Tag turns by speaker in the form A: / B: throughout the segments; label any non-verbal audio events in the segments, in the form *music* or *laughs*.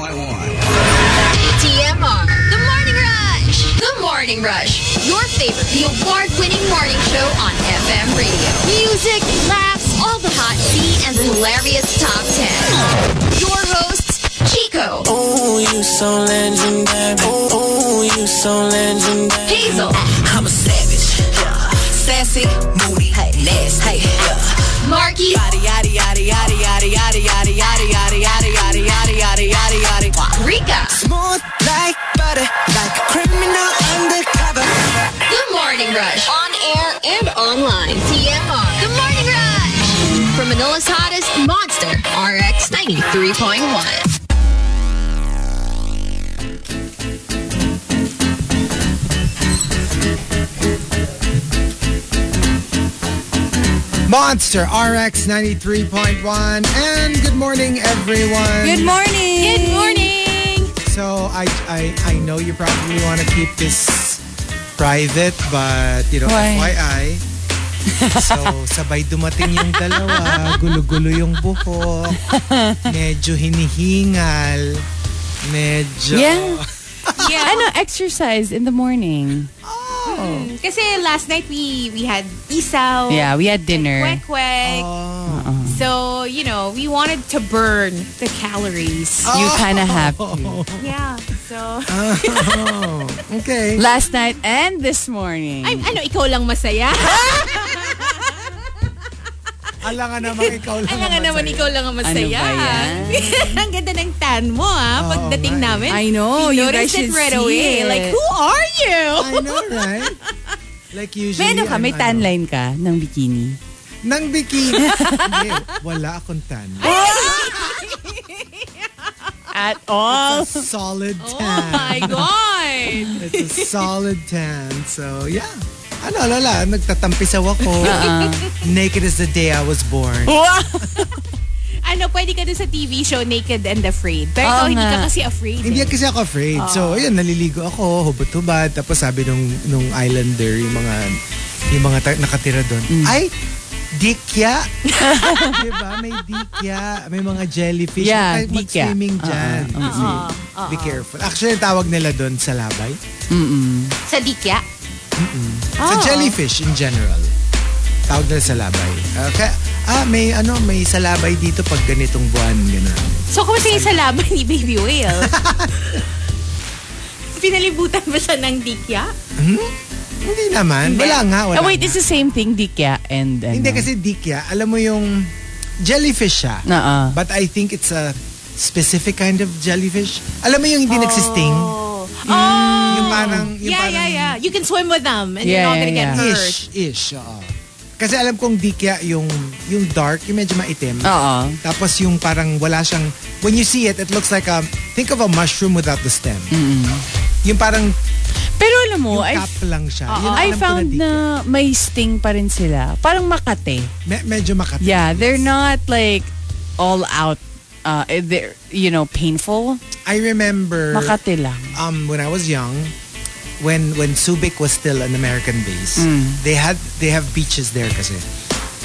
A: The Morning Rush. The Morning Rush. Your favorite, the award-winning morning show on FM radio. Music, laughs, all the hot tea, and hilarious top 10. Your hosts, Chico,
B: Ooh, you so legendary. Ooh, you so legendary.
A: Hazel,
C: I'm a savage. Yeah. Sassy, moody, hey, nasty. Hey, yeah.
A: Marky,
C: Yada yada yada yada yada yada yada yada yada yada yada yada yada yada yada. Wow.
A: Rika.
B: Smooth like butter, like a criminal undercover.
A: The Morning Rush. On air and online. TMR. The Morning Rush. From Manila's hottest, Monster RX 93.1.
D: Monster RX 93.1. And good morning, everyone.
E: Good morning. Good morning.
D: So, I, I, I know you probably want to keep this private, but, you know,
E: Why?
D: FYI.
E: *laughs*
D: So, sabay dumating yung dalawa. Gulo-gulo yung buhok. Medyo hinihingal. Medyo...
E: Yeah. Yeah. Ano, exercise in the morning.
F: Kasi last night we we had isaw.
E: Yeah, we had dinner.
F: Oh. Kwek
E: *laughs*
F: kwek.
D: Oh.
F: So, you know, we wanted to burn the calories.
E: You kind
F: Oh.
E: of have to.
F: Yeah. So,
E: Um,
D: Oh. Okay.
E: Last night and this morning.
F: I'm, ano, ikaw lang
E: *laughs*
F: masaya.
D: Alangan naman ikaw lang.
F: Kaya nga
D: ang
F: naman
D: masaya.
F: ikaw lang ang masaya.
E: Ano ba
F: *laughs*
E: Oh,
F: ang ganda ng tan mo, ha? Pagdating
D: nga eh.
F: namin.
E: I know,
F: we
E: you guys
F: noticed it
E: should
F: right
E: see
F: away.
E: it.
F: Like, who are you? *laughs*
D: I know, right? Like usually.
E: May ano
D: I'm-
E: ka? May tan
D: ano,
E: line ka ng bikini.
D: Nang bikini. Hindi, wala akong tan.
E: At
F: *laughs*
E: all.
D: solid
F: Oh
D: tan.
F: my God.
D: It's a solid tan. So, yeah. Ano, lola, nagtatampisaw ako. Naked as the day I was born.
F: ano, pwede ka dun sa TV show Naked and Afraid. Pero ikaw,
E: Oo
F: hindi ka
E: nga.
F: kasi afraid.
D: Hindi
F: eh.
D: kasi ako afraid. So, ayun, naliligo ako, hubad-hubad. Tapos sabi nung, nung islander, yung mga, yung mga ta- nakatira doon, ay, dikya. *laughs* diba? May dikya. May mga jellyfish.
E: Yeah,
D: Huwag tayong
E: dikya.
D: mag-swimming dyan. Kasi Be careful. Actually, ang tawag nila doon sa labay.
F: Sa dikya.
D: Sa jellyfish in general. Tawag nila sa labay. Okay. Ah, may ano, may salabay dito pag ganitong buwan, gano'n.
F: So, kung sa salaman ni Baby
D: *laughs*
F: Whale, pinalibutan ba siya ng dikya?
D: Hmm? Hindi naman. Wala nga, wala
E: Oh, wait,
D: nga.
E: it's the same thing, Dikya and ano.
D: Hindi kasi dikya. Alam mo yung jellyfish siya.
E: Oo.
D: But I think it's a specific kind of jellyfish. Alam mo yung hindi nagsisting?
F: Oh.
D: Hmm, Yung parang... Yung
F: yeah,
D: parang
F: yeah, yeah. You can swim with them and
E: Yeah,
F: you're not gonna
E: yeah,
F: get
E: yeah.
F: hurt.
D: Ish, ish. Oo. Kasi alam kong dikya yung yung dark, yung medyo maitim.
E: Oo.
D: Tapos yung parang wala siyang... When you see it, it looks like a... Think of a mushroom without the stem. Yung parang
E: Pero alam mo, Mm-hmm. Oh, I,
D: cap lang siya. Yun
E: I
D: alam ko
E: found
D: dikya.
E: na may sting pa rin sila. Parang makate.
D: Me- medyo makati.
E: Yeah, they're not like all out. Uh, they're you know painful.
D: I remember...
E: Makati lang.
D: um, when I was young, when when Subic was still an American base,
E: Mm.
D: they had they have beaches there kasi.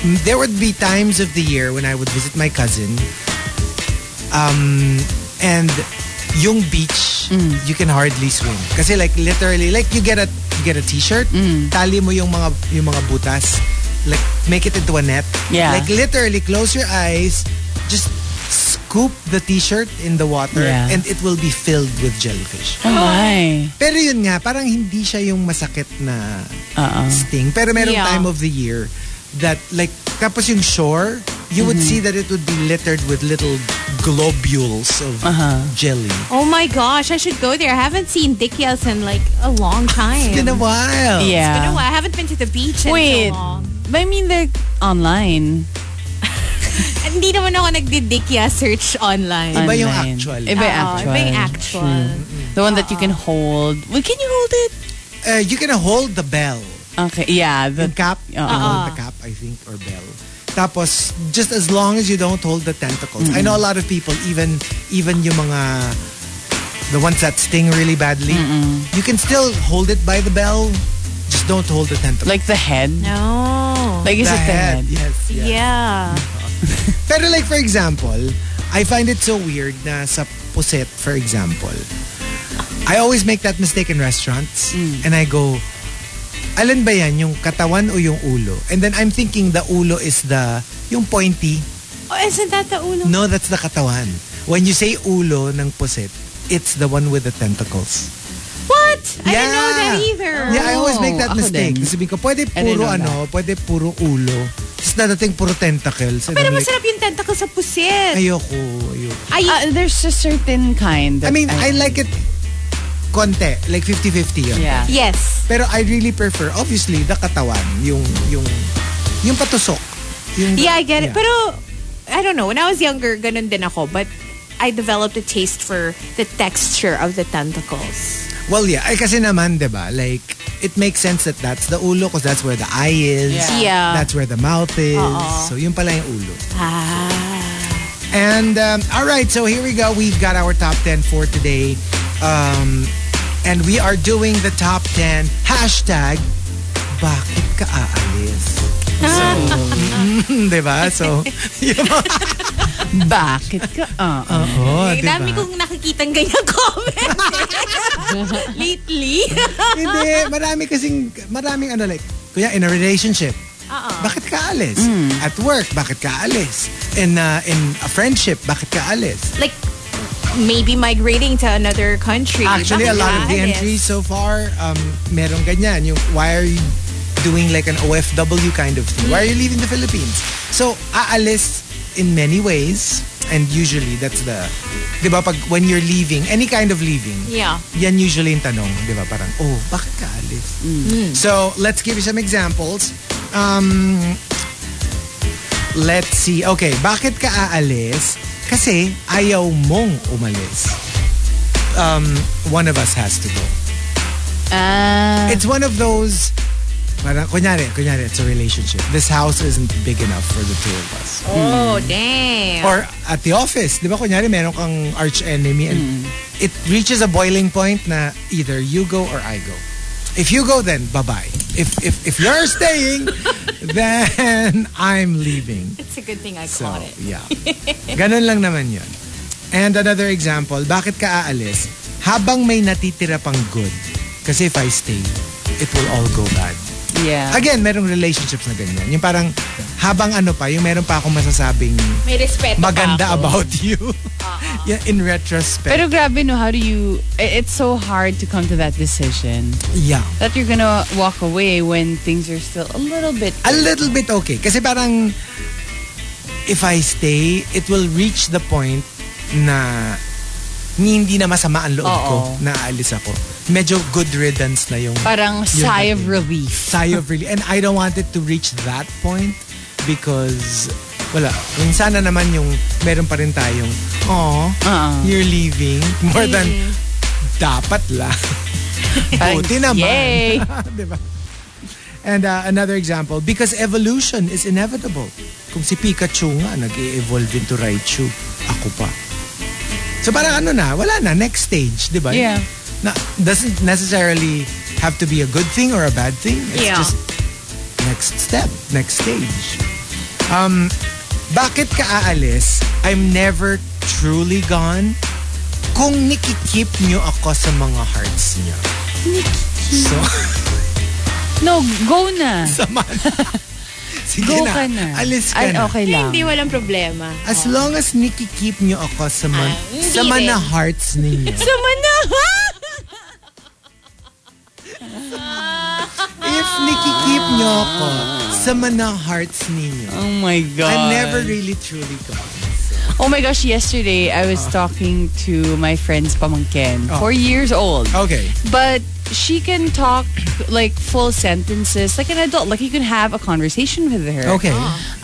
D: Mm, There would be times of the year when I would visit my cousin. Um, and yung beach,
E: Mm.
D: you can hardly swim. Kasi like literally, like you get a you get a t-shirt,
E: Mm.
D: tali mo yung mga yung mga butas, like make it into a net.
E: Yeah.
D: Like literally close your eyes, just scoop the t-shirt in the water
E: Yeah.
D: and it will be filled with jellyfish.
E: Oh my.
D: Pero yun nga, parang hindi siya yung masakit na
E: Uh-uh.
D: sting. Pero merong
F: Yeah.
D: time of the year that like, tapos yung shore, you would see that it would be littered with little globules of jelly.
F: Oh my gosh, I should go there. I haven't seen dikya's in like a long time.
D: It's been a while.
E: Yeah.
F: It's been a while. I haven't been to the beach in
E: Wait.
F: so long.
E: But I mean, they're online.
F: Hindi naman ako nagdidikya search online.
D: Iba yung Hmm.
E: Online.
D: actual.
E: Iba yung
F: Oo,
E: actual.
F: Uh-uh, iba yung actual.
E: True. The one that you can hold. Well, can you hold it?
D: Uh, you can hold the bell.
E: Okay, yeah. Uh-huh. The,
D: Yung cap.
E: Oo.
D: You hold the cap, I think, or bell. Tapos, just as long as you don't hold the tentacles. I know a lot of people, even even yung mga, the ones that sting really badly, you can still hold it by the bell, just don't hold the tentacles.
E: like the head.
F: No.
E: Like, is
D: the
E: it the head?
D: Yes, yes.
F: yeah.
D: Pero like, for example, I find it so weird na sa puset, for example, I always make that mistake in restaurants
F: Mm.
D: and I go, alin ba yan, yung katawan o yung ulo? And then I'm thinking the ulo is the, yung pointy.
F: Oh, isn't that the ulo?
D: No, that's the katawan. When you say ulo ng puset, it's the one with the tentacles.
F: What? I
D: Yeah.
F: didn't know that either. Oh,
D: Yeah, I always make that
E: ako
D: mistake.
E: din.
D: Sabi ko, pwede
E: I didn't
D: puro
E: know
D: ano, pwede puro ulo. Tapos dadating puro tentacles. And
F: Pero
D: I'm like,
F: masarap yung tentacle sa pusit.
D: ayoko, ayoko.
F: Ay,
E: Uh, there's a certain kind.
D: I
E: that
D: mean, I like it konti, like 50-50 yun.
E: Yeah.
F: yes.
D: Pero I really prefer, obviously, the katawan, yung, yung, yung patusok. Yung,
F: Yeah, I get it.
D: Yeah.
F: Pero, I don't know. When I was younger, ganun din ako. But, I developed a taste for the texture of the tentacles.
D: well, yeah, ay kasi naman, di ba, like, it makes sense that that's the ulo because that's where the eye is.
E: Yeah.
F: Yeah.
D: That's where the mouth is. So, yun pala yung ulo.
F: Ah.
D: And um, all right, so here we go. We've got our top 10 for today. Um, and we are doing the top 10 hashtag bakit ka aalis? So, mm, *laughs* diba? So, yun.
E: Bakit ka? Uh,
D: Oo,
F: Ang dami
D: diba?
F: kong nakikitang ganyan *laughs* comment eh. lately.
D: Hindi, marami kasing, maraming ano like, kuya, in a relationship, bakit ka aalis? At work, bakit ka aalis? In, uh, in a friendship, bakit ka aalis?
F: like, maybe migrating to another country.
D: Actually, a
F: Bakit
D: lot of the
F: nakaalis?
D: entries so far, um, merong ganyan. Yung, why are you doing like an OFW kind of thing? Why are you leaving the Philippines? So, aalis in many ways. And usually, that's the, di ba, pag when you're leaving, any kind of leaving,
F: Yeah.
D: yan usually yung tanong, di ba? Parang, oh, bakit ka alis? So, let's give you some examples. Um, let's see. Okay, bakit ka aalis? Kasi ayaw mong umalis. Um, one of us has to go.
E: ah,
D: It's one of those, parang, kunyari, kunyari, it's a relationship. This house isn't big enough for the two of us.
F: Oh, damn.
D: Hmm. Or at the office, di ba kunyari meron kang arch enemy and it reaches a boiling point na either you go or I go. If you go, then bye-bye. If, if, if you're staying, then I'm leaving.
F: It's a good thing I
D: So,
F: caught it.
D: yeah. Ganun lang naman yun. And another example, bakit ka aalis? Habang may natitira pang good. Kasi if I stay, it will all go bad.
E: yeah.
D: Again, merong relationships na ganyan. Yung parang habang ano pa, yung meron pa akong masasabing
F: May respeto
D: maganda about *laughs* you. yeah, in retrospect.
E: Uh-huh. Pero grabe no, how do you... i- It's so hard to come to that decision
D: yeah.
E: that you're gonna walk away when things are still a little bit...
D: A little bit okay. Kasi parang if I stay, it will reach the point na ni hindi na masama ang loob ko
E: Oo.
D: na aalis ako. Medyo good riddance na yung
E: Parang sigh of
D: dating.
E: relief.
D: sigh of relief. And I don't want it to reach that point because wala. Yung sana naman yung meron pa rin tayong oh,
E: Oo.
D: you're leaving more than dapat lang.
E: Parang,
D: Buti naman.
E: Yay!
D: Diba? And uh, another example, because evolution is inevitable. Kung si Pikachu nga nag-evolve into Raichu, ako pa. So parang ano na, wala na, next stage, di ba?
E: Yeah.
D: Na, doesn't necessarily have to be a good thing or a bad thing. It's
F: Yeah.
D: just next step, next stage. Um, bakit ka aalis? I'm never truly gone kung nikikip nyo ako sa mga hearts nyo. Nikikip? So,
E: No, go na.
D: sama na. *laughs* Sige
E: Go
D: na.
E: ka na.
D: Alis ka
E: Ay,
D: na.
E: okay lang.
F: Hindi, walang problema.
D: As long as nikikip nyo ako sa, man,
F: Ah, hindi
D: sa mana
F: rin.
D: hearts ninyo.
E: Ah.
F: Tama na!
D: If nikikip nyo ako sa mana hearts ninyo,
E: Oh my God.
D: I'm never really truly gone.
E: Oh my gosh, yesterday I was talking to my friend's pamangkin,
D: Oh.
E: four years old.
D: Okay.
E: But she can talk like full sentences like an adult. Like you can have a conversation with her.
D: Okay.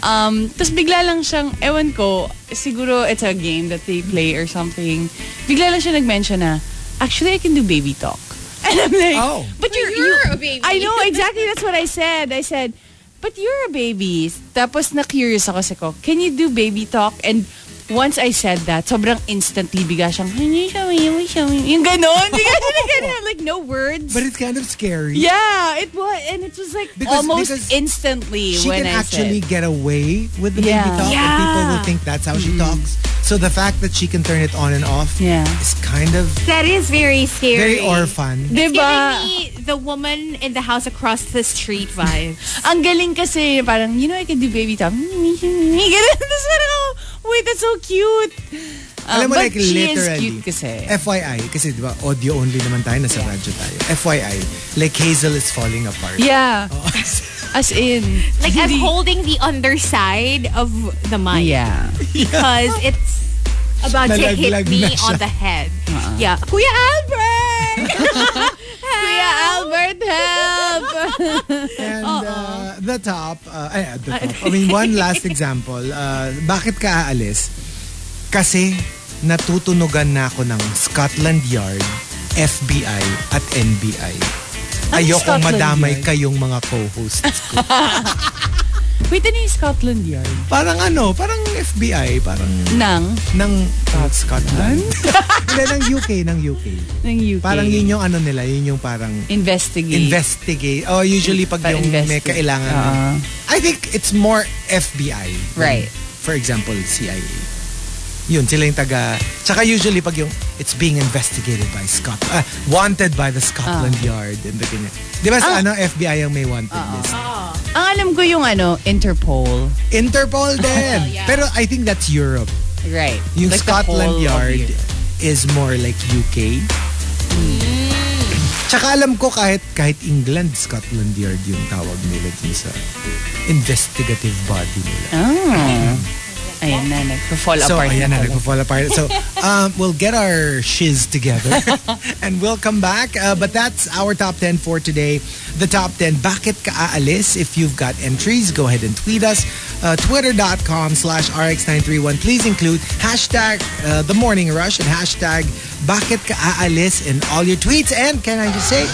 E: Um, Tapos bigla lang siyang, ewan ko, siguro it's a game that they play or something. Bigla lang siya nag-mention na, actually I can do baby talk. *laughs* And I'm like,
D: Oh.
E: but you're, you-
F: You're a baby."
E: I know, exactly that's what I said. I said, but you're a baby. Tapos na-curious ako sa ko, can you do baby talk? And once I said that, sobrang instantly bigla siyang, "Ay, show me, ay, show me." yung ganon. Bigla siya na ganon. Like, no words.
D: But it's kind of scary.
E: yeah, it was. And it was like
D: Because-
E: almost
D: because
E: instantly
D: She
E: when
D: can
E: I
D: actually
E: said.
D: get away with the
E: Yeah.
D: baby
E: Mm-hmm.
D: talk, and people will
F: Yeah.
D: think that's how she talks. So the fact that she can turn it on and off
E: Yeah.
D: is kind of
F: That is very
D: very
F: scary.
D: orphan.
E: Diba?
F: It's giving me the woman in the house across the street vibes.
E: *laughs* Ang galing kasi, parang, you know, I can do baby talk. *laughs* Ganun. Tapos parang ako, wait, that's so cute.
D: Alam
E: Um,
D: mo,
E: but
D: like,
E: she
D: literally.
E: is cute kasi.
D: FYI, kasi di ba audio only naman tayo, nasa radyo tayo. FYI, like Hazel is falling apart. Oh.
E: Yeah, *laughs* as in.
F: Like I'm
E: hindi-
F: holding the underside of the mic
E: Yeah.
F: because it's about to hit
D: Nalaglag
F: me
D: na siya.
F: on the head. Yeah. Kuya *laughs* Albert! Kuya
E: Albert, help!
D: And uh, the top, uh, ay, at the
E: *laughs*
D: top. I mean, one last example. Uh, bakit ka aalis? Kasi natutunugan na ako ng Scotland Yard, FBI, at NBI. Ayokong
E: Ano Scotland
D: madamay
E: Yard?
D: kayong mga co-hosts.
E: wait, ano yung Scotland Yard?
D: parang ano, parang FBI, parang
E: Mm. Nang,
D: ng
E: *laughs*
D: Scotland? Hindi, ng UK, ng UK.
E: ng UK.
D: Parang yun yung ano nila, yun yung parang
E: Investigate.
D: investigate. Oh, usually pag yung may
E: Pa-investigate.
D: kailangan.
E: Ah.
D: I think it's more FBI. than,
E: Right.
D: For example, CIA. Yun, sila yung taga... Tsaka usually pag yung it's being investigated by Scott... ah, wanted by the Scotland
E: Ah.
D: Yard and the ganyan. Di ba sa ano, FBI ang may wanted list?
E: Ang alam ko yung ano, Interpol. *laughs*
D: Interpol din! Pero I think that's Europe.
E: Right.
D: Yung
E: Like the whole
D: Scotland
E: of
D: Yard
E: Europe.
D: is more like UK.
E: Mm.
D: Tsaka alam ko kahit kahit England, Scotland Yard yung tawag nila dun sa investigative body nila.
E: Ah. Ayan na, nagpa-fall
D: so,
E: apart.
D: ayan na,
E: pala.
D: nagpa-fall apart. So, um, we'll get our shiz together and we'll come back. Uh, but that's our top 10 for today. The top 10, bakit ka aalis? If you've got entries, go ahead and tweet us. Uh, Twitter.com slash RX931. Please include hashtag uh, The Morning Rush and hashtag bakit ka aalis in all your tweets. And can I just say,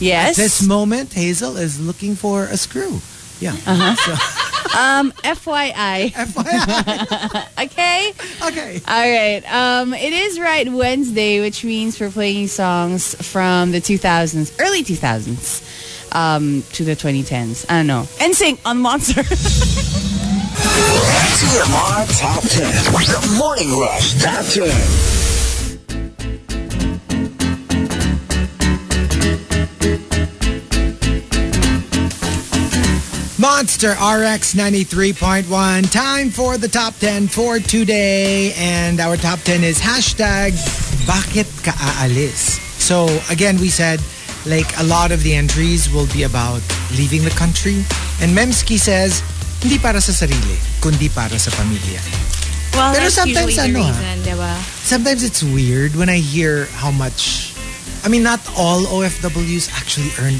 E: Yes.
D: this moment, Hazel is looking for a screw. Yeah. *laughs*
E: um, FYI.
D: FYI.
E: Okay?
D: Okay.
E: All right. Um, it is right Wednesday, which means we're playing songs from the 2000s, early 2000s, um, to the 2010s. I don't know. And sing on Monster.
G: TMR Top 10. The Morning Rush Top 10.
D: Monster RX 93.1. Time for the top 10 for today. And our top 10 is hashtag bakit ka aalis. So again, we said like a lot of the entries will be about leaving the country. And Memski says, hindi para sa sarili, kundi para sa pamilya.
F: Well,
D: Pero
F: that's
D: sometimes
F: usually the
D: ano, ah.
F: reason, diba?
D: Sometimes it's weird when I hear how much, I mean, not all OFWs actually earn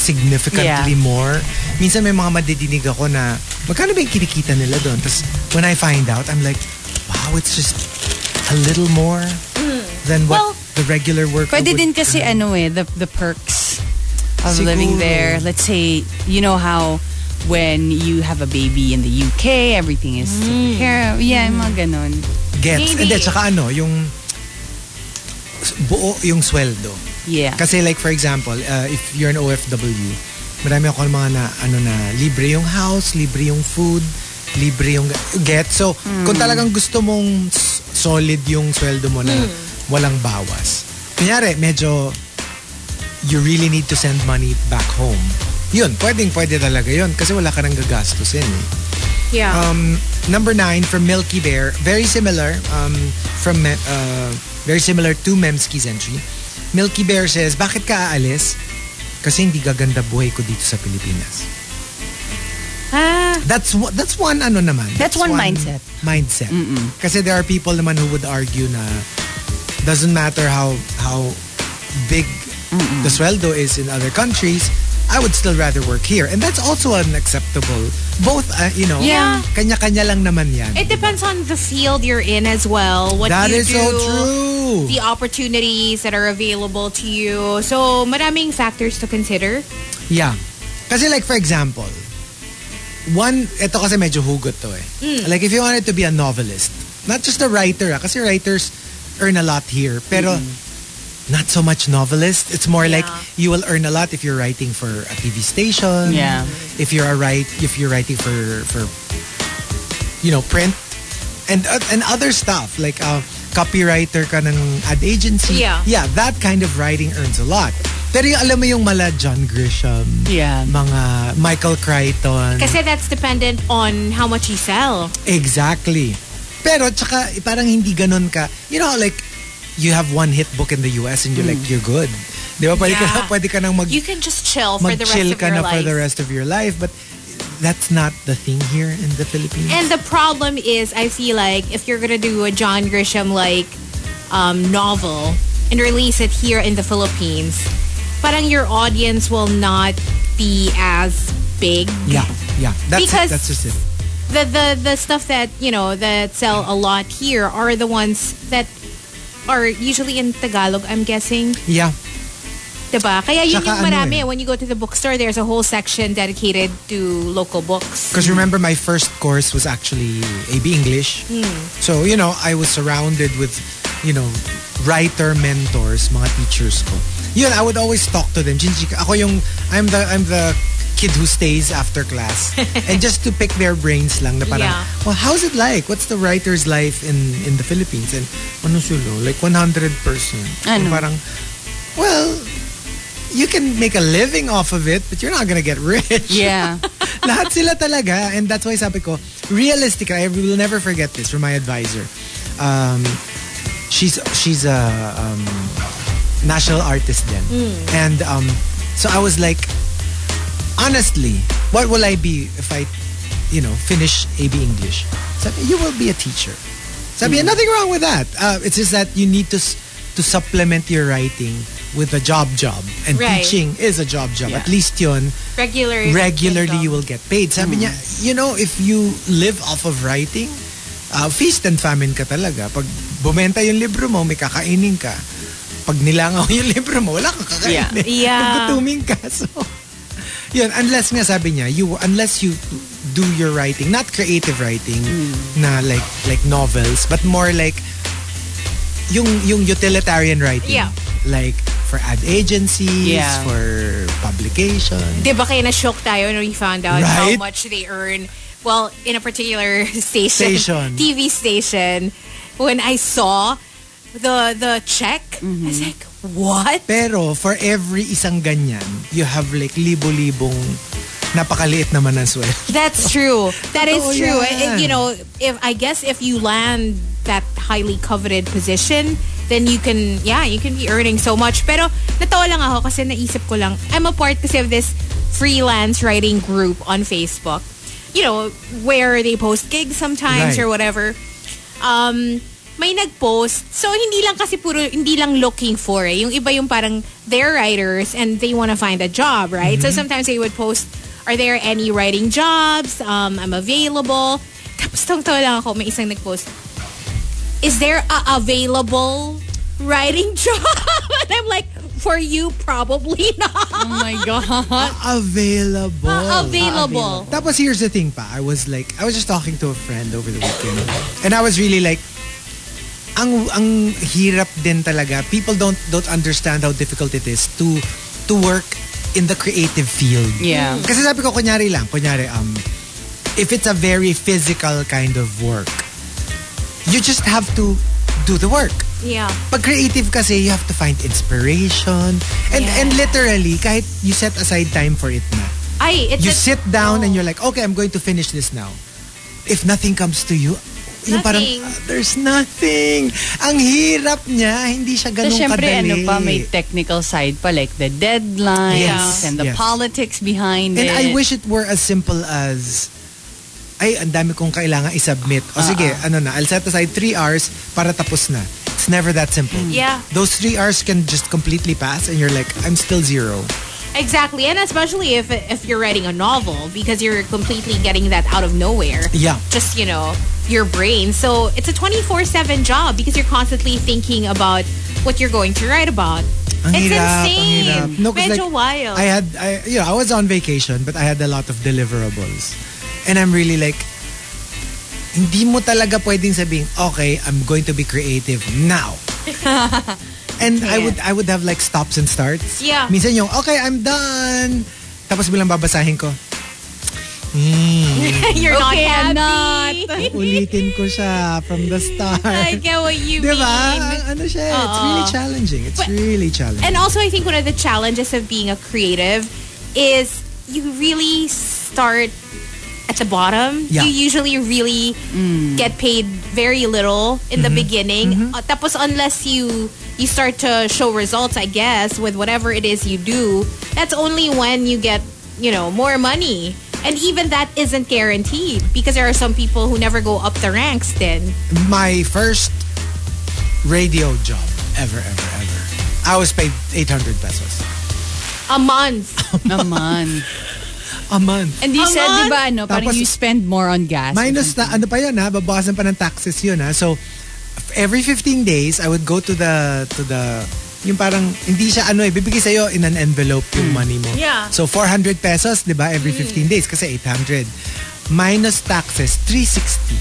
D: significantly
E: Yeah.
D: more. Minsan may mga madidinig ako na, magkano ba yung kinikita nila doon? Tapos when I find out, I'm like, wow, it's just a little more than what
E: Well,
D: the regular worker
E: *laughs*
D: would
E: Pwede din kasi
D: earn."
E: ano eh, the, the perks of living
D: Siguro.
E: there. Let's say, you know how when you have a baby in the UK, everything is taken care of. Yeah, mga ganon.
D: Gets. And
F: Maybe.
D: then, tsaka ano, yung buo yung sweldo.
E: Yeah.
D: Kasi like for example, uh, if you're an OFW, marami ako ng mga na, ano na, libre yung house, libre yung food, libre yung get. So, kung talagang gusto mong s- solid yung sweldo mo na walang bawas. Kunyari, medyo you really need to send money back home. Yun, pwedeng pwede talaga yun kasi wala ka nang gagastusin eh.
F: Yeah.
D: Um, number nine from Milky Bear, very similar um, from Me- uh, very similar to Memski's entry. Milky Bear says, "Bakit ka aalis? Kasi hindi gaganda buhay ko dito sa Pilipinas."
F: ah,
D: That's one- that's one ano naman.
E: That's one mindset.
D: Mindset. Kasi there are people naman who would argue na doesn't matter how how big the sweldo is in other countries, I would still rather work here. And that's also unacceptable. Both, uh, you know,
F: Yeah.
D: kanya-kanya lang naman yan.
F: It depends on the field you're in as well. What
D: That
F: you
D: is
F: do,
D: so true.
F: The opportunities that are available to you. So, maraming factors to consider.
D: Yeah. Kasi like for example, one, ito kasi medyo hugot to eh.
F: Hmm.
D: Like if you wanted to be a novelist, not just a writer ah, kasi writers earn a lot here, pero
F: Hmm.
D: not so much novelist. It's more like you will earn a lot if you're writing for a TV station.
E: Yeah.
D: If you're a write, if you're writing for for you know, print and and other stuff like uh, copywriter ka ng ad agency.
F: Yeah.
D: Yeah, that kind of writing earns a lot. Pero yung, alam mo yung mala John Grisham,
E: Yeah.
D: mga Michael Crichton.
F: Kasi that's dependent on how much you sell.
D: Exactly. Pero tsaka eh, parang hindi ganun ka. You know, like you have one hit book in the US and you're like, you're good. Di ba? Pwede, ka,
F: Mm. Yeah.
D: pwede ka nang mag,
F: You can just chill for the rest
D: mag-chill
F: of
D: ka
F: your
D: na
F: life.
D: for the rest of your life. But that's not the thing here in the Philippines.
F: And the problem is, I feel like if you're gonna do a John Grisham like um, novel and release it here in the Philippines, parang your audience will not be as big.
D: yeah, yeah. That's it.
F: Because-
D: That's just it.
F: The the the stuff that you know that sell a lot here are the ones that are usually in Tagalog. I'm guessing,
D: Yeah.
F: diba? Kaya yun
D: Tsaka
F: yung
D: ano
F: marami.
D: eh.
F: When you go to the bookstore, there's a whole section dedicated to local books.
D: Because remember, my first course was actually AB English.
E: Hmm.
D: So, you know, I was surrounded with, you know, writer mentors, mga teachers ko. Yun, I would always talk to them. Jinji, ako yung, I'm the, I'm the kid who stays after
E: *laughs*
D: class. and just to pick their brains lang na parang,
F: Yeah.
D: well, how's it like? What's the writer's life in, in the Philippines? And, ano sulo? Like 100%.
E: Ano?
D: And parang, well, you can make a living off of it, but you're not gonna get rich. *laughs*
E: Yeah.
D: Lahat sila talaga. And that's why sabi ko, realistic. I will never forget this from my advisor. Um, she's she's a um, national artist then. And um, so I was like, honestly, what will I be if I, you know, finish AB English? Sabi, you will be a teacher. Sabi, niya, nothing wrong with that. Uh, it's just that you need to s- to supplement your writing with a job job. And
F: Right.
D: teaching is a job job.
E: Yeah.
D: At least yun,
F: Regularly, Mm.
D: regularly you will get paid. Sabi niya, you know, if you live off of writing, uh, feast and famine ka talaga. Pag bumenta yung libro mo, may kakainin ka. Pag nilangaw *laughs* yung libro mo, wala kang *laughs* kakainin.
F: Yeah. Yeah.
D: Gugutumin ka. So, yun, unless nga sabi niya, you, unless you do your writing, not creative writing,
F: Mm.
D: na like, like novels, but more like yung, yung utilitarian writing.
F: Yeah.
D: Like, for ad agencies,
E: Yeah.
D: for publications.
F: Diba kaya na-shock tayo when we found out how
D: Right?
F: much they earn, well, in a particular *laughs* station,
D: Station.
F: TV station, when I saw the the check, I was like, what?
D: Pero for every isang ganyan, you have like libo-libong napakaliit naman ang sweldo.
F: That's true. That is
D: Totoo
F: true.
D: yan.
F: And, you know, if I guess if you land that highly coveted position, then you can, yeah, you can be earning so much. Pero natawa lang ako kasi naisip ko lang, I'm a part kasi of this freelance writing group on Facebook. You know, where they post gigs sometimes
D: Right.
F: or whatever. Um, may nag-post. So, hindi lang kasi puro, hindi lang looking for eh. Yung iba yung parang they're writers and they want to find a job, right? So,
E: Mm-hmm.
F: sometimes they would post, are there any writing jobs? Um, I'm available. *laughs* Tapos, tungtawa lang ako, may isang nag-post, is there a available writing *laughs* job? and I'm like, for you, probably not.
E: oh my God.
D: Available.
F: *laughs* *laughs*
D: Ah,
F: available.
D: Tapos here's the thing pa. I was like, I was just talking to a friend over the weekend. And I was really like, ang ang hirap din talaga. People don't don't understand how difficult it is to to work in the creative field.
E: Yeah.
D: Kasi sabi ko, kunyari lang, kunyari, um, if it's a very physical kind of work, you just have to do the work.
F: Yeah.
D: pag creative kasi, you have to find inspiration. And
F: Yeah.
D: and literally, kahit you set aside time for it na.
F: Ay, it's
D: You
F: a-
D: sit down and
F: Oh.
D: you're like, okay, I'm going to finish this now. If nothing comes to you, yung parang,
F: Nothing.
D: "Ah, there's nothing. Ang hirap niya, hindi siya ganun
E: So, syempre, ano
D: kadali.
E: pa, may technical side pa, like the deadlines
D: Yes,
E: and the
D: yes.
E: politics behind
D: And
E: it.
D: I wish it were as simple as ay, ang dami kong kailangan i-submit.
E: Ah,
D: O sige, ano na, I'll set aside three hours para tapos na. It's never that simple.
E: Mm.
F: Yeah.
D: Those three hours can just completely pass and you're like, I'm still zero.
F: Exactly, and especially if if you're writing a novel because you're completely getting that out of nowhere.
D: Yeah.
F: Just you know your brain. So it's a 24/7 job because you're constantly thinking about what you're going to write about.
D: Ang
F: it's
D: hirap, ang
F: insane.
D: hirap. No, 'cause
F: Medyo
D: like,
F: wild.
D: I had, I, you know, I was on vacation, but I had a lot of deliverables. And I'm really like, hindi mo talaga pwedeng sabihin, okay, I'm going to be creative
F: *laughs*
D: now. And I would I would have like stops and starts.
F: Yeah.
D: Minsan yung, okay, I'm done. Tapos bilang babasahin ko,
F: *laughs* you're not
E: Okay, I'm
F: happy.
D: ulitin ko siya from the start.
F: *laughs* I get what you
D: Di ba?
F: mean.
D: Ang Ano siya? It's really challenging. It's
F: But-
D: really challenging.
F: And also, I think one of the challenges of being a creative is you really start at the bottom.
D: Yeah.
F: You usually really
E: Mm.
F: get paid very little in
E: Mm-hmm.
F: the beginning. Uh, tapos unless you you start to show results, I guess, with whatever it is you do, that's only when you get, you know, more money. And even that isn't guaranteed because there are some people who never go up the ranks then.
D: my first radio job ever, ever, ever. I was paid 800 pesos.
F: A month.
E: Naman.
D: A month.
E: *laughs* And you
F: Come
E: said,
F: on.
E: di ba, ano, parang
D: Tapos-
E: you spend more on gas.
D: Minus na, ano pa yun ha, babawasan pa ng taxes yun ha. So, f- every 15 days, I would go to the, to the, yung parang, hindi siya ano eh, bibigay sa'yo in an envelope yung money mo.
F: Yeah.
D: So, 400 pesos, di ba, every 15 days, kasi 800. Minus taxes, 360.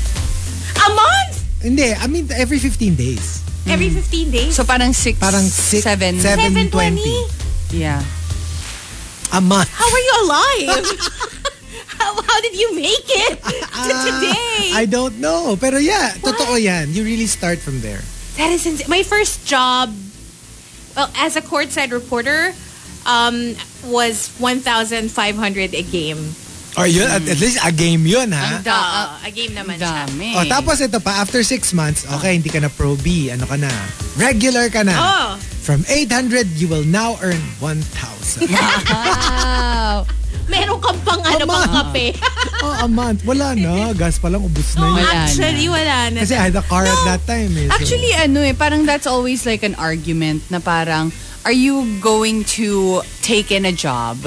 F: A month?
E: *laughs*
D: Hindi, I mean, every 15 days.
F: Every 15 days?
E: Mm. So parang six,
D: Parang six,
E: seven.
F: 720?
E: Yeah.
D: A month.
F: How are you alive? how, how did you make it *laughs* to
D: Uh, Ah, I
F: today?
D: don't know. Pero yeah, totoo yan. You really start from there.
F: that is insane. My first job, well, as a courtside reporter, um, was 1,500 a game.
D: Or yun, at, at least a game yun, ha?
F: Uh, a game naman siya.
D: O
E: Dami.
D: Oh, tapos ito pa, after six months, okay, hindi ka na pro B, ano ka na? Regular ka na.
F: Oh,
D: From 800, you will now earn 1,000. *laughs*
F: meron kang pang ano
D: Ama.
F: pang kape.
D: oh, a month. Wala na. Gas pa lang, ubus na yun.
F: No,
E: Wala
F: actually, wala na.
D: Kasi I had a car at that time. Eh, so-
E: Actually, ano eh, parang that's always like an argument na parang, are you going to take in a job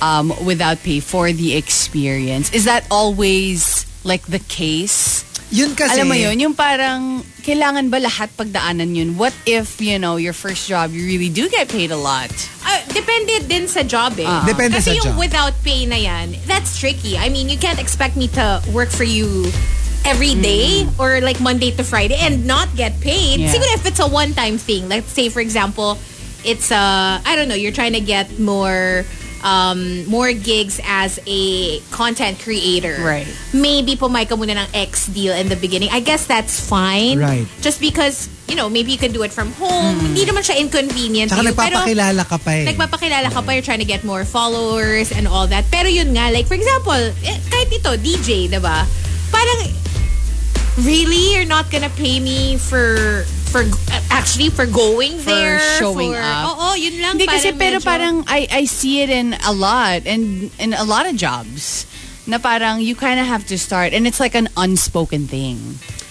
E: um, without pay for the experience? Is that always like the case?
D: yun kasi,
E: Alam mo yun, yung parang, kailangan ba lahat pagdaanan yun? What if, you know, your first job, you really do get paid a lot?
F: Ah, depende din sa job eh.
D: Ah. Depende sa
F: Kasi yung
D: job.
F: without pay na yan, that's tricky. I mean, you can't expect me to work for you every
D: Mm.
F: day or like Monday to Friday and not get paid.
E: Yeah.
F: Siguro if it's a one-time thing, let's say for example, it's uh I don't know, you're trying to get more um more gigs as a content creator.
E: Right.
F: Maybe pumay ka muna ng X deal in the beginning. I guess that's fine.
D: Right. Mm.
F: Just because, you know, maybe you can do it from home. Hindi naman siya inconvenient.
D: Tsaka
F: to you, pero-
D: nagpapakilala ka pa eh.
F: nagpapakilala ka pa, you're trying to get more followers and all that. Pero yun nga, like for example, eh, kahit ito, DJ, di ba? Parang, really? You're not gonna pay me for, for uh, actually, for going
E: For
F: there?
E: showing
F: for,
E: up.
F: Oo, yun lang.
E: Hindi kasi
F: parang
E: pero
F: medyo-
E: parang I I see it in a lot and in a lot of jobs na parang you kind of have to start and it's like an unspoken thing.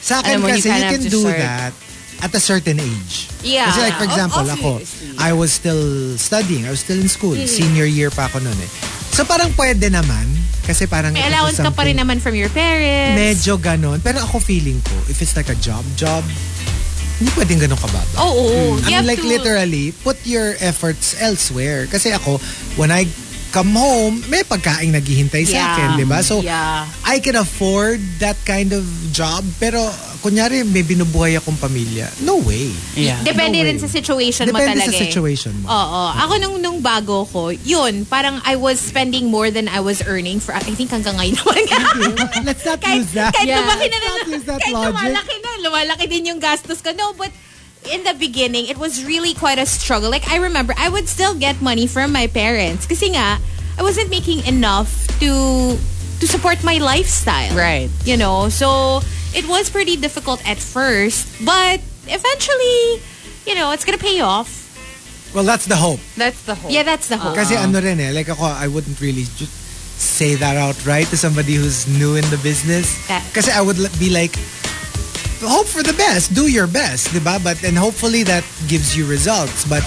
D: Sa akin
E: Alam mo, you
D: kasi, you,
E: kind of
D: can
E: have to
D: do
E: start-
D: that at a certain age.
F: Yeah. oh,
D: Kasi like, for
F: Yeah.
D: example,
E: Ob-
D: ako,
E: obviously.
D: I was still studying. I was still in school.
F: Mm-hmm.
D: Senior year pa ako noon eh. So parang pwede naman. Kasi parang...
F: May
D: it was
F: allowance ka pa
D: something-
F: rin naman from your parents.
D: Medyo ganon. Pero ako feeling ko, if it's like a job, job, hindi pwedeng ganon kababa.
F: Oo.
D: Mm. I
F: you
D: mean,
F: have
D: like
F: to-
D: literally, put your efforts elsewhere. Kasi ako, when I come home, may pagkain naghihintay sa
F: Yeah.
D: akin, di ba? So,
F: Yeah.
D: I can afford that kind of job. Pero, kunyari, may binubuhay akong pamilya. No way.
E: Yeah.
D: No
F: Depende
D: way.
F: rin sa situation mo
D: Depende
F: talaga.
D: sa
F: eh.
D: situation mo.
F: Oo. Ako nung, nung bago ko, yun, parang I was spending more than I was earning for, I think hanggang
D: *laughs*
F: ngayon naman.
D: Mm-hmm. Let's not
F: kahit,
D: use that.
F: kahit
E: Yeah.
F: lumaki na,
D: Let's not use that
F: kahit
D: logic.
F: lumalaki na, lumalaki din yung gastos ko. No, but in the beginning, it was really quite a struggle. Like, I remember, I would still get money from my parents kasi nga, I wasn't making enough to to support my lifestyle.
E: Right.
F: You know, so it was pretty difficult at first, but eventually, you know, it's gonna pay off.
D: Well, that's the hope.
E: That's the whole.
F: Yeah, that's the hope.
D: Kasi ano rin eh, like ako, I wouldn't really ju- say that outright to somebody who's new in the business.
F: That-
D: Kasi I would l- be like, hope for the best, do your best, di ba? But and hopefully that gives you results. But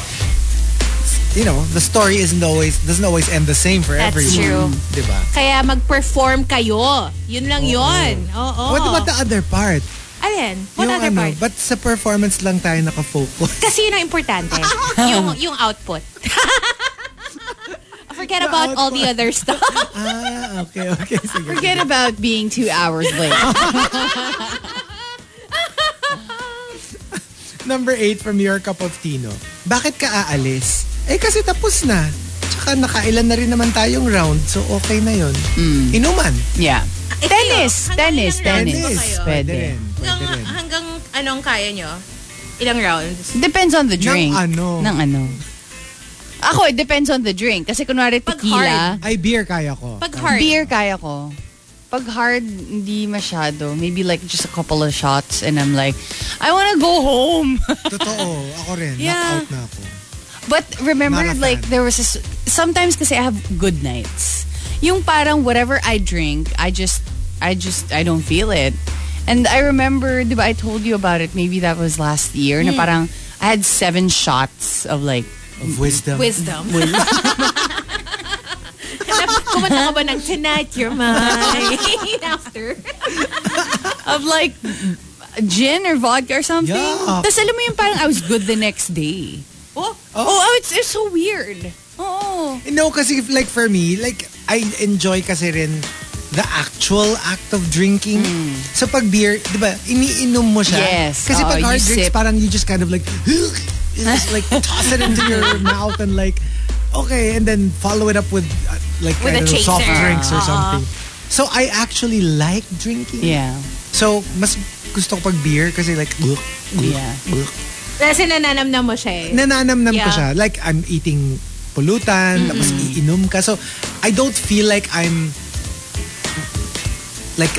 D: you know, the story isn't always doesn't always end the same for
F: That's
D: everyone. True. Di ba?
F: Kaya mag-perform kayo. Yun lang yun. Oo.
D: What about the other part?
F: Alin? Oh.
D: Yung
F: What other
D: ano,
F: part?
D: But sa performance lang tayo nakafocus. *laughs*
F: Kasi yun ang importante. *laughs* yung, yung output. *laughs* Forget about all the other *laughs* stuff.
D: ah, okay, okay. Sige.
E: Forget about being two hours
D: *laughs*
E: late.
D: Ah. Number eight from your cup of tino. Bakit ka aalis? Eh kasi tapos na. Tsaka nakailan na rin naman tayong round. So okay na yun. Inuman.
E: yeah.
F: Eh,
E: Tennis,
F: kayo,
E: tennis,
F: hanggang
E: tennis.
F: ilang rounds ba kayo?
D: Hmm. Pwede
E: Pwede.
D: rin. Pwede
F: Hanggang,
D: rin.
F: hanggang anong kaya nyo? Ilang rounds?
E: Depends on the drink.
D: ano?
E: Nang ano. Ako, it depends on the drink. Kasi kunwari
F: Pag
E: tequila,
D: Ay, beer kaya ko.
F: Pag hard.
E: beer kaya ko. Pag hard, hindi masyado. Maybe like just a couple of shots and I'm like, I wanna go home. *laughs*
D: Totoo. Ako rin.
E: Yeah.
D: Knockout na ako.
E: But remember,
D: Not a fan.
E: like, there was this... Sometimes kasi I have good nights. Yung parang whatever I drink, I just, I just, I don't feel it. And I remember, di ba, I told you about it, maybe that was last year, na parang I had seven shots of like,
D: Of wisdom.
F: Wisdom. *laughs* Kumanta ka ba ng tonight you're mine *laughs* after?
E: of like gin or vodka or something.
D: Yuck.
E: Tapos alam mo yung parang I was good the next day.
F: Oh,
E: Oh, it's, it's so weird. Oh.
D: No, kasi if, like for me, like I enjoy kasi rin the actual act of drinking. So pag beer, di ba, iniinom mo siya.
E: Mm. Yes.
D: Kasi pag
E: Oo,
D: hard
E: you
D: drinks,
E: sip.
D: parang you just kind of like, *gasps* you just
E: *laughs*
D: like toss it into your mouth and like, okay, and then follow it up with uh, like
F: With
D: I
F: a
D: don't know, soft
F: chaser.
D: drinks or something. So I actually like drinking.
E: Uh-huh. Yeah.
D: So mas gusto ko pag beer kasi like, ugh, ugh,
E: Yeah.
D: ugh.
F: Kasi nananamnam mo siya eh.
D: nananamnam ko
F: Yeah.
D: siya. Like, I'm eating pulutan, tapos iinom ka. So, I don't feel like I'm, like,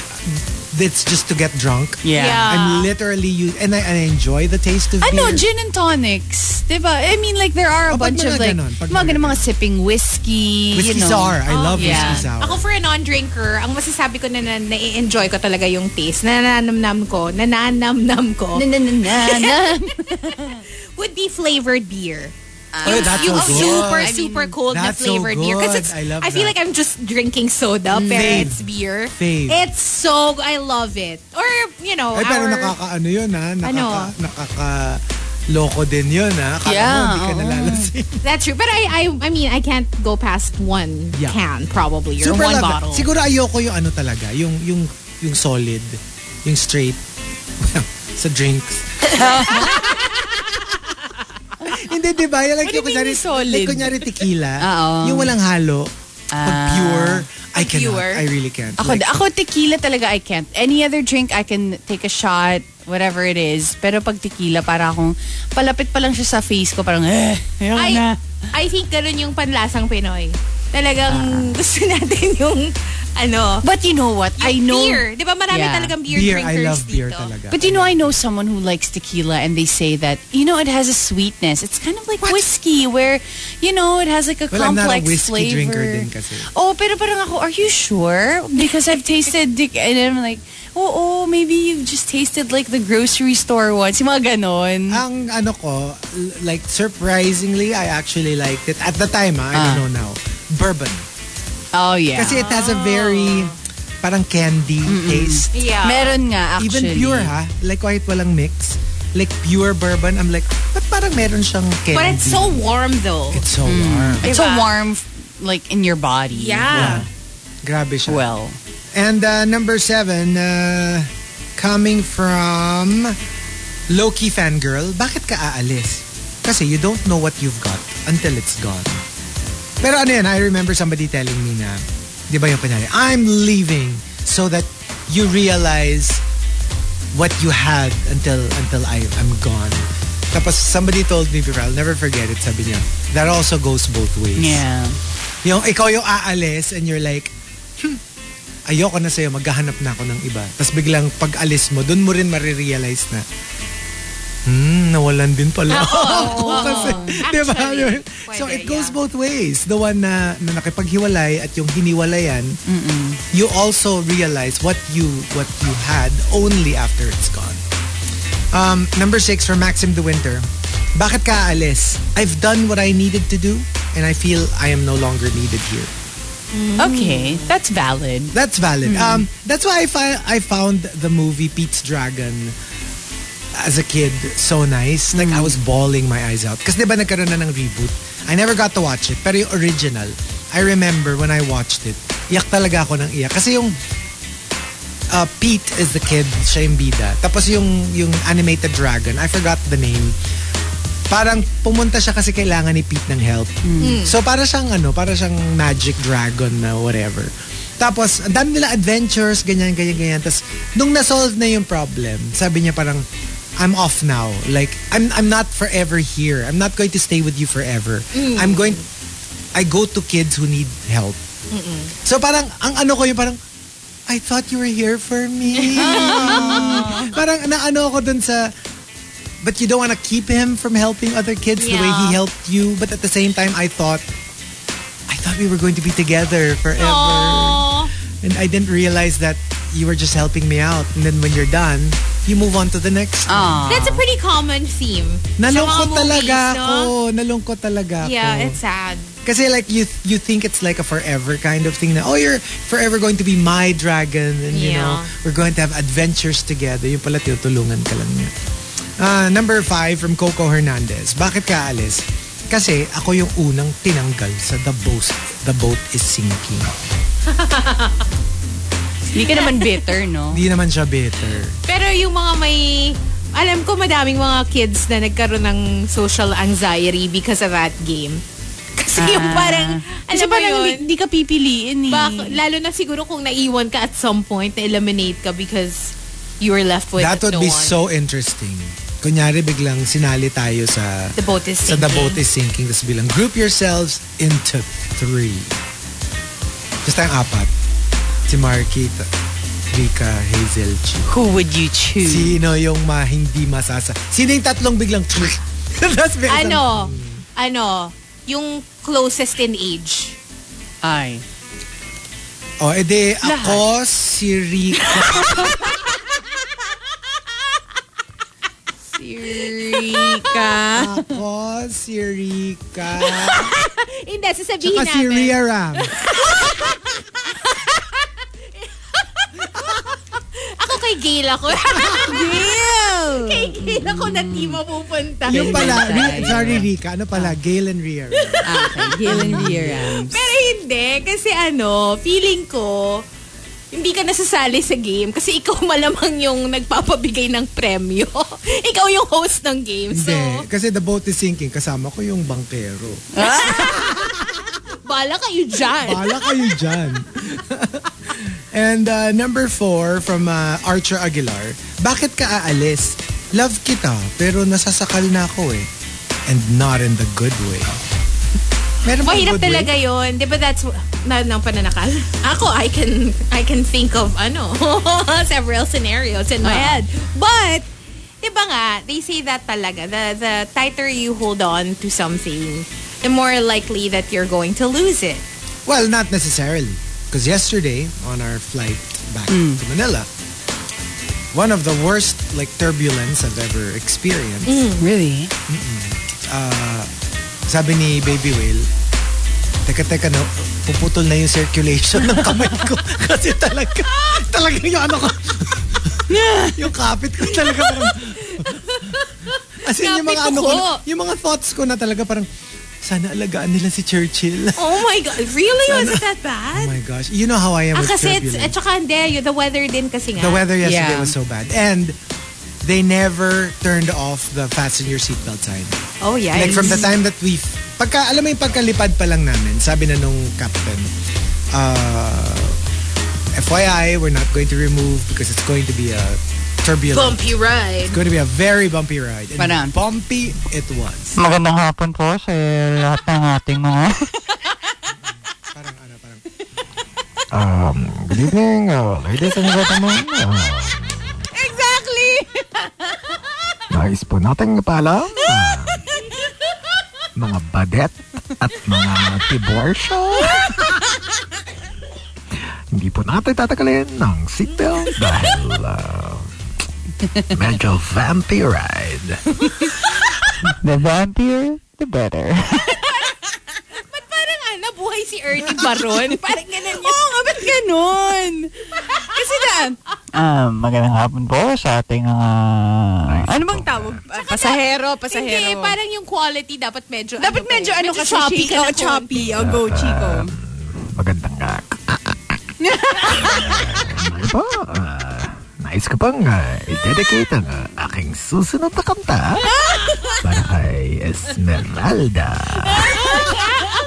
D: it's just to get drunk.
F: Yeah.
D: I'm literally, u- and I, and I enjoy the taste of
E: Ano,
D: beer.
E: gin and tonics. Diba? I mean, like, there are
D: Oh,
E: a
D: pag
E: bunch of
D: mga
E: like,
D: ganon, pag
E: mga
D: mga
E: ganun, mga sipping whiskey.
D: whiskey
E: you know.
D: sour. I love
E: yeah.
D: whiskey sour.
F: Ako for a non-drinker, ang masasabi ko na, na nai-enjoy ko talaga yung taste, nananamnam ko, nananamnam ko,
E: Na, na, na, na, na.
F: would be flavored beer.
D: Oh, that's
F: yung
D: so good.
F: super,
D: I mean,
F: super cold na
D: that's so
F: flavored beer. Because
D: good.
F: it's,
D: I love
F: I feel
D: that.
F: like I'm just drinking soda, pero
D: Fave.
F: it's beer.
D: Fave.
F: It's so, I love it. Or, you know,
D: Ay, pero
F: our,
D: nakakaano yun, ha? Nakaka,
F: Ano?
D: nakaka, loko din yun, ha? Kala mo,
E: Yeah,
D: hindi ka
E: oo.
D: nalalasing.
F: that's true. But I, I, I mean, I can't go past one
D: Yeah.
F: can probably, or
D: Super
F: one
D: love that.
F: bottle.
D: Siguro ayoko yung ano talaga, yung yung yung solid, yung straight *laughs* sa drinks. *laughs* Hindi, di ba? Yung Like,
E: What do
D: yung
E: you mean
D: kunyari,
E: yung solid?
D: like, kunyari tequila,
E: Oo. Ah.
D: yung walang halo, pag pure, I cannot.
F: pure.
D: I really can't.
E: Ako,
D: Like,
E: ako tequila talaga I can't. Any other drink I can take a shot, whatever it is. Pero pag tequila, para akong palapit pa lang siya sa face ko, parang eh, ayaw na.
F: I, I think ganun yung panlasang Pinoy.
D: Ah.
F: Talagang *laughs* gusto natin yung, ano,
E: But you know what? I know.
F: beer. Di ba marami
E: Yeah.
F: talagang beer,
D: beer, I
F: drinkers
D: love
F: dito.
D: beer talaga.
E: But you know, I know someone who likes tequila and they say that, you know, it has a sweetness. It's kind of like whiskey where, you know, it has like a
D: Well, I'm
E: complex
D: not a whiskey
E: flavor.
D: drinker din kasi.
E: Oh, pero parang ako, are you sure? Because I've tasted, dick, and I'm like, oh, oh, maybe you've just tasted like the grocery store once. Yung mga ganon.
D: Ang ano ko, l- like, surprisingly, I actually liked it. At the time, ha, I
E: Ah.
D: don't know now. Bourbon.
E: oh, yeah.
D: Kasi it has a very, parang candy taste.
F: Yeah.
E: Meron nga,
D: Even
E: actually.
D: pure ha, like kahit walang mix, like pure bourbon, I'm like, ba't parang meron siyang candy?
F: But it's so warm though.
D: It's so warm.
E: It's so
F: Diba?
E: warm, like, in your body.
F: Yeah.
D: Grabe siya.
E: Well.
D: And uh, number seven, uh, coming from Loki fangirl, bakit ka aalis? Kasi you don't know what you've got until it's gone. Pero ano yan, I remember somebody telling me na, di ba yung kunyari, I'm leaving so that you realize what you had until until I, I'm gone. Tapos somebody told me before, I'll never forget it, sabi niya, that also goes both ways.
E: Yeah.
D: Yung ikaw yung aalis and you're like, hmm, ayoko na sa'yo, maghahanap na ako ng iba. Tapos biglang pag alis mo, dun mo rin marirealize na, hmm, nawalan din pala.
F: *laughs*
D: *laughs*
F: Oo.
D: Kasi,
F: Actually,
D: di ba? yun?
F: pwede,
D: So it
F: yeah.
D: goes both ways. The one na, na nakipaghiwalay at yung hiniwalayan, you also realize what you what you had only after it's gone. Um, number six for Maxim De Winter. Bakit ka aalis? I've done what I needed to do and I feel I am no longer needed here.
E: Mm. Okay, that's valid.
D: That's valid. Um, that's why I, fi- I found the movie Pete's Dragon as a kid so nice. Like, I was bawling my eyes out. Kasi di ba nagkaroon na ng reboot? I never got to watch it. Pero yung original, I remember when I watched it, iyak talaga ako ng iyak. Kasi yung uh, Pete is the kid, siya yung bida. Tapos yung, yung animated dragon, I forgot the name. Parang pumunta siya kasi kailangan ni Pete ng help. So para siyang ano, para siyang magic dragon na whatever. Tapos, ang dami nila adventures, ganyan, ganyan, ganyan. Tapos, nung na-solve na yung problem, sabi niya parang, I'm off now. Like, I'm, I'm not forever here. I'm not going to stay with you forever. I'm going, I go to kids who need help. So parang, ang ano ko yung parang, I thought you were here for me.
F: *laughs*
D: parang naano ako dun sa, but you don't want to keep him from helping other kids the way he
F: Yeah.
D: helped you. But at the same time, I thought, I thought we were going to be together forever.
F: Aww.
D: And I didn't realize that you were just helping me out. And then when you're done, you move on to the next.
F: That's a pretty common theme. sa
D: Nalungkot
F: Ah, mga
D: talaga
F: movies, no?
D: ako. Nalungkot talaga ako.
F: Yeah, it's sad.
D: Kasi like you you think it's like a forever kind of thing na oh you're forever going to be my dragon and you
F: Yeah.
D: know we're going to have adventures together. Yung pala tinutulungan ka lang niya. Ah, number five from Coco Hernandez. Bakit ka alis? Kasi ako yung unang tinanggal sa the boat. The boat is sinking.
E: Hindi ka naman bitter, no?
D: Hindi naman siya bitter.
F: Pero yung mga may... Alam ko madaming mga kids na nagkaroon ng social anxiety because of that game. *laughs* Kasi yung
D: Ah.
F: parang, *laughs* alam
E: Kasi
F: mo
E: parang
F: yun,
E: hindi, hindi ka pipiliin eh.
F: bak- lalo na siguro kung naiwan ka at some point, na-eliminate ka because you were left with
D: That would
F: no
D: be
F: one.
D: so interesting. Kunyari biglang sinali tayo sa
F: The boat is
D: sa
F: sinking.
D: the boat is sinking. Tapos bilang group yourselves into three. Tapos tayong apat. Si Marky, ta- Rika, Hazel, Chi.
E: Who would you
F: Hmm.
E: choose?
D: Sino yung ma hindi masasa? Sino yung tatlong biglang *laughs* Tapos may isang-
F: Ano? Ano? Yung closest in age.
E: Ay.
D: O, Oh, edi ako, si
F: *laughs*
D: Rika.
E: Sirika.
D: Ako, si Rika.
F: Hindi, sasabihin
D: Tsaka si
F: namin.
D: Rhea Ram.
F: Ako kay Gail
D: *laughs*
F: ako. Gail! *laughs* kay Gail ako na di mapupunta.
D: Yung pala, Ri- sorry Rika, ano
F: Ah.
D: pala? Gail and Rhea Ram.
E: Okay, Helen Vera.
F: Pero hindi, kasi ano, feeling ko, hindi ka nasasali sa game kasi ikaw *laughs* malamang yung nagpapabigay ng premyo. *laughs* ikaw yung host ng game. So,
D: Hindi. Kasi the boat is sinking. Kasama ko yung bankero.
F: bala kayo dyan.
D: Bahala
F: *laughs*
D: kayo dyan. And uh, number four from uh, Archer Aguilar. Bakit ka aalis? Love kita, pero nasasakal na ako eh. And not in the good way. Meron bang
F: Mahirap
D: good way?
F: talaga yon, 'di ba? That's na ng pananakal. *laughs* Ako, I can I can think of ano, *laughs* several scenarios in my head. But 'di ba nga, they say that talaga. The the tighter you hold on to something, the more likely that you're going to lose it.
D: Well, not necessarily. Because yesterday, on our flight back
F: Hmm.
D: to Manila, one of the worst like turbulence I've ever experienced.
E: Mm, Really?
D: Sabi ni Baby Whale, teka, teka, no, puputol na yung circulation ng kamay ko. *laughs* Kasi talaga, talaga yung ano ko, *laughs* yung kapit ko talaga parang, as in, yung mga
F: Kapit
D: ano ko,
F: ko.
D: na- yung mga thoughts ko na talaga parang, sana alagaan nila si Churchill. *laughs*
F: Oh my god, really was it that bad?
D: Oh my gosh. You know how I am
F: Ah,
D: with
F: kasi it's,
D: turbulence.
F: at saka hindi, yung the weather din kasi nga.
D: eh. The
F: *laughs*
D: weather yesterday
E: Yeah.
D: was so bad. And they never turned off the fasten your seatbelt sign.
F: oh yeah.
D: Like from the
E: *laughs*
D: time that we pagka alam mo yung pagkalipad pa lang namin, sabi na nung captain, uh, FYI, we're not going to remove because it's going to be a turbulent.
F: bumpy ride.
D: It's going to be a very bumpy ride. And
E: Parang.
D: bumpy it was.
H: Magandang hapon po sa lahat ng ating mga...
D: Parang ano, parang
H: Um, good evening,
D: Oh.
H: uh, ladies and gentlemen. Uh,
F: Exactly.
H: I nais po nating paalam ah, mga badet at mga tiborsyo. Hindi po natin tatakalin ng seatbelt dahil ah, medyo vampy ride.
I: The vampire, the better.
F: *laughs* Parang ano, buhay si Ernie Baron. *laughs* Parang ganun yun. Oo nga, ba't
E: Ganon. Kasi daan.
I: Um, magandang hapon po sa ating ah,
E: Ano bang tawag? Ah, pasahero, pasahero.
F: Hindi, parang yung quality dapat medyo
E: Dapat
F: ano,
E: medyo ano kasi
F: choppy
E: shaky.
F: ka
E: Oh,
F: na konti.
E: choppy. Oh, go, Chico.
H: magandang nga. Ano ba? Ah, nais ko pang ah, i-dedicate ang ah, aking susunod na kanta para kay Esmeralda.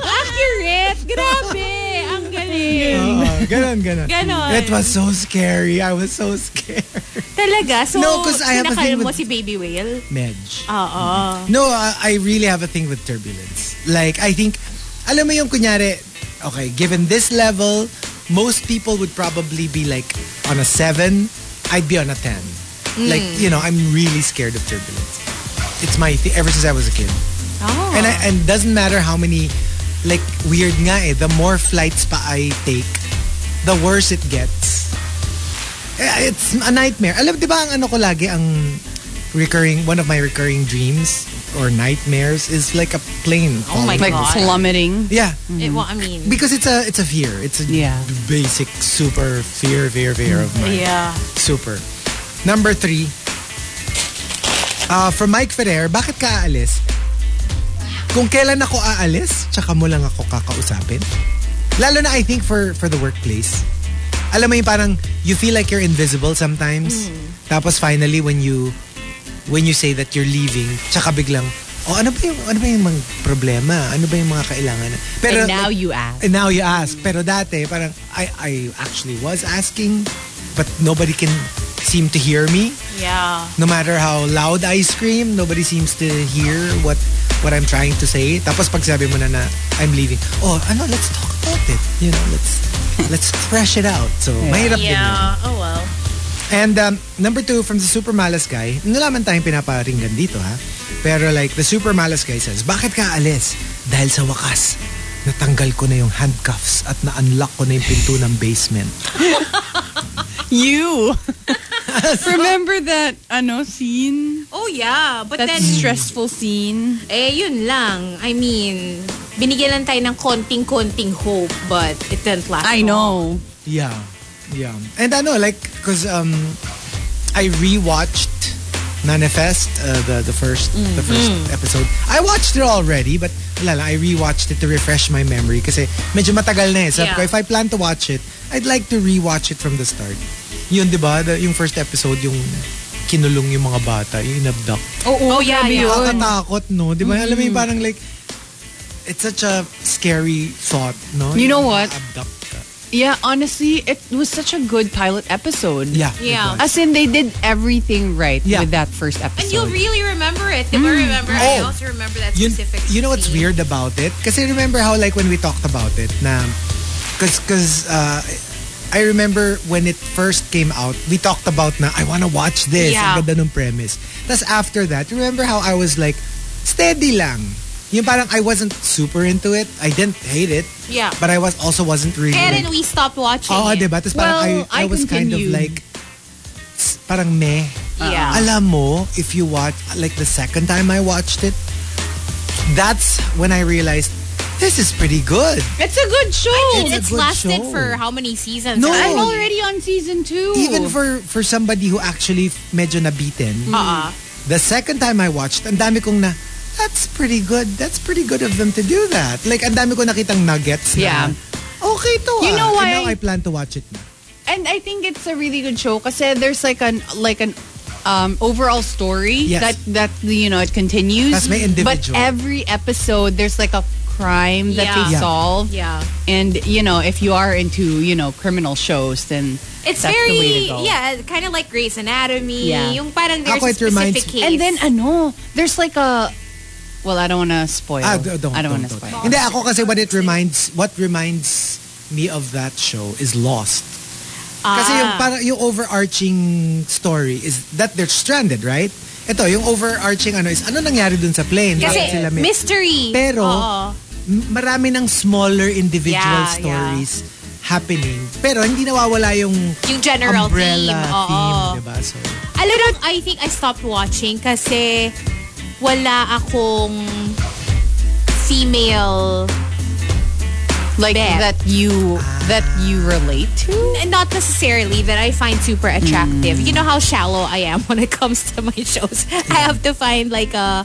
E: Accurate. Grabe. Ang galing.
D: Oo, uh, ganon, ganon.
F: Ganon.
D: That was so scary. I was so scared.
F: Talaga? So,
D: No, 'cause I have a
F: sinakalm
D: thing
F: mo
D: with-
F: si Baby Whale?
D: Medj.
F: Oo.
D: No, I, I really have a thing with turbulence. Like, I think, alam mo yung kunyari, okay, given this level, most people would probably be like on a 7. I'd be on a 10. Like, you know, I'm really scared of turbulence. It's my thing ever since I was a kid.
F: Oh.
D: And I, and doesn't matter how many, like, weird nga eh, the more flights pa I take, the worse it gets. Eh, It's a nightmare. Alam, di ba ang ano ko lagi, ang recurring, one of my recurring dreams or nightmares is like a plane.
F: Oh
D: falling.
F: my
E: Like
F: God.
E: plummeting.
D: Yeah.
F: Eh, well, I mean,
D: Because it's a it's a fear. It's a
E: Mm. Yeah.
D: basic super fear, fear, fear of mine.
F: yeah.
D: Super. Number three. Uh, from Mike Ferrer, bakit ka aalis? Kung kailan ako aalis, tsaka mo lang ako kakausapin. Lalo na I think for for the workplace. Alam mo yung parang you feel like you're invisible sometimes.
E: Mm.
D: Tapos finally when you when you say that you're leaving, tsaka biglang, oh ano ba yung, ano ba yung mga problema? Ano ba yung mga kailangan? Pero,
E: And now you ask.
D: And now you ask. Pero dati, parang, I, I actually was asking, but nobody can seem to hear me.
F: Yeah.
D: No matter how loud I scream, nobody seems to hear what what I'm trying to say. Tapos pag sabi mo na na, I'm leaving. Oh, ano, let's talk about it. You know, let's let's thresh it out. So, mahirap din yun.
F: Oh, well.
D: And um, number two, from the Super Malas guy, nalaman tayong pinaparinggan dito ha. Pero like, the Super Malas guy says, bakit ka alis? Dahil sa wakas, natanggal ko na yung handcuffs at na-unlock ko na yung pinto ng basement.
E: You. *laughs* Remember that, ano, scene?
F: Oh, yeah. But
E: That
F: then,
E: stressful scene?
F: eh, yun lang. I mean, binigyan lang tayo ng konting-konting hope, but it didn't last
E: I know.
D: Yeah. Yeah. And ano, like, because um, I rewatched Manifest, uh, the, the first
E: Mm.
D: the first episode. I watched it already, but wala lang, I rewatched it to refresh my memory kasi medyo matagal na eh. Sabi
F: Yeah.
D: ko, if I plan to watch it, I'd like to rewatch it from the start. Yun, di ba? The- Yung first episode, yung kinulong yung mga bata, yung inabduct.
F: Oh, yeah,
E: grabe Ah, yun.
F: yeah.
E: Mm-hmm.
D: Nakakatakot, no? Di ba? Alam mo yung parang like, it's such a scary thought, no?
E: You know
D: Yung
E: what?
D: na-abduct ka.
E: Yeah, honestly, it was such a good pilot episode.
D: Yeah.
F: Yeah.
D: it was.
E: As in, they did everything right
D: Yeah.
E: with that first
F: And
E: episode.
F: you'll really remember it. Diba
E: Mm.
F: remember? I
D: Oh.
F: also remember that
D: you,
F: specific
D: you know what's
F: scene.
D: weird about it? Kasi remember how like when we talked about it na cause, cause uh, I remember when it first came out, we talked about na I wanna watch this.
F: Yeah.
D: Ang ganda nung premise. Tapos after that, remember how I was like steady lang. Yung parang I wasn't super into it. I didn't hate it.
F: Yeah.
D: But I was also wasn't really
F: Kaya rin
D: like,
F: we stopped watching
D: Oo,
F: it.
D: diba? Tapos parang
E: Well,
D: I, I,
E: I
D: was kind of
E: continued.
D: like s- parang meh.
F: Yeah.
D: Alam mo, if you watch, like the second time I watched it, that's when I realized, this is pretty good.
E: It's a good show.
F: It's,
D: a
F: it's
D: good
F: lasted
D: show.
F: for how many seasons?
D: No.
E: I'm
F: I'm all-
E: already on season two.
D: Even for for somebody who actually f- medyo nabitin,
E: Uh-uh.
F: Ah, ah.
D: the second time I watched, ang dami kong na, that's pretty good. That's pretty good of them to do that. Like, ang dami ko nakitang nuggets
E: Yeah.
D: na, okay to
E: You
D: ah."
E: know
D: And
E: why-
D: now I plan to watch it na.
E: and I think it's a really good show kasi there's like an like an um, overall story
D: Yes.
E: that that you know it continues.
D: Tas may individual.
E: But every episode there's like a crime that
F: Yeah.
E: they
F: Yeah.
E: solve.
F: yeah.
E: And you know if you are into you know criminal shows then
F: It's
E: that's
F: very,
E: the way to go.
F: yeah, kind of like Grey's Anatomy.
E: Yeah.
F: Yung parang there's
D: Ako,
F: a
D: it reminds
F: specific
D: me-
F: case.
E: And then ano there's like a well I don't want to spoil.
D: Ah, d- don't,
E: I don't want to
D: don't,
E: spoil.
D: don't. Hindi, ako kasi what it reminds, what reminds me of that show is Lost.
F: Ah.
D: Kasi yung, para, yung overarching story is that they're stranded, right? Ito, yung overarching ano is, ano nangyari dun sa plane? Bakit
F: Kasi
D: sila may-
F: mystery.
D: Pero,
F: Oo.
D: m- marami ng smaller individual
F: Yeah,
D: stories happening. Pero hindi nawawala yung
F: yung general
D: umbrella
F: theme.
D: theme,
F: Oo.
D: diba? So,
F: Alam mo, I think I stopped watching kasi wala akong female
E: Like
F: Beth.
E: that you that
D: Ah.
E: you relate to.
F: N- not necessarily that I find super attractive. You know how shallow I am *laughs* when it comes to my shows. I have to find like a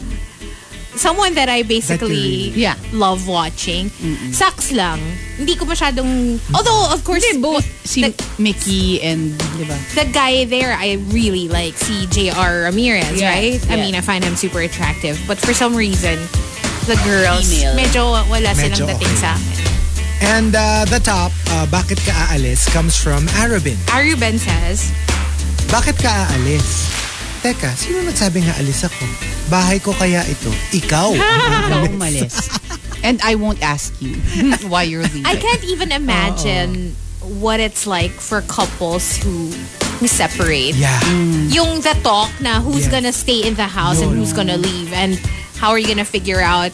F: someone that I basically
E: really- Yeah.
F: love watching. Sucks lang. Hindi ko masyadong although of course
E: Hindi, both si
F: the,
E: Mickey and, di ba?
F: the guy there I really like si J.R. Ramirez,
E: Yeah,
F: right? I
E: yeah.
F: mean, I find him super attractive, but for some reason the girls
E: Female.
F: medyo wala
D: Medyo
F: silang dating
D: okay.
F: sa akin.
D: and uh, the top, uh, bakit ka aalis, comes from Arabin.
F: Aruben says,
D: Bakit ka aalis? Teka, sino nagsabi nga alis ako? Bahay ko kaya ito? Ikaw.
E: Ikaw umalis. And I won't ask you *laughs* why you're leaving.
F: I can't even imagine what it's like for couples who who separate.
D: yeah.
F: Yung the talk na who's
D: Mm-hmm. Yes.
F: gonna stay in the house and
D: Yun.
F: who's gonna leave and how are you gonna figure out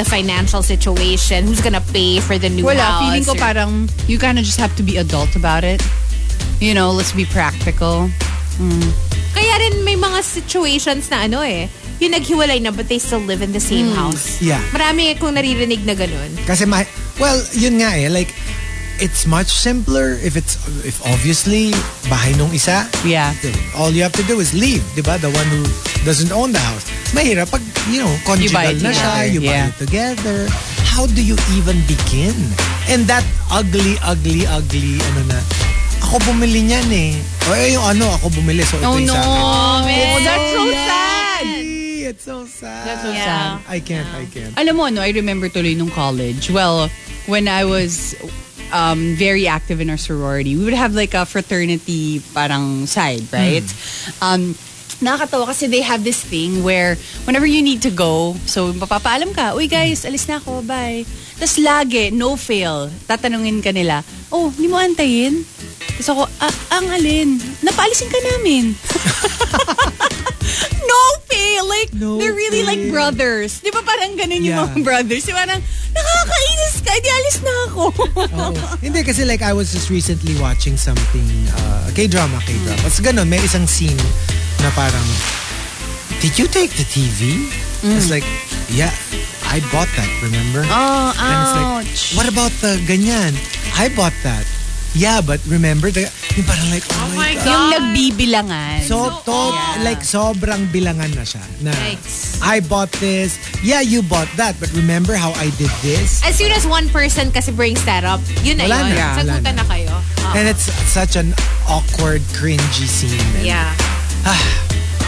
F: the financial situation, who's gonna pay for the new
E: Wala,
F: house.
E: feeling ko
F: or-
E: parang you kind of just have to be adult about it. You know, let's be practical.
F: Kaya rin may mga situations na ano eh, yung naghiwalay na but they still live in the same house.
D: Hmm. Yeah.
F: Marami akong naririnig na ganun.
D: Kasi ma well, yun nga eh, like it's much simpler if it's if obviously bahay nung isa.
E: Yeah.
D: All you have to do is leave, 'di ba? The one who doesn't own the house. Mahirap pag you know,
E: You
D: conjugal
E: buy it
D: na siya,
E: together,
D: you buy
E: yeah.
D: it together. How do you even begin? And that ugly ugly ugly ano na ako bumili niyan eh. O eh, yung ano, ako bumili. So, ito
E: Oh
D: yung
E: no,
D: sa akin.
E: man. Oh, That's so sad.
D: Ay, It's so sad.
E: That's so sad.
F: Yeah.
D: I can't, I can't.
E: Alam mo, no, I remember tuloy nung college. Well, when I was um, very active in our sorority, we would have like a fraternity parang side, right? Um, nakakatawa kasi they have this thing where whenever you need to go, so papapaalam ka, uy guys, alis na ako, bye. Tapos lagi, no fail, tatanungin ka nila, oh, hindi mo antayin? Tapos ako, ah, ang alin? Napaalisin ka namin. *laughs* no fail. Like,
D: No
E: they're really like
D: fail.
E: brothers. Di ba parang ganun yung
D: Yeah.
E: mga brothers? Di ba parang, nakakainis ka, di alis na
D: *laughs*
E: ako.
D: Oo. Oh. Hindi kasi like I was just recently watching something uh, K-drama, K-drama. Tapos ganun, may isang scene na parang Did you take the TV? It's like, yeah, I bought that, remember?
E: Oh,
D: And it's like, what about the ganyan? I bought that. Yeah, but remember the yung parang like, oh, my god.
E: Yung nagbibilangan.
D: So, to, like sobrang bilangan na siya. Na, I bought this. Yeah, you bought that. But remember how I did this?
F: As soon as one person kasi brings that up, yun na
D: Wala
F: yun.
D: na, wala
F: Sagutan
D: na.
F: na kayo. Oo.
D: And it's such an awkward, cringy scene. And
F: yeah.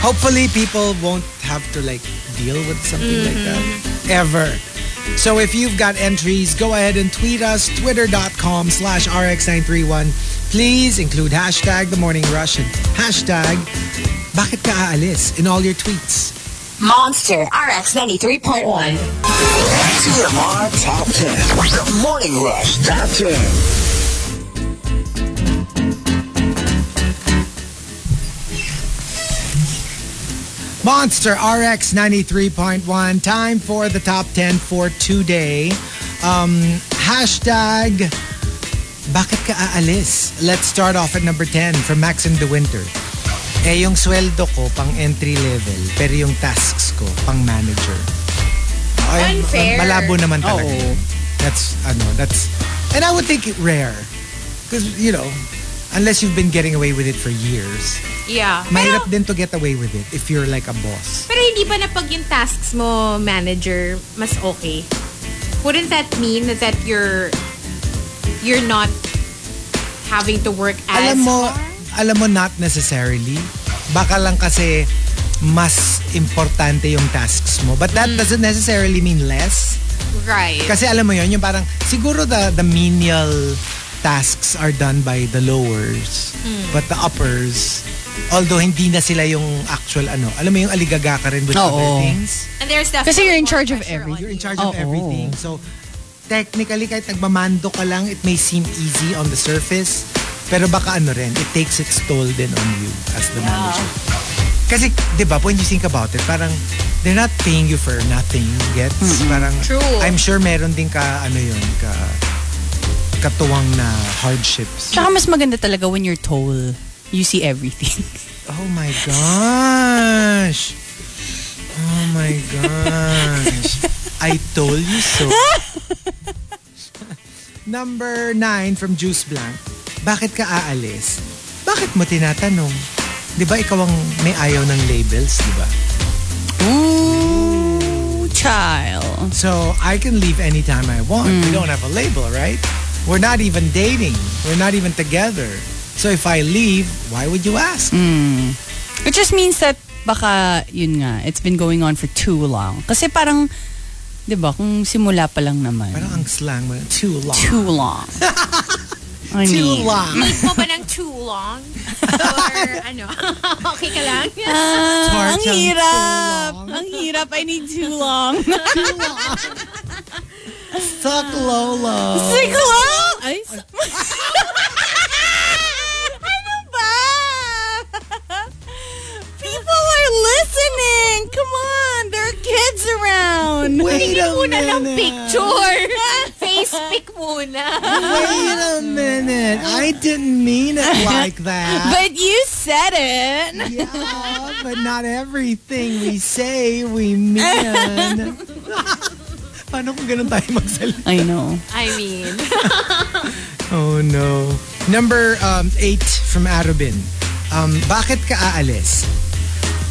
D: Hopefully, people won't have to like deal with something like that ever. So if you've got entries, go ahead and tweet us, twitter.com slash rx931. Please include hashtag the morning rush and hashtag bakit ka aalis in all your tweets.
C: Monster RX 93.1.
G: TMR Top 10. The Morning Rush Top 10.
D: Monster RX 93.1. Time for the top 10 for today. Um, hashtag, bakit ka aalis? Let's start off at number 10 from Max in the Winter. Eh, yung sweldo ko pang entry level, pero yung tasks ko pang manager. Ay,
F: Unfair.
D: Malabo naman talaga.
E: Oo.
D: yun. That's, ano, that's, and I would think it rare. Because, you know, unless you've been getting away with it for years,
F: Yeah.
D: mahirap din to get away with it if you're like a boss.
F: Pero hindi ba na pag yung tasks mo, manager, mas okay? Wouldn't that mean that, that you're you're not having to work as
D: alam mo,
F: hard?
D: alam mo not necessarily. Baka lang kasi mas importante yung tasks mo. But that doesn't necessarily mean less.
F: Right.
D: Kasi alam mo yon yung parang siguro the, the menial tasks are done by the lowers. But the uppers, although hindi na sila yung actual ano, alam mo yung aligaga ka rin with
E: Oo.
D: other things.
F: And there's definitely
E: Kasi you're in
F: more
E: charge of
F: pressure
E: every-
F: on
D: You're in
F: you.
D: charge of
E: Oo.
D: everything. So, technically, kahit nagmamando ka lang, it may seem easy on the surface. Pero baka ano rin, it takes its toll din on you as the manager. Kasi, di ba, when you think about it, parang, they're not paying you for nothing. Gets? Parang,
F: True.
D: I'm sure meron din ka, ano yun, ka, katuwang na hardships.
E: Tsaka mas maganda talaga when you're tall. You
D: *laughs*
E: see everything.
D: Oh my gosh! Oh my gosh! I told you so. *laughs* Number nine from Juice Blank. Bakit ka aalis? Bakit mo tinatanong? Di ba ikaw ang may ayaw ng labels, di ba?
E: Ooh, child.
D: So I can leave anytime I want.
E: Mm.
D: We don't have a label, right? We're not even dating. We're not even together. So if I leave, why would you ask?
E: Mm. It just means that baka, yun nga, it's been going on for too long. Kasi parang, di ba, kung simula pa lang naman.
D: Parang ang slang mo, too long.
E: too long.
D: *laughs*
E: I
D: Too
E: mean,
D: long.
F: Take mo ba ng too long?
E: *laughs*
F: Or ano? *laughs* okay ka lang?
D: Torch
E: Ah, ang
D: ang
E: hirap. Ang hirap. I need too long.
D: Suck Lolo.
E: Six long? Ay, *laughs* s- ano ba? People are listening. Come on. There are kids around.
D: Wait a
F: Una lang
D: minute.
F: picture. Face pic muna.
D: Wait a minute. I didn't mean it like that.
E: *laughs* *laughs* But you said it.
D: yeah, but not everything we say we mean. Paano kung ganun tayo magsalita?
E: I know.
F: I mean,
D: Oh no. Number um, eight from Arubin. Um, bakit ka aalis?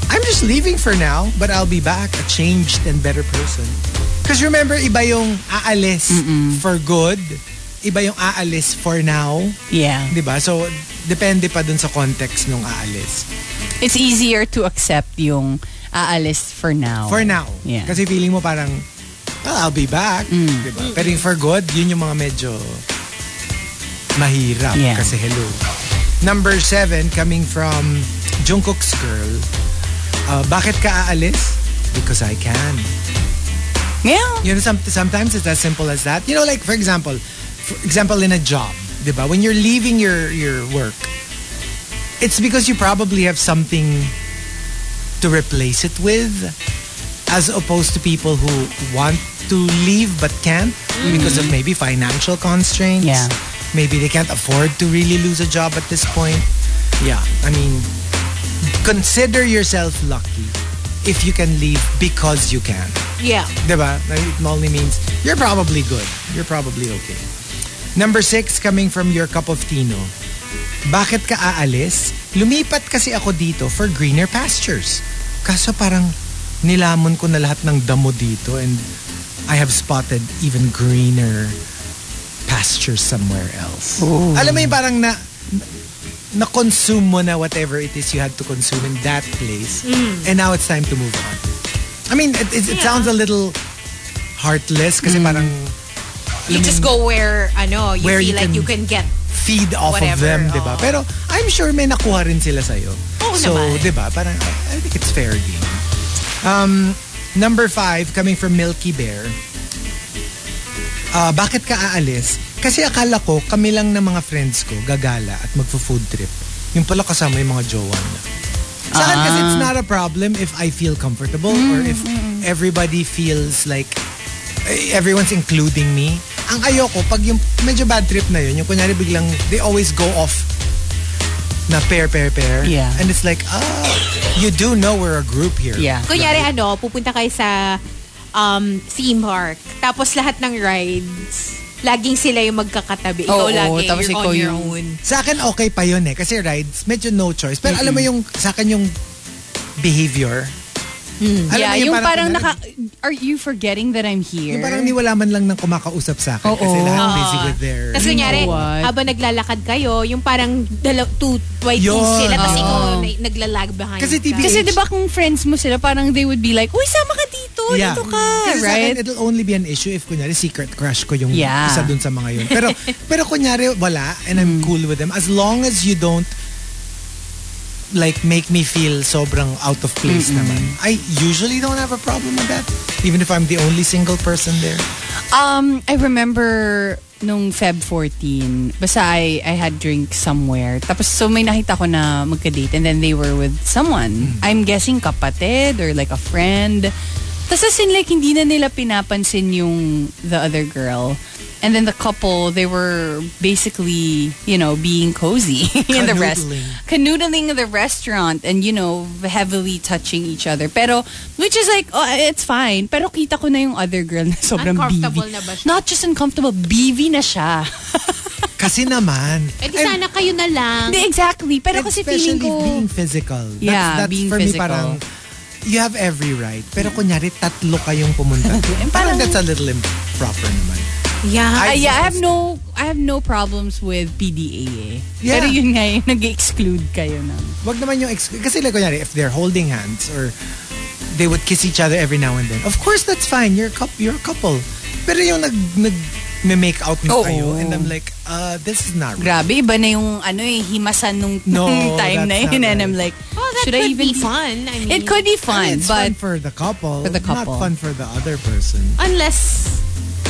D: I'm just leaving for now, but I'll be back a changed and better person. Because remember, iba yung aalis for good, iba yung aalis for now,
E: Yeah.
D: di ba? So, depende pa dun sa context nung aalis.
E: It's easier to accept yung aalis for now.
D: For now.
E: Oh. Yeah. Mm.
D: Kasi feeling mo parang, "Well, I'll be back, di ba? Pero yung for good, yun yung mga medyo mahirap
E: Yeah.
D: kasi hello. Number seven, coming from Jungkook's girl, uh, bakit ka aalis? Because I can.
E: Yeah.
D: You know, some, sometimes it's as simple as that. You know, like for example, for example in a job, di ba? When you're leaving your your work, it's because you probably have something to replace it with, as opposed to people who want to leave but can't because of maybe financial constraints.
E: Yeah.
D: Maybe they can't afford to really lose a job at this point. Yeah, I mean, consider yourself lucky if you can leave because you can.
F: yeah.
D: Diba? It only means you're probably good. You're probably okay. Number six, coming from your cup of tino. Bakit ka aalis? Lumipat kasi ako dito for greener pastures. Kaso parang nilamon ko na lahat ng damo dito and I have spotted even greener pastures somewhere else. Alam mo yung parang na na-consume mo na whatever it is you had to consume in that place and now it's time to move on. I mean, it, it, it sounds a little heartless
F: Hmm.
D: kasi parang
F: You just go where, ano, you
D: Where you
F: feel like
D: can-
F: you can get.
D: feed off of
F: Whatever,
D: them, di ba?
F: oo.
D: Pero I'm sure may nakuha rin sila sa'yo.
F: Oo
D: so,
F: naman.
D: di ba? Parang, I, I think it's fair game. Um, number five, coming from Milky Bear. Ah, bakit ka aalis? Kasi akala ko, kami lang na mga friends ko gagala at magfo-food trip. Yung pala kasama yung mga jowa niya. Sa akin kasi
E: Ah.
D: it's not a problem if I feel comfortable or if
E: Mm.
D: everybody feels like eh, everyone's including me. Ang ayoko, pag yung medyo bad trip na yun, yung kunyari biglang, they always go off na pair, pair, pair.
E: Yeah.
D: And it's like, ah, you do know we're a group here.
E: Yeah.
F: Kunyari, ano, pupunta kayo sa um, theme park. Tapos lahat ng rides, laging sila yung magkakatabi.
E: Oo,
F: Ikaw lagi,
E: tapos
F: you're
E: ikaw
F: on your
E: yung-
F: own.
D: Sa akin, okay pa yun eh. Kasi rides, medyo no choice. Pero alam mo yung, sa akin yung behavior. Alam
E: Mm. yeah,
D: mo
E: yung parang,
D: kunyari,
E: naka... Are you forgetting that I'm here?
D: Yung parang niwala man lang ng kumakausap sa akin. Kasi
E: Oo. Ah.
D: lahat busy with their...
F: Tapos kunyari,
E: know what?
F: habang naglalakad kayo, yung parang dalaw, two, by two
D: Yun.
F: sila. Tapos
E: Oo.
F: ikaw na- naglalag behind
D: Kasi
F: ka.
D: TBH.
E: Ah. Kasi di ba kung friends mo sila, parang they would be like, Uy, sama ka dito,
D: Yeah.
E: Oh, dito ka,
D: Kasi sa akin,
E: right?
D: it'll only be an issue if kunyari secret crush ko yung
E: Yeah. Mm.
D: isa dun sa mga yun.
E: *laughs*
D: Pero, pero kunyari wala and I'm cool with them. As long as you don't like make me feel sobrang out of place naman. I usually don't have a problem with that. Even if I'm the only single person there.
E: Um, I remember nung Feb 14, basta I, I had drink somewhere. Tapos so may nakita ko na magka-date and then they were with
D: Hmm.
E: someone. I'm guessing kapatid or like a friend. Tapos as in like hindi na nila pinapansin yung the other girl. And then the couple, they were basically, you know, being cozy *laughs* in the rest.
D: Canoodling.
E: Canoodling in the restaurant and, you know, heavily touching each other. Pero, which is like, oh, it's fine. Pero kita ko na yung other girl na sobrang
F: Uncomfortable
E: BV.
F: na ba siya?
E: Not just uncomfortable, BV na siya.
D: Kasi naman.
F: Eh di sana kayo na lang.
E: Hindi, exactly. Pero kasi
D: especially
E: feeling ko...
D: being physical.
E: Yeah,
D: that's, that's
E: being
D: for
E: physical.
D: me parang, you have every right. Pero kunyari, tatlo kayong
E: *laughs*
D: pumunta. parang,
E: parang-
D: that's a little improper naman.
F: Yeah.
E: Ah, yeah, I have no I have no problems with PDA eh.
D: Yeah.
E: Pero yun nga yung nag-exclude kayo na.
D: Wag naman yung, ex- kasi like kunyari, if they're holding hands or they would kiss each other every now and then. Of course, that's fine. You're a, coup- you're a couple. Pero yung nag, nag may make out na
E: Oo.
D: kayo and I'm like, uh, this is not right.
E: Grabe, iba na yung ano eh, himasan nung
D: No,
E: nung *laughs* time
D: that's
E: na
D: not
E: yun. And
D: right.
E: I'm like,
F: Well, Oh, that
E: should I
F: could
E: even...
F: be fun. I mean,
E: It could
D: I
E: be
D: mean,
E: fun,
D: it's fun
E: but...
D: for the couple.
E: For the
D: Not
E: couple.
D: fun for the other person.
F: Unless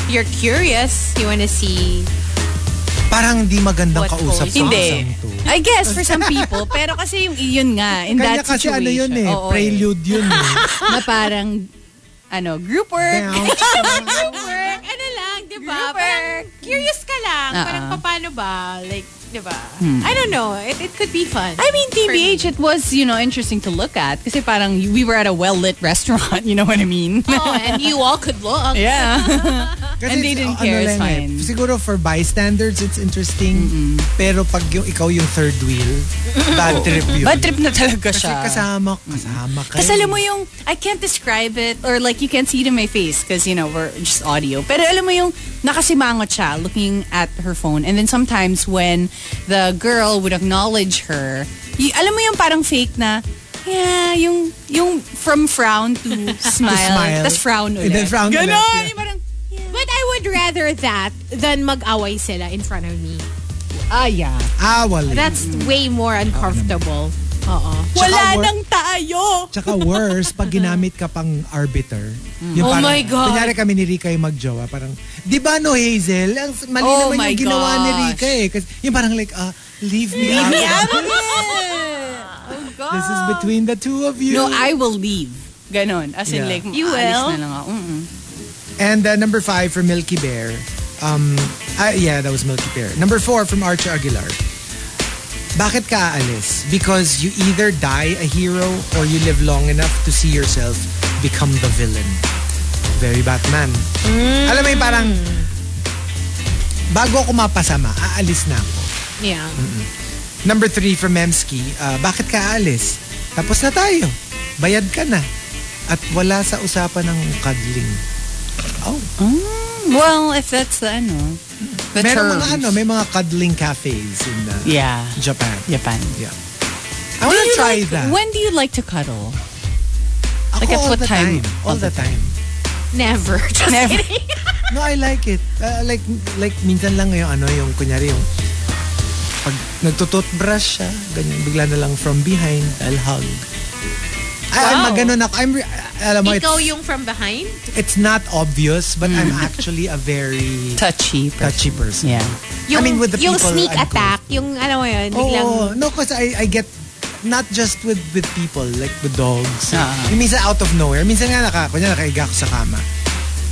F: you're curious, you wanna see.
D: Parang di magandang
F: What
D: kausap
F: goes
D: sa
E: Hindi.
D: isang to.
E: I guess for some people. Pero kasi yung yun nga, in
D: Kanya
E: that
D: kasi
E: situation.
D: ano yun eh,
E: oo
D: prelude yun
E: *laughs*
D: eh.
E: na parang, ano, group work. *laughs*
D: Down.
F: Group work, ano lang, di ba?
E: Group
F: Parang curious ka lang.
E: Ah,
F: Parang
E: ah.
F: paano ba? Like, di ba? I don't know. It, it could be fun.
E: I mean, TBH, it was, you know, interesting to look at. Kasi parang we were at a well-lit restaurant, *laughs* you know what I mean?
F: Oh, and you all could look.
E: yeah.
D: Kasi
E: And they
D: it's-
E: didn't
D: ano
E: care, it's
D: lang eh,
E: fine.
D: Siguro for bystanders, it's interesting. Pero pag yung, ikaw yung third wheel,
E: *laughs*
D: bad trip yun.
E: Bad trip na talaga
D: Kasi
E: siya.
D: kasama, kasama kayo.
E: Tapos alam mo yung, I can't describe it or like you can't see it in my face because, you know, we're just audio. Pero alam mo yung nakasimangot siya looking at her phone. And then sometimes when the girl would acknowledge her, y- alam mo yung parang fake na, yeah, yung, yung from frown
D: *laughs*
E: to smile.
D: smile.
E: Tapos frown
D: And
E: ulit.
D: then frown ulit,
E: Ganon,
D: yeah.
E: yung parang,
F: But I would rather that than mag-away sila in front of me.
E: ah, yeah.
D: Ah, wala.
F: That's way more uncomfortable. Oo.
E: Wala
D: wor-
E: nang tayo.
D: Tsaka worse, pag ginamit ka pang arbiter. Yung
E: Oh
D: parang,
E: my God.
D: Kunyari kami ni Rika yung magjowa. Parang, di ba no Hazel? Ang s- mali
E: Oh my
D: naman yung ginawa ni
E: gosh.
D: Rika eh. Kasi, yung parang like, ah, leave me
E: Leave
D: out.
E: me out of
D: This is between the two of you.
E: *laughs* No, I will leave. Ganon. As in
D: Yeah.
E: like,
F: You
E: maalis
F: will?
E: na lang ako. Mm. Mm-mm.
D: And uh, number five from Milky Bear. Um, ah, yeah, that was Milky Bear. Number four from Archer Aguilar. Bakit ka aalis? Because you either die a hero or you live long enough to see yourself become the villain. Very Batman. Alam mo yung parang, bago ako mapasama, aalis na ako.
F: Yeah.
D: Number three from Memski, ah, bakit ka aalis? Tapos na tayo. Bayad ka na. At wala sa usapan ng cuddling.
E: Well, if that's the ano, the
D: Meron
E: terms.
D: mga ano, may mga cuddling cafes in uh,
E: Yeah.
D: Japan.
E: Japan.
D: Yeah. I want to try
E: like,
D: that.
E: When do you like to cuddle?
D: Ako
E: like at
D: all
E: what
D: the
E: time?
D: time? All the time.
F: Never. *laughs* Just
E: Never.
F: kidding.
D: No, I like it. Uh, like, like minsan lang yung ano, yung kunyari yung pag nagtututbrush siya, ganyan, bigla na lang from behind, I'll hug. I, I'm
F: Wow.
D: a ganun ako. I'm, re- alam mo,
F: Ikaw
D: it's,
F: yung from behind?
D: it's not obvious, but I'm
E: Mm.
D: actually a
E: *laughs*
D: very
E: Touchy.
D: touchy person.
E: Yeah.
F: Yung,
D: I mean, with the
F: yung
D: people
F: sneak
D: I'm close. Oh.
F: attack, yung ano mo yun, biglang,
D: Oo. no, because I, I get, not just with, with people, like with dogs.
E: Ah.
D: Yung minsan out of nowhere. Minsan nga naka, kunya, nakaiga ako sa kama.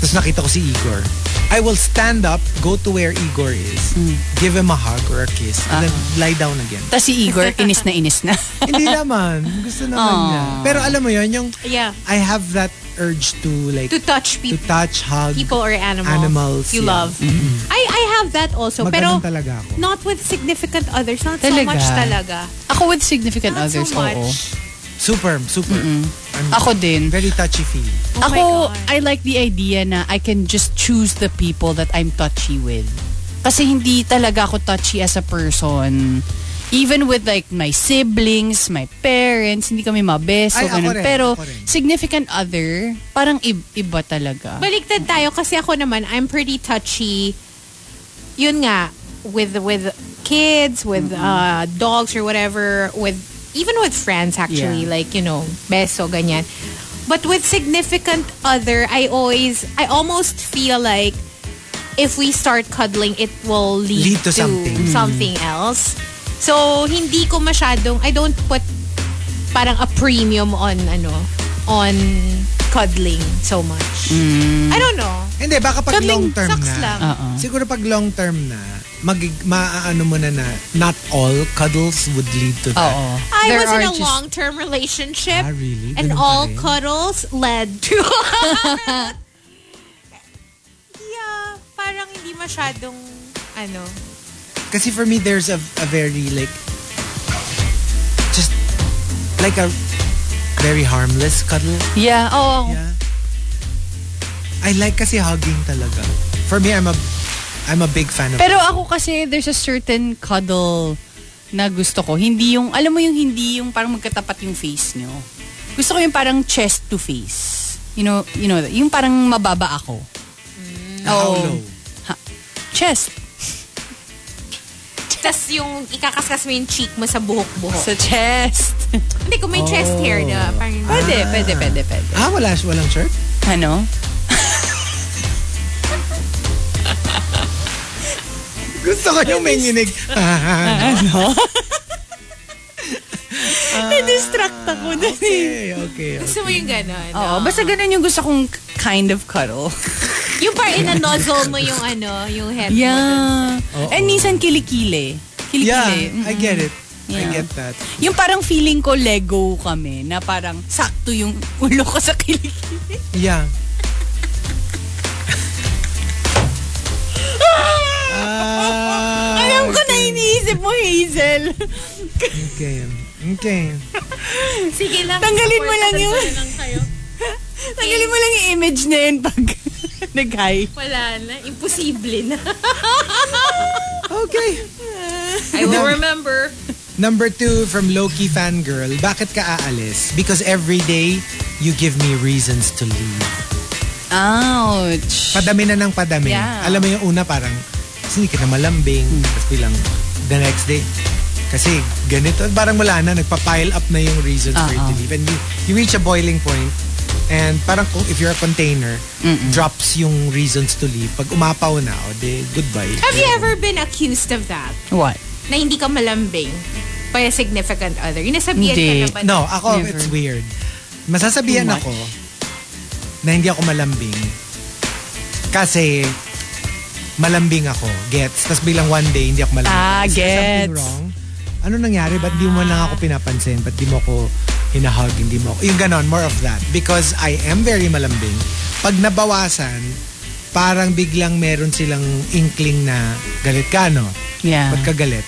D: Tapos nakita ko si Igor. I will stand up, go to where Igor is,
F: Hmm.
D: give him a hug or a kiss, and then
F: Ah.
D: lie down again.
E: Tapos si Igor, inis na inis na. *laughs*
D: Hindi
F: *laughs*
D: naman. Gusto naman niya. Pero alam mo yun, yung
F: yeah,
D: I have that urge to like,
F: to touch
D: to
F: people,
D: touch, hug.
F: people or animals,
D: Animals,
F: you
D: yeah.
F: love. I I have that also,
D: Maganon
F: pero
D: talaga ako.
F: not with significant others, not so
E: Talaga.
F: much talaga.
E: Ako with significant
F: Not so
E: others, oo.
F: much.
D: Super, super. I'm
E: Ako din.
D: very touchy-feely.
F: Oh my
E: Ako,
F: God.
E: I like the idea na I can just choose the people that I'm touchy with. Kasi hindi talaga ako touchy as a person. Even with like my siblings, my parents, hindi kami
D: Ay,
E: mabeso.
D: ako
E: ganun.
D: rin,
E: Pero
D: ako rin.
E: significant other, parang ib- iba talaga.
F: Baliktad tayo kasi ako naman, I'm pretty touchy. Yun nga, with with kids, with
E: Mm-hmm.
F: uh, dogs or whatever, with even with friends actually,
E: Yeah.
F: like, you know, beso, ganyan. But with significant other, I always, I almost feel like if we start cuddling, it will lead,
D: Lead to something.
F: something
E: Hmm.
F: else. So, hindi ko masyadong, I don't put parang a premium on, ano, on cuddling so much. I don't know.
D: Hindi, baka pag Hmm.
F: Cuddling
D: long term
F: sucks
D: na.
F: lang.
E: Oo.
D: Siguro pag long term na, mag, maaano mo na na, not all cuddles would lead to that.
E: Oo.
F: I
E: There
F: was in
E: are
F: a
E: just-
F: long-term relationship.
D: Ah, really?
F: And
D: Ganun
F: all
D: pa rin?
F: cuddles led to... *laughs* yeah, parang hindi masyadong, ano...
D: Kasi for me, there's a, a very like, just like a very harmless cuddle.
E: Yeah, oo.
D: Yeah. I like kasi hugging talaga. For me, I'm a I'm a big fan of
E: Pero ako kasi, there's a certain cuddle na gusto ko. Hindi yung, alam mo yung hindi yung parang magkatapat yung face nyo. Gusto ko yung parang chest to face. You know, you know, yung parang mababa ako.
D: how
E: Oo.
D: low.
E: Chest.
F: Tas yung ikakaskas mo yung cheek mo sa buhok-buhok.
E: Sa chest.
F: Hindi, kung may chest hair na, parang...
E: pwede, pwede, pwede, pwede.
D: Ah, wala siya, walang shirt?
E: Ano?
D: Gusto ko yung may nginig.
E: Na-distract ako na
D: okay,
E: *laughs*
D: okay.
F: Gusto mo yung gano'n?
E: Oo, Oh, basta ganun yung gusto kong kind of cuddle. *laughs*
F: Yung parang ina-nozzle mo yung ano, yung head mo.
E: Yeah. And minsan kilikili.
D: Yeah,
E: Kilikili. Mm.
D: I get it. I
E: Yeah.
D: get that.
E: Yung parang feeling ko Lego kami na parang sakto yung *laughs* ulo ko sa kilikili.
D: Yeah. Ah,
E: Alam ko na iniisip mo, *laughs* Hazel.
D: *laughs* okay. Okay.
F: Sige lang.
E: Tanggalin mo lang yun.
F: Tanggalin lang kayo.
E: Tanggalin mo lang yung image na yun pag *laughs* nag-hi.
F: Wala na. Imposible na.
D: Okay.
F: I will remember.
D: Number two from Loki Fangirl. Bakit ka aalis? Because every day, you give me reasons to leave.
E: Ouch.
D: Padami na ng padami.
E: Yeah.
D: Alam mo yung una parang, kasi hindi ka na malambing.
F: Hmm.
D: Tapos bilang, the next day, kasi ganito. Parang wala na, nagpa-pile up na yung reasons for you to
F: Uh-uh.
D: leave. And you, you reach a boiling point. And parang kung if you're a container, drops yung reasons to leave. Pag umapaw na, o de, goodbye.
F: Have you ever been accused of that?
E: What?
F: Na hindi ka malambing by a significant other? Yung nasabihan ka
E: Hindi.
F: na ba?
D: No, ako,
E: Never.
D: it's weird. Masasabihan
E: Too much.
D: ako na hindi ako malambing. Kasi malambing ako. Gets? Tapos bilang one day, hindi ako malambing.
E: Ah,
D: Is there something
E: gets.
D: wrong? Ano nangyari? Ba't di mo lang ako pinapansin? Ba't di mo ako hinahug? Hindi mo ako... Yung ganon, more of that. Because I am very malambing. Pag nabawasan, parang biglang meron silang inkling na galit ka, no?
E: Yeah.
D: Ba't ka galit?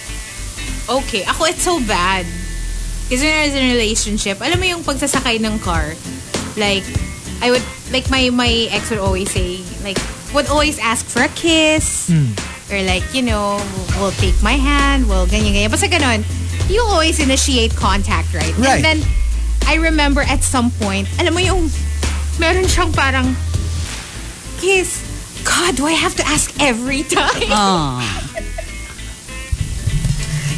F: Okay. Ako, it's so bad. Because when I was in a relationship, alam mo yung pagsasakay ng car, like, I would, like, my, my ex would always say, like, would always ask for a kiss. Or like, you know, will take my hand, will ganyan, ganyan. Basta ganun, you always initiate contact, right?
D: Right.
F: And then, I remember at some point, alam mo yung, meron siyang parang, kiss. God, do I have to ask every time?
E: Ah.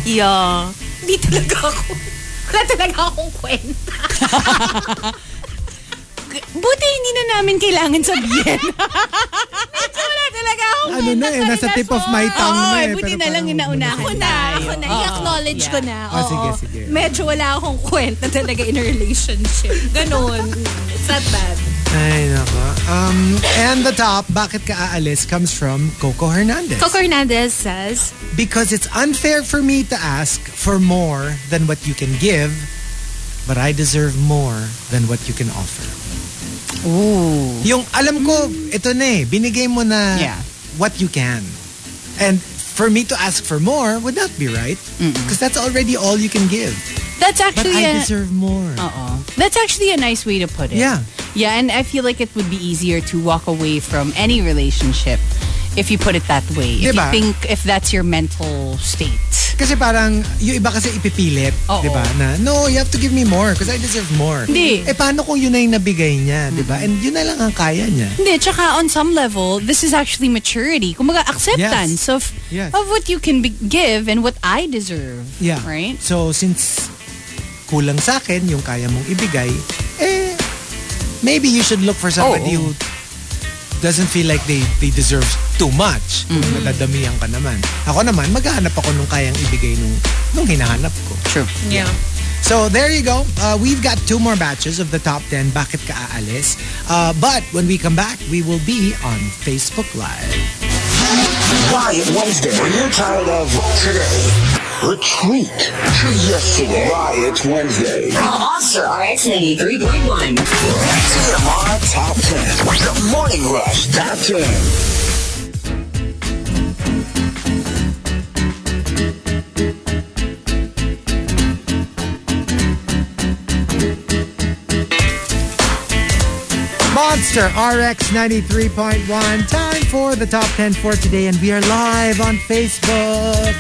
F: Yeah. *laughs* Hindi talaga ako. Wala talaga akong kwenta.
E: Buti hindi na namin kailangan sabihin.
F: Wala talaga akong
D: Ano na eh, nasa tip of my tongue
E: Oo,
D: na eh.
E: eh, buti
D: pero
E: na lang
D: parang-
E: inaunahan.
F: Ako na, ako na. I-acknowledge ko na.
D: Oh,
F: Oo.
D: sige, sige.
F: Medyo wala akong kwenta talaga in a relationship.
D: *laughs*
F: Ganun. It's not bad.
D: Ay, nako. Um, and the top, bakit ka aalis, comes from Coco Hernandez.
F: Coco Hernandez says,
D: Because it's unfair for me to ask for more than what you can give, but I deserve more than what you can offer.
E: *laughs* Ooh.
D: Yung alam ko, ito na eh, binigay mo na
E: Yeah.
D: what you can. And for me to ask for more would not be right. Because that's already all you can give.
E: That's
D: But
E: actually
D: I
E: a,
D: deserve more.
E: Oo. That's actually a nice way to put it.
D: Yeah.
E: Yeah, and I feel like it would be easier to walk away from any relationship if you put it that way. If
D: Diba?
E: you think if that's your mental state.
D: Kasi parang, yung iba kasi ipipilit,
E: Oo.
D: di ba? Na, no, you have to give me more because I deserve more.
E: Hindi.
D: Eh, paano kung yun na yung nabigay niya, di ba? And yun na lang ang kaya niya.
E: Hindi, tsaka on some level, this is actually maturity. Kumaga,
D: Yes.
E: acceptance of
D: Yes.
E: of what you can be, give and what I deserve.
D: Yeah.
E: Right?
D: So, since kulang sa akin yung kaya mong ibigay, eh, maybe you should look for somebody who
E: Oo.
D: doesn't feel like they they deserve too much.
E: Mm-hmm.
D: Nadadamihan ka naman. Ako naman, maghahanap ako nung kayang ibigay nung, nung hinahanap ko.
E: True.
F: Yeah.
D: So there you go. Uh, we've got two more batches of the top 10 Bakit Ka Aalis. Uh, but when we come back, we will be on Facebook Live.
J: Quiet Wednesday. Are you tired of today? Retreat to yesterday. Riot Wednesday.
K: Also, RX 93.1.
J: TMR Top 10. The Morning Rush Top 10.
D: Monster RX 93.1. Time for the top 10 for today, and we are live on Facebook.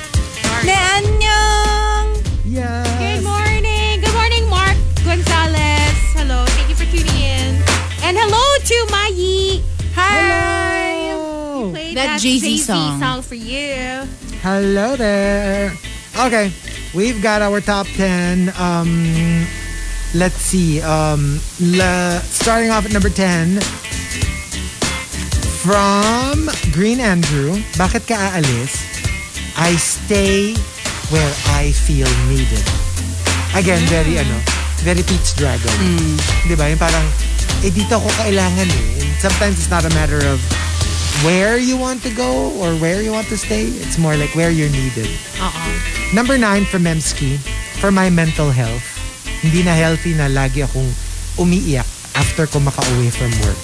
F: Leanyong!
D: Yes.
F: Good morning! Good morning, Mark Gonzalez. Hello. Thank you for tuning in. And hello to Mayi. Hi!
D: Hello.
F: Play
E: That Jay-Z song.
F: for you.
D: Hello there. Okay, we've got our top 10. Um, let's see. Um, la- starting off at number 10 from Green Andrew. Bakit ka aalis? I stay where I feel needed. Again, very ano, very Peach Dragon. Di ba? Yung parang, eh dito ako kailangan eh. And sometimes it's not a matter of where you want to go or where you want to stay. It's more like where you're needed.
E: Uh-uh.
D: Number nine from Memski, for my mental health. Hindi na healthy na lagi akong umiiyak after ko makauwi from work.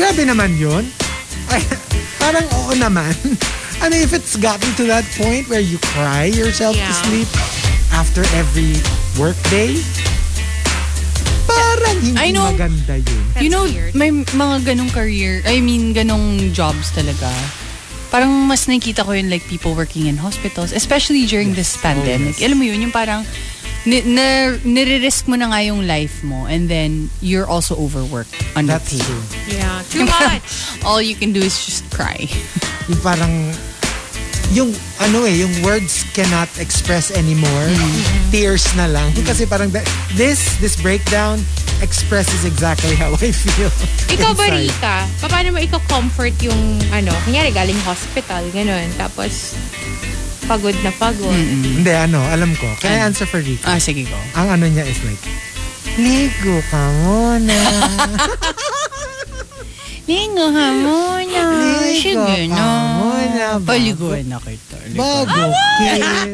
D: Grabe naman yun. *laughs* Ay, parang oo naman. *laughs* I mean, if it's gotten to that point where you cry yourself to
F: Yeah.
D: sleep after every workday, parang hindi
E: I know.
D: maganda yun.
E: you know,
F: weird.
E: may mga ganong career, I mean, ganong jobs talaga. Parang mas nakikita ko yun like people working in hospitals, especially during this
D: Oh,
E: pandemic. Alam mo yun, yung parang ni- na, nire-risk mo na nga yung life mo and then you're also overworked,
D: That's
E: underpaid.
D: true.
F: Yeah. Too much.
E: *laughs* All you can do is just cry.
D: yung parang yung ano eh, yung words cannot express anymore.
E: Mm-hmm.
D: Tears na lang. *laughs* Kasi parang that- this this breakdown expresses exactly how I feel.
F: Ikaw ba,
D: inside.
F: Rika? Paano mo ikaw-comfort yung, ano, kanyari galing hospital, ganun. Tapos, pagod na pagod.
D: Hindi, ano, alam ko. Can I answer for Rico?
E: Ah, sige, go.
D: Ang ano niya is like, Ligo ka muna.
E: *laughs* Lingo ha muna.
D: Ligo ka muna.
E: Paliguan na kita.
D: Bago kiss.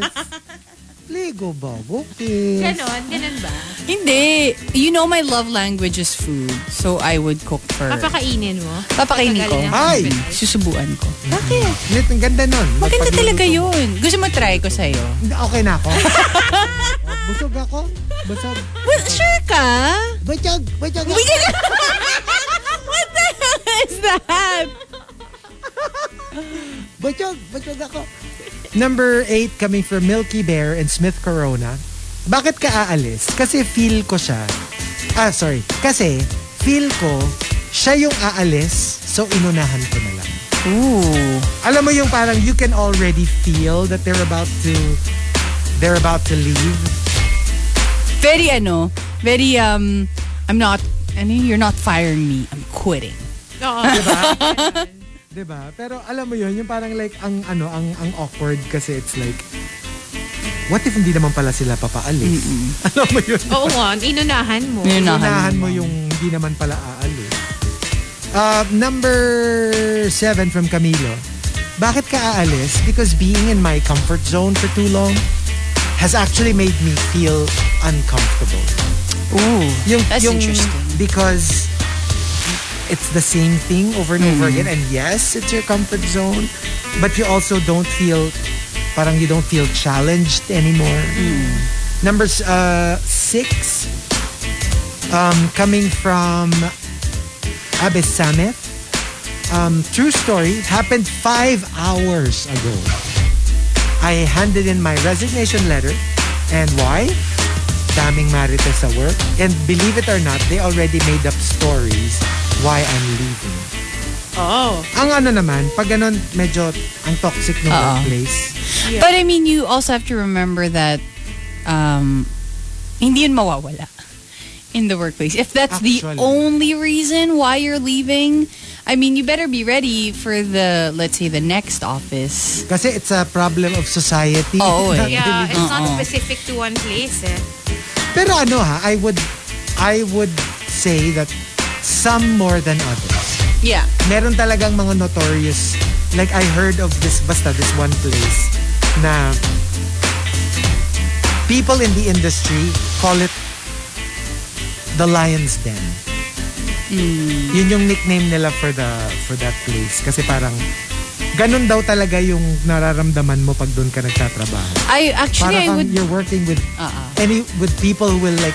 D: Ligo bago kiss.
F: Ganun, ganun ba?
E: Hindi. You know my love language is food. So I would cook for...
F: Papakainin Ah, mo?
E: Papakainin ko.
F: Pagaling na.
D: Ay!
E: Susubuan ko. Bakit?
D: Lit, ang ganda nun.
E: Maganda
D: Pagluto
E: talaga
D: ko.
E: yun. Gusto mo try ko sa'yo?
D: Okay na
E: *laughs*
D: ako. Busog ako. Busog.
E: Well, sure ka?
D: Busog. Busog ako.
E: *laughs* What the hell is that?
D: Bachog, bachog ako. Number 8 coming from Milky Bear and Smith Corona. Bakit ka aalis? Kasi feel ko siya. Ah, sorry. Kasi feel ko siya yung aalis so inunahan ko na lang.
E: Ooh.
D: Alam mo yung parang you can already feel that they're about to they're about to leave.
E: Very ano, very um, I'm not, ano, yun? you're not firing me. I'm quitting.
F: Oo.
D: 'Di ba? Diba? Pero alam mo yun, yung parang like ang ano, ang ang awkward kasi it's like what if hindi naman pala sila papaalis? *laughs* Alam mo yun?
F: Oo nga, inunahan mo.
D: Unahan mo yung hindi naman pala aalis. Uh, number seven from Camilo. Bakit ka aalis? Because being in my comfort zone for too long has actually made me feel uncomfortable.
E: Ooh.
D: Yung,
E: That's
D: yung-
E: interesting.
D: Because it's the same thing over and over
E: Mm-hmm.
D: again. And yes, it's your comfort zone. But you also don't feel, parang you don't feel challenged anymore.
E: Mm.
D: Number uh, six, um, coming from Abes Sameth. Um, true story, happened five hours ago. I handed in my resignation letter. And why? daming marites sa work. And believe it or not, they already made up stories why I'm leaving.
F: Oo.
D: Ang ano naman, pag ganun, medyo ang toxic ng
E: Oo.
D: workplace.
E: But I mean, you also have to remember that um, hindi yun mawawala. in the workplace. If that's the
L: Actually.
E: only reason why you're leaving, I mean, you better be ready for the, let's say, the next office.
D: Kasi it's a problem of society. *laughs* Diba?
E: Oo, eh.
F: Yeah, it's not
D: Oo.
F: specific to one place eh.
D: Pero ano ha, I would, I would say that some more than others.
E: Yeah.
D: Meron talagang mga notorious, like I heard of this, basta this one place, na people in the industry call it the lion's den.
E: Hmm.
D: Yun yung nickname nila for the for that place kasi parang ganun daw talaga yung nararamdaman mo pag doon ka nagtatrabaho.
E: I actually,
D: Para
E: I
D: kang
E: would.
D: you're working with
E: Uh-uh.
D: any with people who will like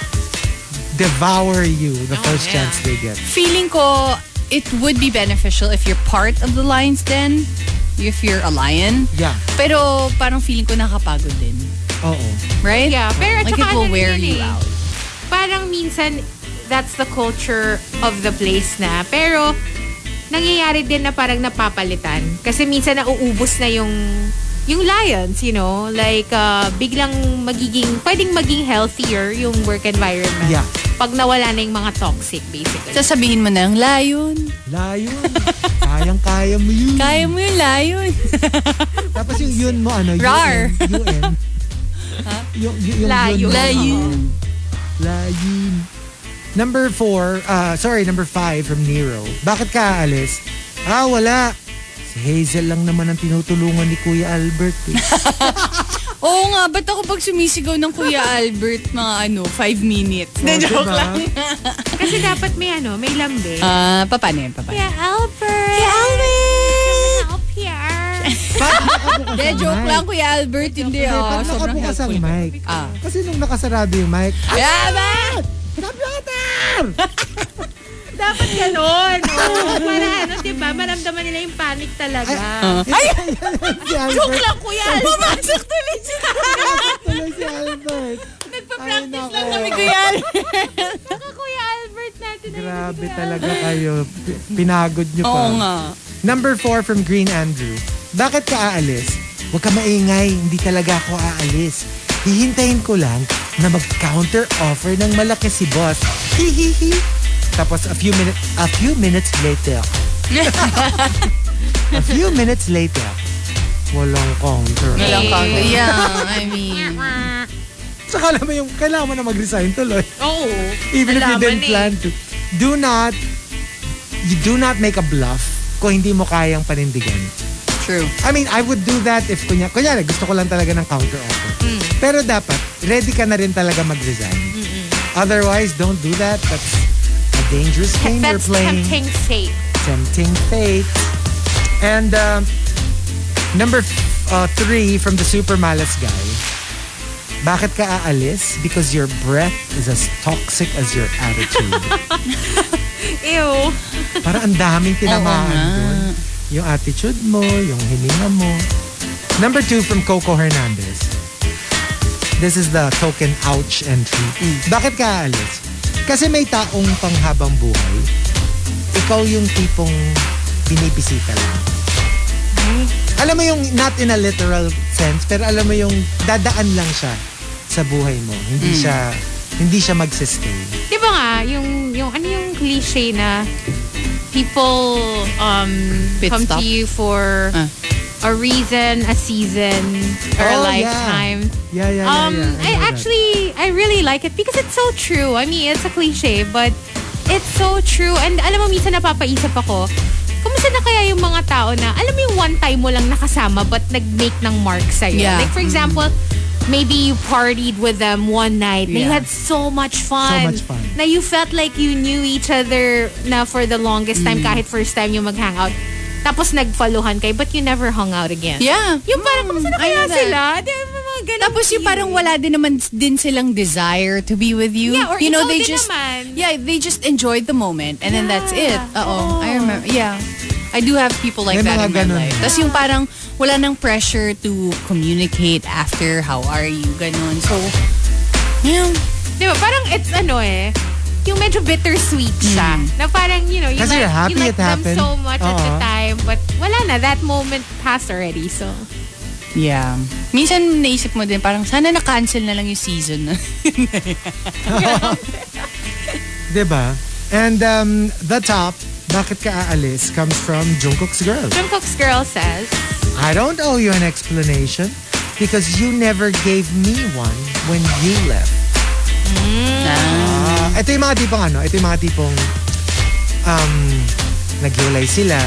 D: devour you the
E: Oh,
D: first chance they get.
E: Feeling ko, it would be beneficial if you're part of the lion's den, if you're a lion.
D: Yeah.
E: Pero parang feeling ko nakakapagod din.
D: Oo.
E: Right?
F: Yeah, pero
E: like it
F: tsaka
E: will
F: ano
E: wear
F: rin
E: you
F: eh.
E: out.
F: Parang minsan, that's the culture of the place na. Pero, nangyayari din na parang napapalitan. Kasi minsan nauubos na yung yung lions, you know? Like, uh, biglang magiging, pwedeng maging healthier yung work environment.
E: Yeah.
F: Pag nawala na yung mga toxic, basically.
E: Sasabihin mo na yung layon.
D: Layon. Kayang-kaya mo yun.
E: Kaya mo yung layon.
D: Tapos yung yun mo, ano? yun,
E: Rar.
D: yun,
E: *laughs*
D: Yung, yung, yung
E: Layon.
D: yun mo.
E: Layon.
D: Layon. Number four, uh, sorry, number five from Nero. Bakit ka aalis? Ah, wala. Si Hazel lang naman ang tinutulungan ni Kuya
E: *laughs*
D: Albert. eh.
E: Oo nga, ba't ako pag sumisigaw ng Kuya Albert mga ano, five minutes? Na
F: Oh,
E: joke
F: diba?
E: lang.
F: Kasi dapat may ano, may lambe.
E: Ah, paano yun? Paano?
F: yeah, Albert! Yeah, Albert! Help here!
E: De, joke lang, Kuya Albert. Hindi,
D: Hindi,
E: oh.
D: pag
E: Sobrang
D: nakabukas ang
E: helpful.
F: ano?
D: mic.
E: Ah.
D: Kasi nung nakasarado yung mic,
E: Yeah, ba?
F: Dapat ganun. Oo, para ano, di ba? Maramdaman nila yung panic talaga.
E: Ah.
D: Ay! ah. *laughs* Joke lang,
F: Kuya
D: Albert.
E: Pumasok tuloy siya.
D: tuloy si Albert. Nagpa-practice lang
E: kami, Kuya Albert.
F: Saka Kuya Albert natin.
D: Grabe talaga kayo. P- Pinagod nyo pa.
E: Oo nga.
D: Number four from Green Andrew. Bakit ka aalis? Huwag ka maingay. Hindi talaga ako aalis. Hihintayin ko lang na mag-counter offer ng malaki si boss. Hihihi. Tapos a few minutes a few minutes
E: *laughs*
D: later. a few minutes later. Walang counter.
E: Walang counter. Eh, Yeah, I mean.
D: Saka alam mo yung kailangan mo na mag-resign tuloy.
F: Oo.
D: Even if you
F: Nalaman
D: didn't
F: eh.
D: plan to. Do not, you do not make a bluff kung hindi mo kayang panindigan.
E: True.
D: I mean, I would do that if, kunya, kunyari, gusto ko lang talaga ng counter offer.
F: Mm.
D: Pero dapat, ready ka na rin talaga mag-resign. Otherwise, don't do that. That's a dangerous game
F: That's
D: you're playing.
F: tempting fate.
D: Tempting fate. And um, number f- uh, three from the Super Malas guy. Bakit ka aalis? Because your breath is as toxic as your attitude.
F: *laughs* Ew.
D: Parang ang daming tinamaan doon. Yung attitude mo, yung hininga mo. Number two from Coco Hernandez. This is the token ouch entry.
F: Mm.
D: Bakit ka aalis? Kasi may taong panghabang buhay. Ikaw yung tipong binibisita lang. Alam mo yung not in a literal sense, pero alam mo yung dadaan lang siya sa buhay mo. Hindi
F: Mm.
D: siya hindi siya magsistay.
F: Di ba nga, yung, yung ano yung cliche na people um,
D: Pit
F: come
D: stop. Ah.
F: to you for a reason, a season, or a
D: Oh, yeah.
F: lifetime.
D: Yeah, yeah, yeah.
F: um,
D: yeah. know
F: I,
D: that.
F: actually, I really like it because it's so true. I mean, it's a cliche, but it's so true. And alam mo, minsan napapaisip ako, kumusta na kaya yung mga tao na, alam mo yung one time mo lang nakasama but nag-make ng mark sa'yo?
E: Yeah. Mm-hmm.
F: Like, for example, maybe you partied with them one night na you
E: Yeah.
F: had so much fun.
E: much fun.
F: Na you felt like you knew each other na for the longest time,
E: Mm.
F: kahit first time yung mag-hangout. Tapos nagfollowan kayo, but you never hung out again.
E: Yeah.
F: Yung parang, kumusta na
E: I
F: kaya
E: know that.
F: sila? Di ba, may mga ganun
E: Tapos yung parang wala din naman din silang desire to be with you.
F: Yeah, or
E: you know,
F: ikaw
E: they
F: din
E: just, Yeah, they just enjoyed the moment and then that's it. Oo, I remember. Yeah. I do have people like
L: May
E: that
L: mga
E: in my
L: ganun.
E: life. Tapos yung parang wala nang pressure to communicate after, how are you, ganun. So, yeah.
F: Di ba? Parang it's ano eh, yung medyo bittersweet siya.
E: Mm.
F: Na parang, you know, you
D: Kasi
F: like,
D: you're happy
F: you like
D: it
F: them
D: happened. Uh-huh.
F: so much at the
E: Oo.
F: time. But wala na. That moment passed already. So,
E: Yeah. Minsan *laughs* naisip mo din, parang sana na-cancel na lang yung season.
D: Diba? And um, the top, bakit ka aalis, comes from Jungkook's girl.
F: Jungkook's girl says,
D: I don't owe you an explanation because you never gave me one when you left. Ah, ito yung mga tipong ano, ito yung mga tipong um, naghiwalay sila,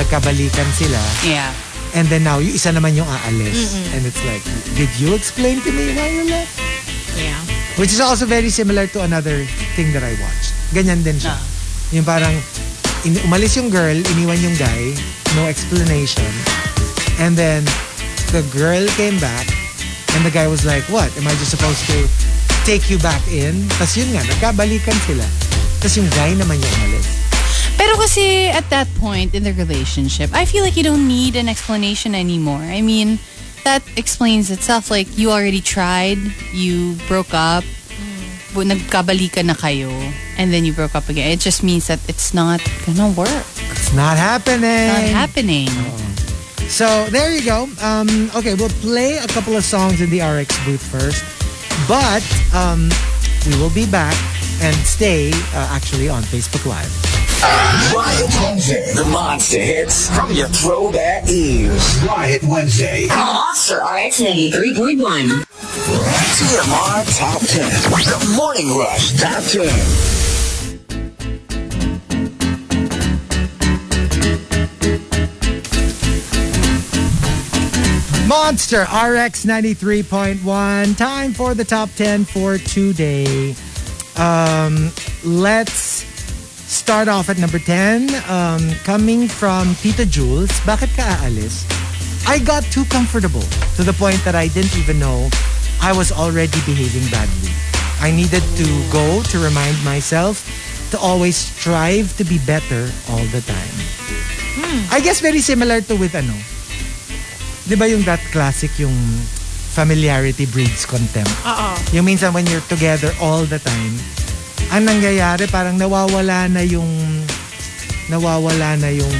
D: nagkabalikan sila,
E: Yeah.
D: and then now, yung isa naman yung aalis.
E: Mm-mm.
D: And it's like, did you explain to me why you left?
F: Yeah.
D: Which is also very similar to another thing that I watched. Ganyan din siya. Yung parang, in, umalis yung girl, iniwan yung guy, no explanation. And then, the girl came back, and the guy was like, what? Am I just supposed to take you back in? Tapos yun nga, nagkabalikan sila. Tapos yung guy naman yung umalis.
E: Pero kasi at that point in the relationship, I feel like you don't need an explanation anymore. I mean, that explains itself. Like, you already tried, you broke up,
D: Mm.
E: bu- nagkabalikan na kayo, and then you broke up again. It just means that it's not gonna work.
D: It's not happening.
E: Not happening.
D: So there you go. Um, okay, we'll play a couple of songs in the RX booth first, but um, we will be back and stay uh, actually on Facebook Live.
J: Riot Wednesday. The monster hits from your throwback ears. Riot Wednesday.
K: Monster RX 93.1.
J: TMR Top 10. The Morning Rush Top 10.
D: Monster RX 93.1. Time for the top 10 for today. Um, let's start off at number 10. Um, coming from Tita Jules. Bakit ka aalis? I got too comfortable to the point that I didn't even know I was already behaving badly. I needed to go to remind myself to always strive to be better all the time. I guess very similar to with ano, Di ba yung that classic yung familiarity breeds contempt?
F: Oo.
D: Yung minsan when you're together all the time, ang nangyayari parang nawawala na yung nawawala na yung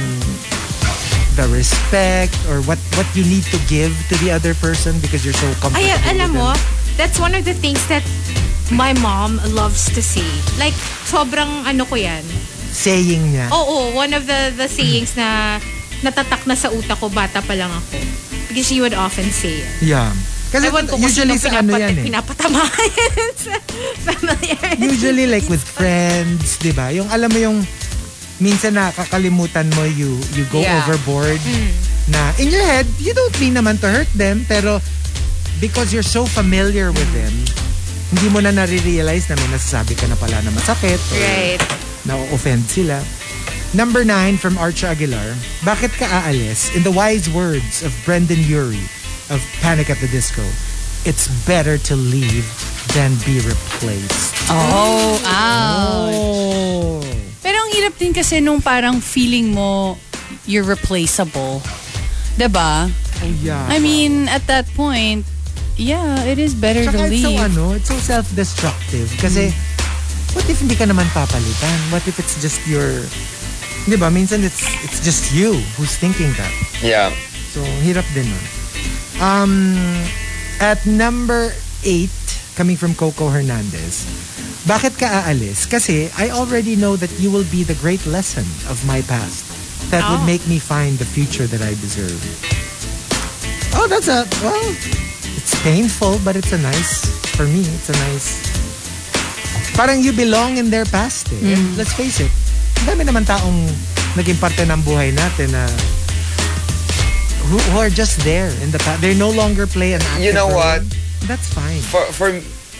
D: the respect or what what you need to give to the other person because you're so comfortable.
F: Ay, alam
D: with
F: mo,
D: them.
F: that's one of the things that my mom loves to say. Like, sobrang ano ko yan.
D: saying niya.
F: Oo, one of the, the sayings na natatak na sa utak ko, bata pa lang ako. Because she would often say it.
D: Yeah. Kasi
F: Ewan ko kung
D: usually
F: sino
D: sa ano
F: pinapat-
D: yan eh.
F: pinapatama yan sa ano familiarity.
D: *laughs* Usually like with friends, 'di ba? Yung alam mo yung minsan nakakalimutan mo you you go
F: Yeah. Mm.
D: overboard na in your head, you don't mean naman to hurt them, pero because you're so familiar with
F: Mm.
D: them, hindi mo na nare-realize na may nasasabi ka na pala na masakit or
F: Right.
D: na-offend sila. Number nine from Archa Aguilar, Bakit ka aalis? In the wise words of Brendan Urie of Panic at the Disco, it's better to leave than be replaced.
E: Oh, ouch.
D: Oh.
E: Pero ang hirap din kasi nung parang feeling mo you're replaceable. 'Di ba?
D: yeah.
E: I mean, at that point, yeah, it is better to
D: Tsaka it's so
E: leave.
D: ano, it's so self-destructive. Kasi, what if hindi ka naman papalitan? What if it's just your, di ba, minsan it's, it's just you who's thinking that.
L: Yeah.
D: So, hirap din nun. Um, at number eight, coming from Coco Hernandez, bakit ka aalis? Kasi I already know that you will be the great lesson of my past that would
J: Oh.
D: make me find the future that I deserve. Oh, that's a, well, it's painful, but it's a nice, for me, it's a nice, parang you belong in their past eh. And
J: Mm.
D: let's face it, ang dami naman taong naging parte ng buhay natin na who, who are just there in the past. They no longer play an active
L: You know
D: role.
L: what?
D: That's fine.
L: For for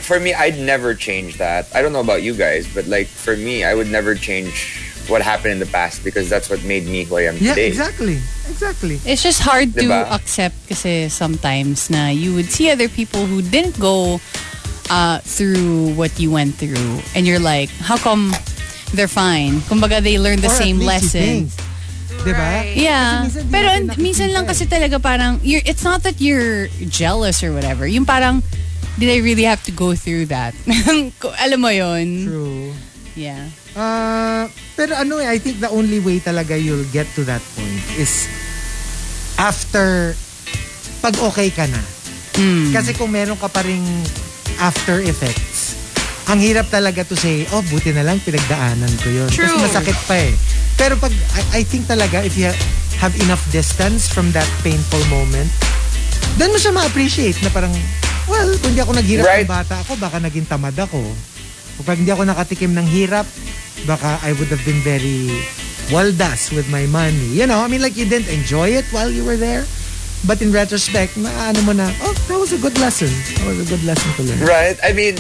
L: for me, I'd never change that. I don't know about you guys, but like for me, I would never change what happened in the past because that's what made me who I am
D: Yeah,
L: today.
D: exactly. Exactly.
E: It's just hard to
L: Diba?
E: accept kasi sometimes na you would see other people who didn't go uh, through what you went through and you're like, how come they're fine? Kumbaga they learned the
D: Or at
E: same
D: least you
E: lesson.
D: think. Diba?
E: Yeah. Pero and, minsan lang kasi talaga parang, you're, it's not that you're jealous or whatever. Yung parang, did I really have to go through that? *laughs* Ko- Alam mo yon
D: True.
E: Yeah.
D: Uh, pero ano eh, I think the only way talaga you'll get to that point is after pag okay ka na. Kasi kung meron ka pa ring after effects, ang hirap talaga to say, oh, buti na lang pinagdaanan ko yun.
M: True.
D: Kasi masakit pa eh. Pero pag, I, I think talaga, if you ha- have enough distance from that painful moment, then mo siya ma-appreciate na parang, well, kung di ako naghirap ng bata ako, baka naging tamad ako. Kung pag hindi ako nakatikim ng hirap, baka I would have been very waldas with my money. You know, I mean, like you didn't enjoy it while you were there. But in retrospect, maano mo na, oh, that was a good lesson. That was a good lesson to learn.
L: Right. I mean,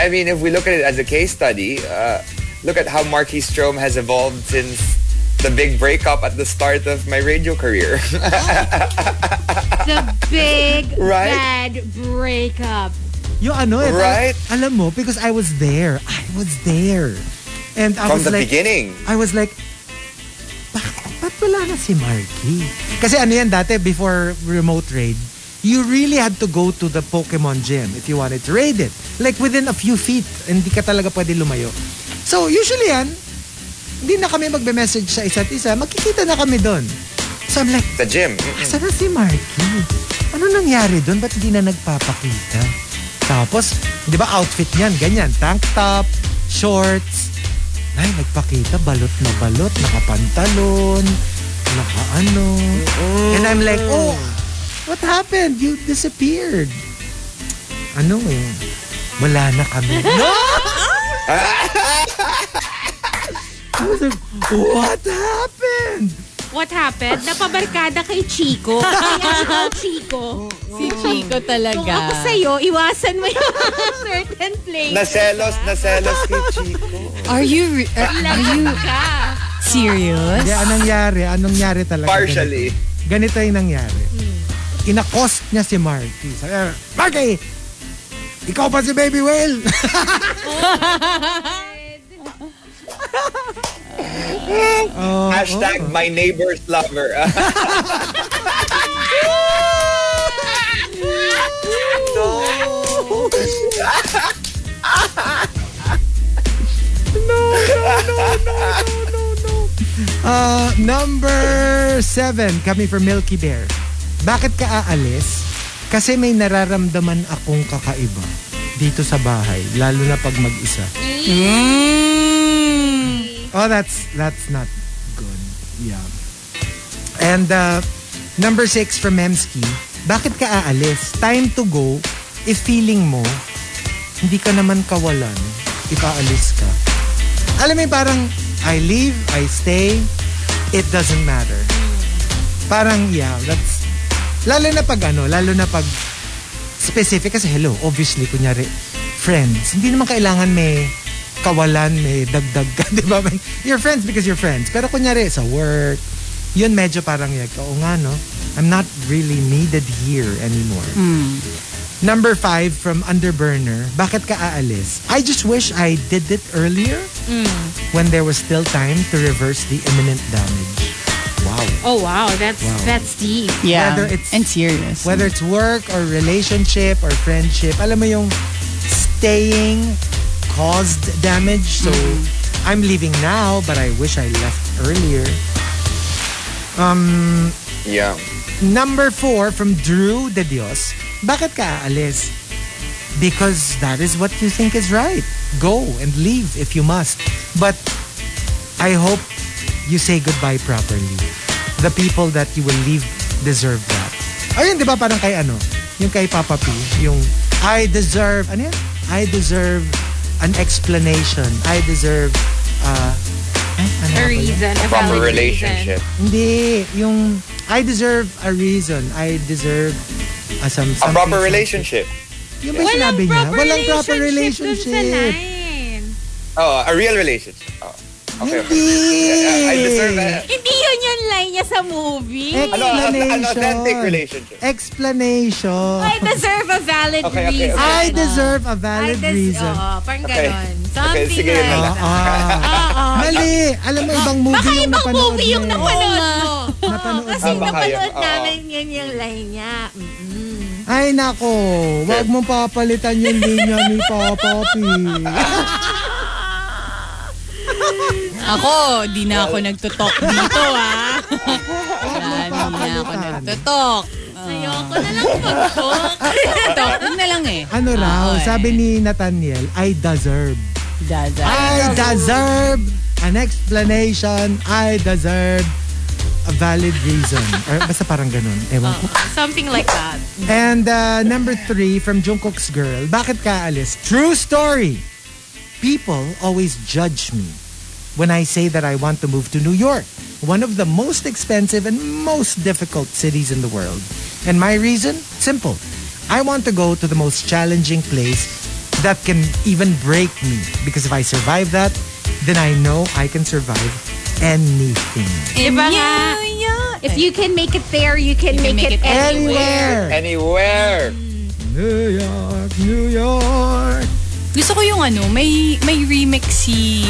L: I mean, if we look at it as a case study, uh, look at how Marky Strom has evolved since the big breakup at the start of my radio career. *laughs*
F: The big
L: Right?
F: bad breakup.
D: Yung ano, eh,
L: Right?
D: parang, alam mo, because I was there. I was there. And I
L: From
D: was
L: the
D: like,
L: beginning.
D: I was like, bakit, ba't wala na si Marky? Kasi ano yan dati, before remote raid, you really had to go to the Pokemon gym if you wanted to raid it. Like within a few feet, hindi ka talaga pwede lumayo. So usually yan, hindi na kami magbe-message sa isa't isa, magkikita na kami doon. So I'm like,
L: the gym.
D: Asan na si Marky? Ano nangyari doon? Ba't hindi na nagpapakita? Tapos, di ba outfit niyan? Ganyan, tank top, shorts. Ay, nagpakita, balot na balot, nakapantalon, naka ano. And I'm like, oh, what happened? You disappeared. Ano eh? Wala na kami. *laughs* No! I was like, what happened?
F: What happened? Napabarkada kay Chico.
D: *laughs*
F: Kaya
D: Oh,
F: Chico.
E: Si Chico talaga.
F: Kung ako sa'yo, iwasan mo yung *laughs* certain place.
L: Naselos, naselos kay Chico.
D: *laughs*
E: Are you, re- are, are you serious?
D: Hindi, anong nangyari? Anong nangyari talaga?
L: Partially.
D: Ganito, ganito yung nangyari. Inakost niya si Marky. Sabi niya, Marky! Ikaw pa si Baby *laughs* Whale! Oh.
L: Hashtag my neighbor's lover. *laughs*
D: Uh, number seven, kami for Milky Bear. Bakit ka aalis? Kasi may nararamdaman akong kakaiba dito sa bahay, lalo na pag mag-isa. Oh, that's that's not good. Yeah. And uh, number six from Memski, bakit ka aalis? Time to go if feeling mo hindi ka naman kawalan, ipaalis ka. Alam mo yung parang I leave, I stay, it doesn't matter. Parang yeah, that's lalo na pag ano, lalo na pag specific kasi hello, obviously kunyari friends. Hindi naman kailangan may kawalan, may dagdag ka, *laughs* di ba? May- You're friends because you're friends. Pero kunyari sa work, yun medyo parang yag, oo nga no, I'm not really needed here anymore. Number five from Underburner, bakit ka aalis? I just wish I did it earlier when there was still time to reverse the imminent damage. Wow.
F: Oh wow, that's
D: Wow.
F: that's deep.
D: Whether it's, and serious. Whether it's work or relationship or friendship, alam mo yung staying caused damage. So, I'm leaving now, but I wish I left earlier. Um,
L: yeah.
D: Number four from Drew De Dios. Bakit ka aalis? Because that is what you think is right. Go and leave if you must. But I hope you say goodbye properly. The people that you will leave deserve that. Ayun, di ba parang kay ano? Yung kay Papa P. Yung I deserve, ano yan? I deserve an explanation. I deserve, uh, ay, ano nga
F: A
D: ba yun?
F: reason, a
L: From a
F: valid
L: relationship.
D: Hindi, yung I deserve a reason. I deserve a some,
L: A
D: something.
L: proper relationship.
D: Yung ba yung sinabi niya? Walang proper relationship.
L: Oh, a real relationship. Oh, okay. okay.
D: Hindi.
L: I deserve a, ano,
F: Hindi yun yung line niya sa movie.
D: Eh, Explanation.
L: An authentic relationship.
D: Explanation.
F: I deserve a valid
L: Okay, okay,
F: reason.
L: okay.
D: I deserve a valid
F: I des-
D: reason.
F: Oo, parang
D: Okay.
F: ganon.
D: Okay,
F: Something
D: sige,
F: like *laughs*
D: wala.
F: that. Oo.
D: Mali. Alam mo, ibang movie
F: Baka
D: yung
F: ibang
D: napanood
F: movie yung
D: niya.
F: napanood mo. Oo, Kasi
D: Ah, baka
F: napanood
D: yun. Oo.
F: namin yun yung line niya. Mm-mm.
D: Ay, nako. Huwag mong papalitan yung linya ni Papa P. Ano
E: Ako, ah. Ah. di na ako nagtutok dito, ha? Wala na
F: ako na lang tutok. Ayoko na lang mag-talk. Talk na lang eh.
D: Ano raw, sabi ni Nathaniel, I deserve.
E: Deserve.
D: I
F: Ah,
D: deserve an explanation. I deserve a valid reason. Or basta parang ganun. Ewan ko.
F: Something like that.
D: And uh, number three from Jungkook's Girl, Bakit Ka Alis? True story. People always judge me when I say that I want to move to New York, one of the most expensive and most difficult cities in the world. And my reason? Simple. I want to go to the most challenging place that can even break me because if I survive that, then I know I can survive anything.
F: Diba nga?
A: If you can make it there, you can, make, it, anywhere.
L: Anywhere.
D: New York, New York.
E: Gusto ko yung ano, may may remix si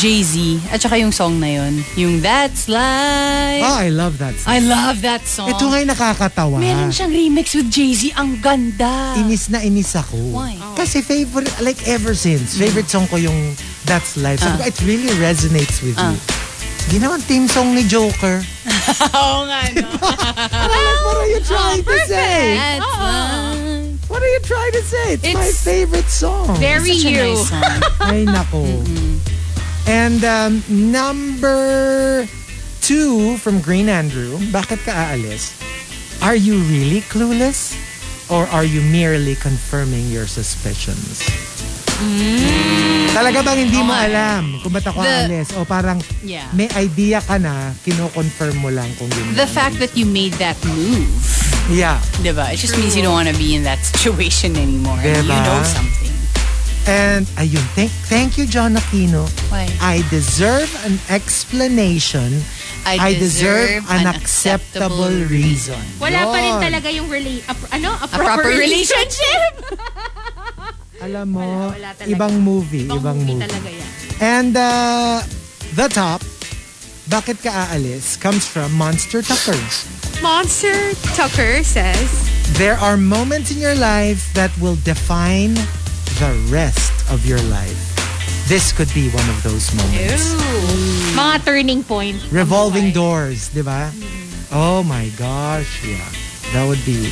E: Jay-Z at saka yung song na yun. Yung That's Life.
D: Oh, I love that song.
E: I love that song.
D: Ito nga'y nakakatawa.
E: Oh. Meron siyang remix with Jay-Z. Ang ganda.
D: Inis na inis ako. Oh.
E: Why?
D: Kasi favorite, like ever since, favorite song ko yung That's Life. Sabi ko,
E: Ah.
D: it really resonates with
E: Ah.
D: me. Ginawa ang theme song ni Joker.
E: *laughs* Oo nga, no? Ah,
D: what are you trying to say? What are you trying to say? It's, my
E: It's
D: favorite song.
E: very It's such a you. nice
F: *laughs*
E: song.
D: Ay, nako. And um, number two from Green Andrew, Bakit ka aalis? Are you really clueless? Or are you merely confirming your suspicions? Talaga bang hindi mo alam kung ba't ako
E: The-
D: aalis? O parang
E: Yeah.
D: may idea ka na, kinoconfirm mo lang kung yun.
E: The fact that you made that move,
D: Yeah.
E: diba? It just means you don't want to be in that situation anymore. And You
D: Diba?
E: know something.
D: And ayun, thank, thank you John Aquino.
E: Why?
D: I deserve an explanation.
E: I
D: deserve,
E: deserve
D: an
E: an
D: acceptable,
E: acceptable
D: reason.
F: Wala pa rin
D: Yun.
F: talaga yung rela- a, pr- ano, a
E: A
F: proper,
E: proper
F: relationship.
E: relationship.
F: *laughs*
D: Alam mo,
F: wala talaga.
D: ibang movie, ibang,
F: Ibang movie
D: movie.
F: talaga yan.
D: And uh, the top, Bakit Ka Aalis, comes from Monster Tucker.
F: Monster Tucker says,
D: There are moments in your life that will define the rest of your life. This could be one of those moments.
F: mga turning point. ng
D: Revolving
F: buhay.
D: doors, di ba? Oh my gosh, yeah. That would be...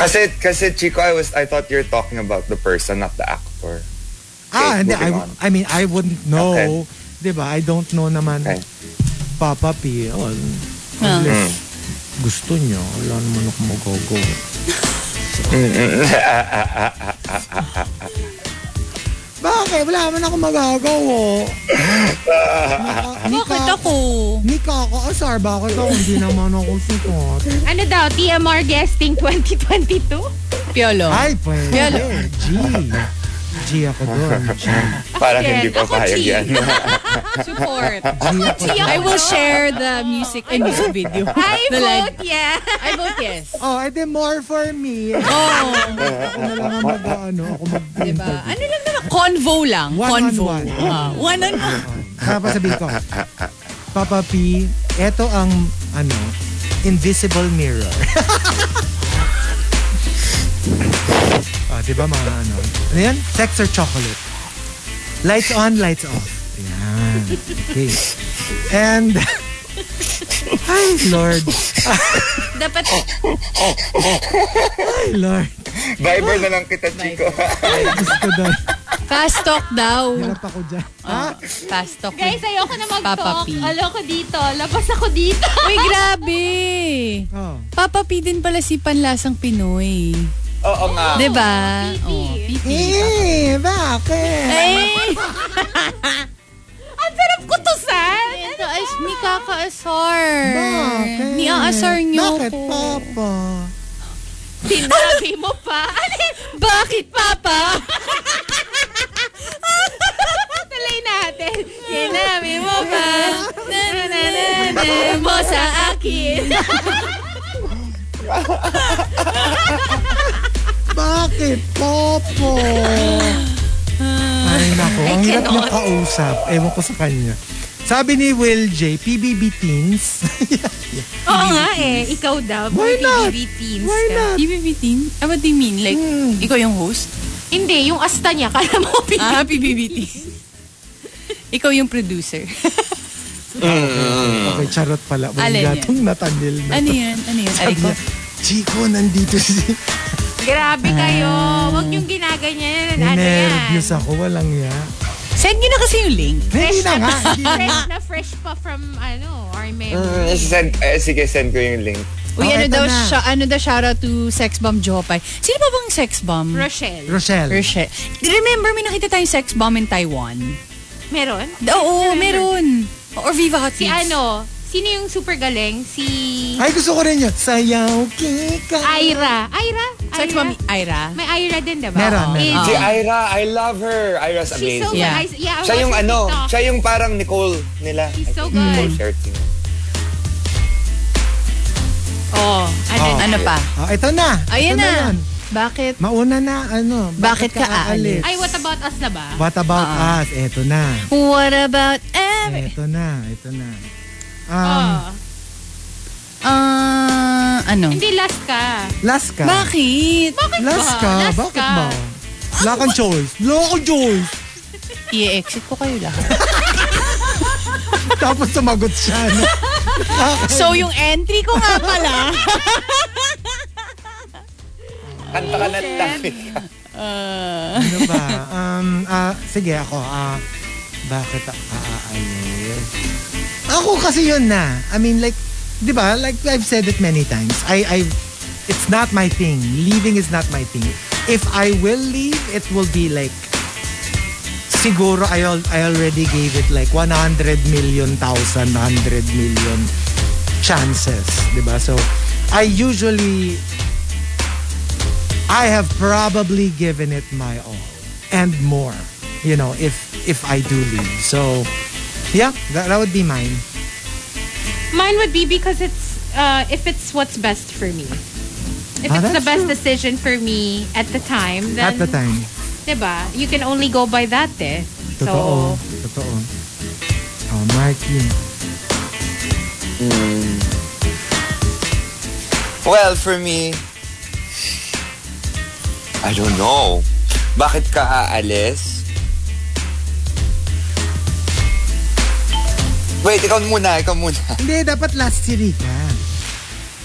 L: Kasi, kasi Chico, I was, I thought you were talking about the person, not the actor.
D: Ah,
L: Okay,
D: hindi. I,
L: moving on.
D: I mean, I wouldn't know.
L: Okay.
D: Di ba? I don't know naman.
L: Okay. Mm.
D: Papa P. oh, Unless gusto nyo, wala naman ako magagawa. Bakit? Wala naman ako oh. magagawa.
F: *laughs*
D: Nika,
F: Bakit ako?
D: Nika ako asar. Bakit ako? Hindi naman ako sikat.
F: Ano daw, TMR guesting 2022?
E: Piolo.
D: Ay, pwede.
E: Yelo.
D: G. G ako doon. G.
L: Parang
F: Again,
L: hindi pa
F: ako, Chi.
L: payag yan.
D: *laughs*
F: Support.
E: I will share the music and music video.
F: I
E: *laughs* The live-
F: vote yes.
E: I vote yes.
D: Oh, and then more for
F: *laughs*
D: me.
E: Oh,
D: Ako na lang ang mag, ano, ako mag
E: diba? Ano lang naman? Convo lang.
D: One on
E: Convo.
D: one.
E: Ah, one on one.
D: Tapos sabihin ko, Papa P, eto ang, ano, invisible mirror. *laughs* ah, di ba mga ano? Ano yan? Sex or chocolate? Lights on, lights off. Ayan. Okay. And, *laughs* ay, Lord.
F: Dapat,
D: Ay, Lord.
L: Viber na lang kita, Chico.
D: Gusto ko doon.
E: Fast talk daw.
D: Hirap ako dyan.
E: Ah, fast talk.
F: guys, ayoko na
E: Papa
F: mag-talk.
E: P.
F: Aloko dito. Labas ako dito.
E: Uy, grabe.
D: Oh.
E: Papa P din pala si Panlasang Pinoy.
L: Oo nga.
E: Diba? Oh, pipi.
D: Eh, bakit?
E: *laughs* Eh,
F: Ang sarap ko to, San.
E: ito ay ni kakaasar.
D: Bakit?
E: Ni aasar niyo
D: Bakit,
E: *laughs* ko.
D: Papa?
F: Sinabi mo pa. Ano yun? Bakit,
E: *laughs*
F: Papa? Tuloy natin. Sinabi mo pa. Na na na na na
E: Eh,
F: mo sa akin.
D: Bakit, Popo? Ay, nako. Ang hirap na kausap. Ewan ko sa kanya. Sabi ni Will J, PBB teens. *laughs*
F: Oo nga eh. Ikaw daw.
D: Why not?
F: PBB teens
D: Why
F: ka.
D: not? Hmm.
E: PBBT? Ah, what do you mean? Like, ikaw yung host? *laughs*
F: Hindi, yung asta *laughs*
D: Ah.
F: niya. Kala mo PBB.
E: Ah, PBBT. ikaw yung producer.
D: Okay, charot pala. Walang
E: Alin yan?
D: gatong natanil na.
E: Ano yan? Ano yan?
D: Sabi
E: Aray ko.
D: niya, Chico, nandito *laughs* si...
F: Grabe kayo.
D: Ah.
F: Huwag niyong ginaganyan. Ano yan?
D: Nervous ako, walang ya.
E: Send niyo na kasi yung link.
D: Hindi na nga. hindi na.
F: fresh na fresh pa from, ano, our
D: Ah.
L: Mm,
F: memory.
L: send, eh, sige, send ko yung link.
D: Oh,
E: Uy, ano
D: eto
E: daw,
D: na.
E: siya, ano daw shoutout to sex bomb Jopay. Sino ba bang sex bomb?
F: Rochelle.
D: Rochelle.
E: Rochelle. Remember, may nakita tayong sex bomb in Taiwan.
F: Meron?
E: D- Oo, meron. Or Viva Hot
F: Si
E: Fix.
F: ano? Sino yung super galing? Si
D: Ay, gusto ko rin yun. Sayaw, kika.
F: Ira. Ira?
E: Search
F: Ira?
E: mo, Ira.
F: May Ira din, diba?
D: Meron, meron.
L: Si Ira, I love her. Ira's
F: She's so
L: amazing.
F: good.
E: Yeah.
F: I, yeah, I
L: Siya yung
F: watched her
L: ano,
F: TikTok.
L: siya yung parang Nicole nila.
F: She's
L: I
F: so
L: think
F: good.
L: Nicole Scherzinger.
E: Oo. Ano,
D: Oh.
E: ano pa?
D: Oh, ito na.
E: Ayan
D: ito
E: na.
D: yun.
E: Bakit?
D: Mauna na, ano.
E: Bakit ka aalis? Ah.
F: Ay, what about us diba? na ba?
D: What about us? Ito Ah, na.
E: What about every...
D: Ito na. Ito na. Um,
F: oh.
E: Ah, ano?
F: Hindi, last ka.
D: Last ka.
E: Bakit?
F: Bakit
D: Last
F: ba?
D: ka.
F: Last
D: Bakit
F: ka.
D: ba? Wala kang choice. Wala kang choice.
E: I-exit ko kayo lahat.
D: Tapos sumagot siya. No?
E: *laughs* so, yung entry ko nga pala.
L: Kanta ka na tayo.
D: Ano ba? Um, ah, sige, ako. ah, bakit ako aalis? Ako kasi yun na. I mean, like, di ba? Like, I've said it many times. I, I, it's not my thing. Leaving is not my thing. If I will leave, it will be like, siguro I, al- I already gave it like 100 million thousand, 100 million chances. Di ba? So, I usually I have probably given it my all and more. You know, if if I do leave. So, yeah, that, that would be mine.
F: Mine would be because it's, uh, if it's what's best for me. If
D: Ah,
F: it's the
D: that's
F: best
D: true.
F: decision for me at the time, then,
D: At the time.
F: diba? You can only go by that, eh.
D: Totoo.
F: So,
D: Totoo. Oh, Marky.
L: Well, for me, I don't know. Bakit ka aalis? Wait, ikaw muna, ikaw muna. *laughs*
D: Hindi, dapat last si Rika.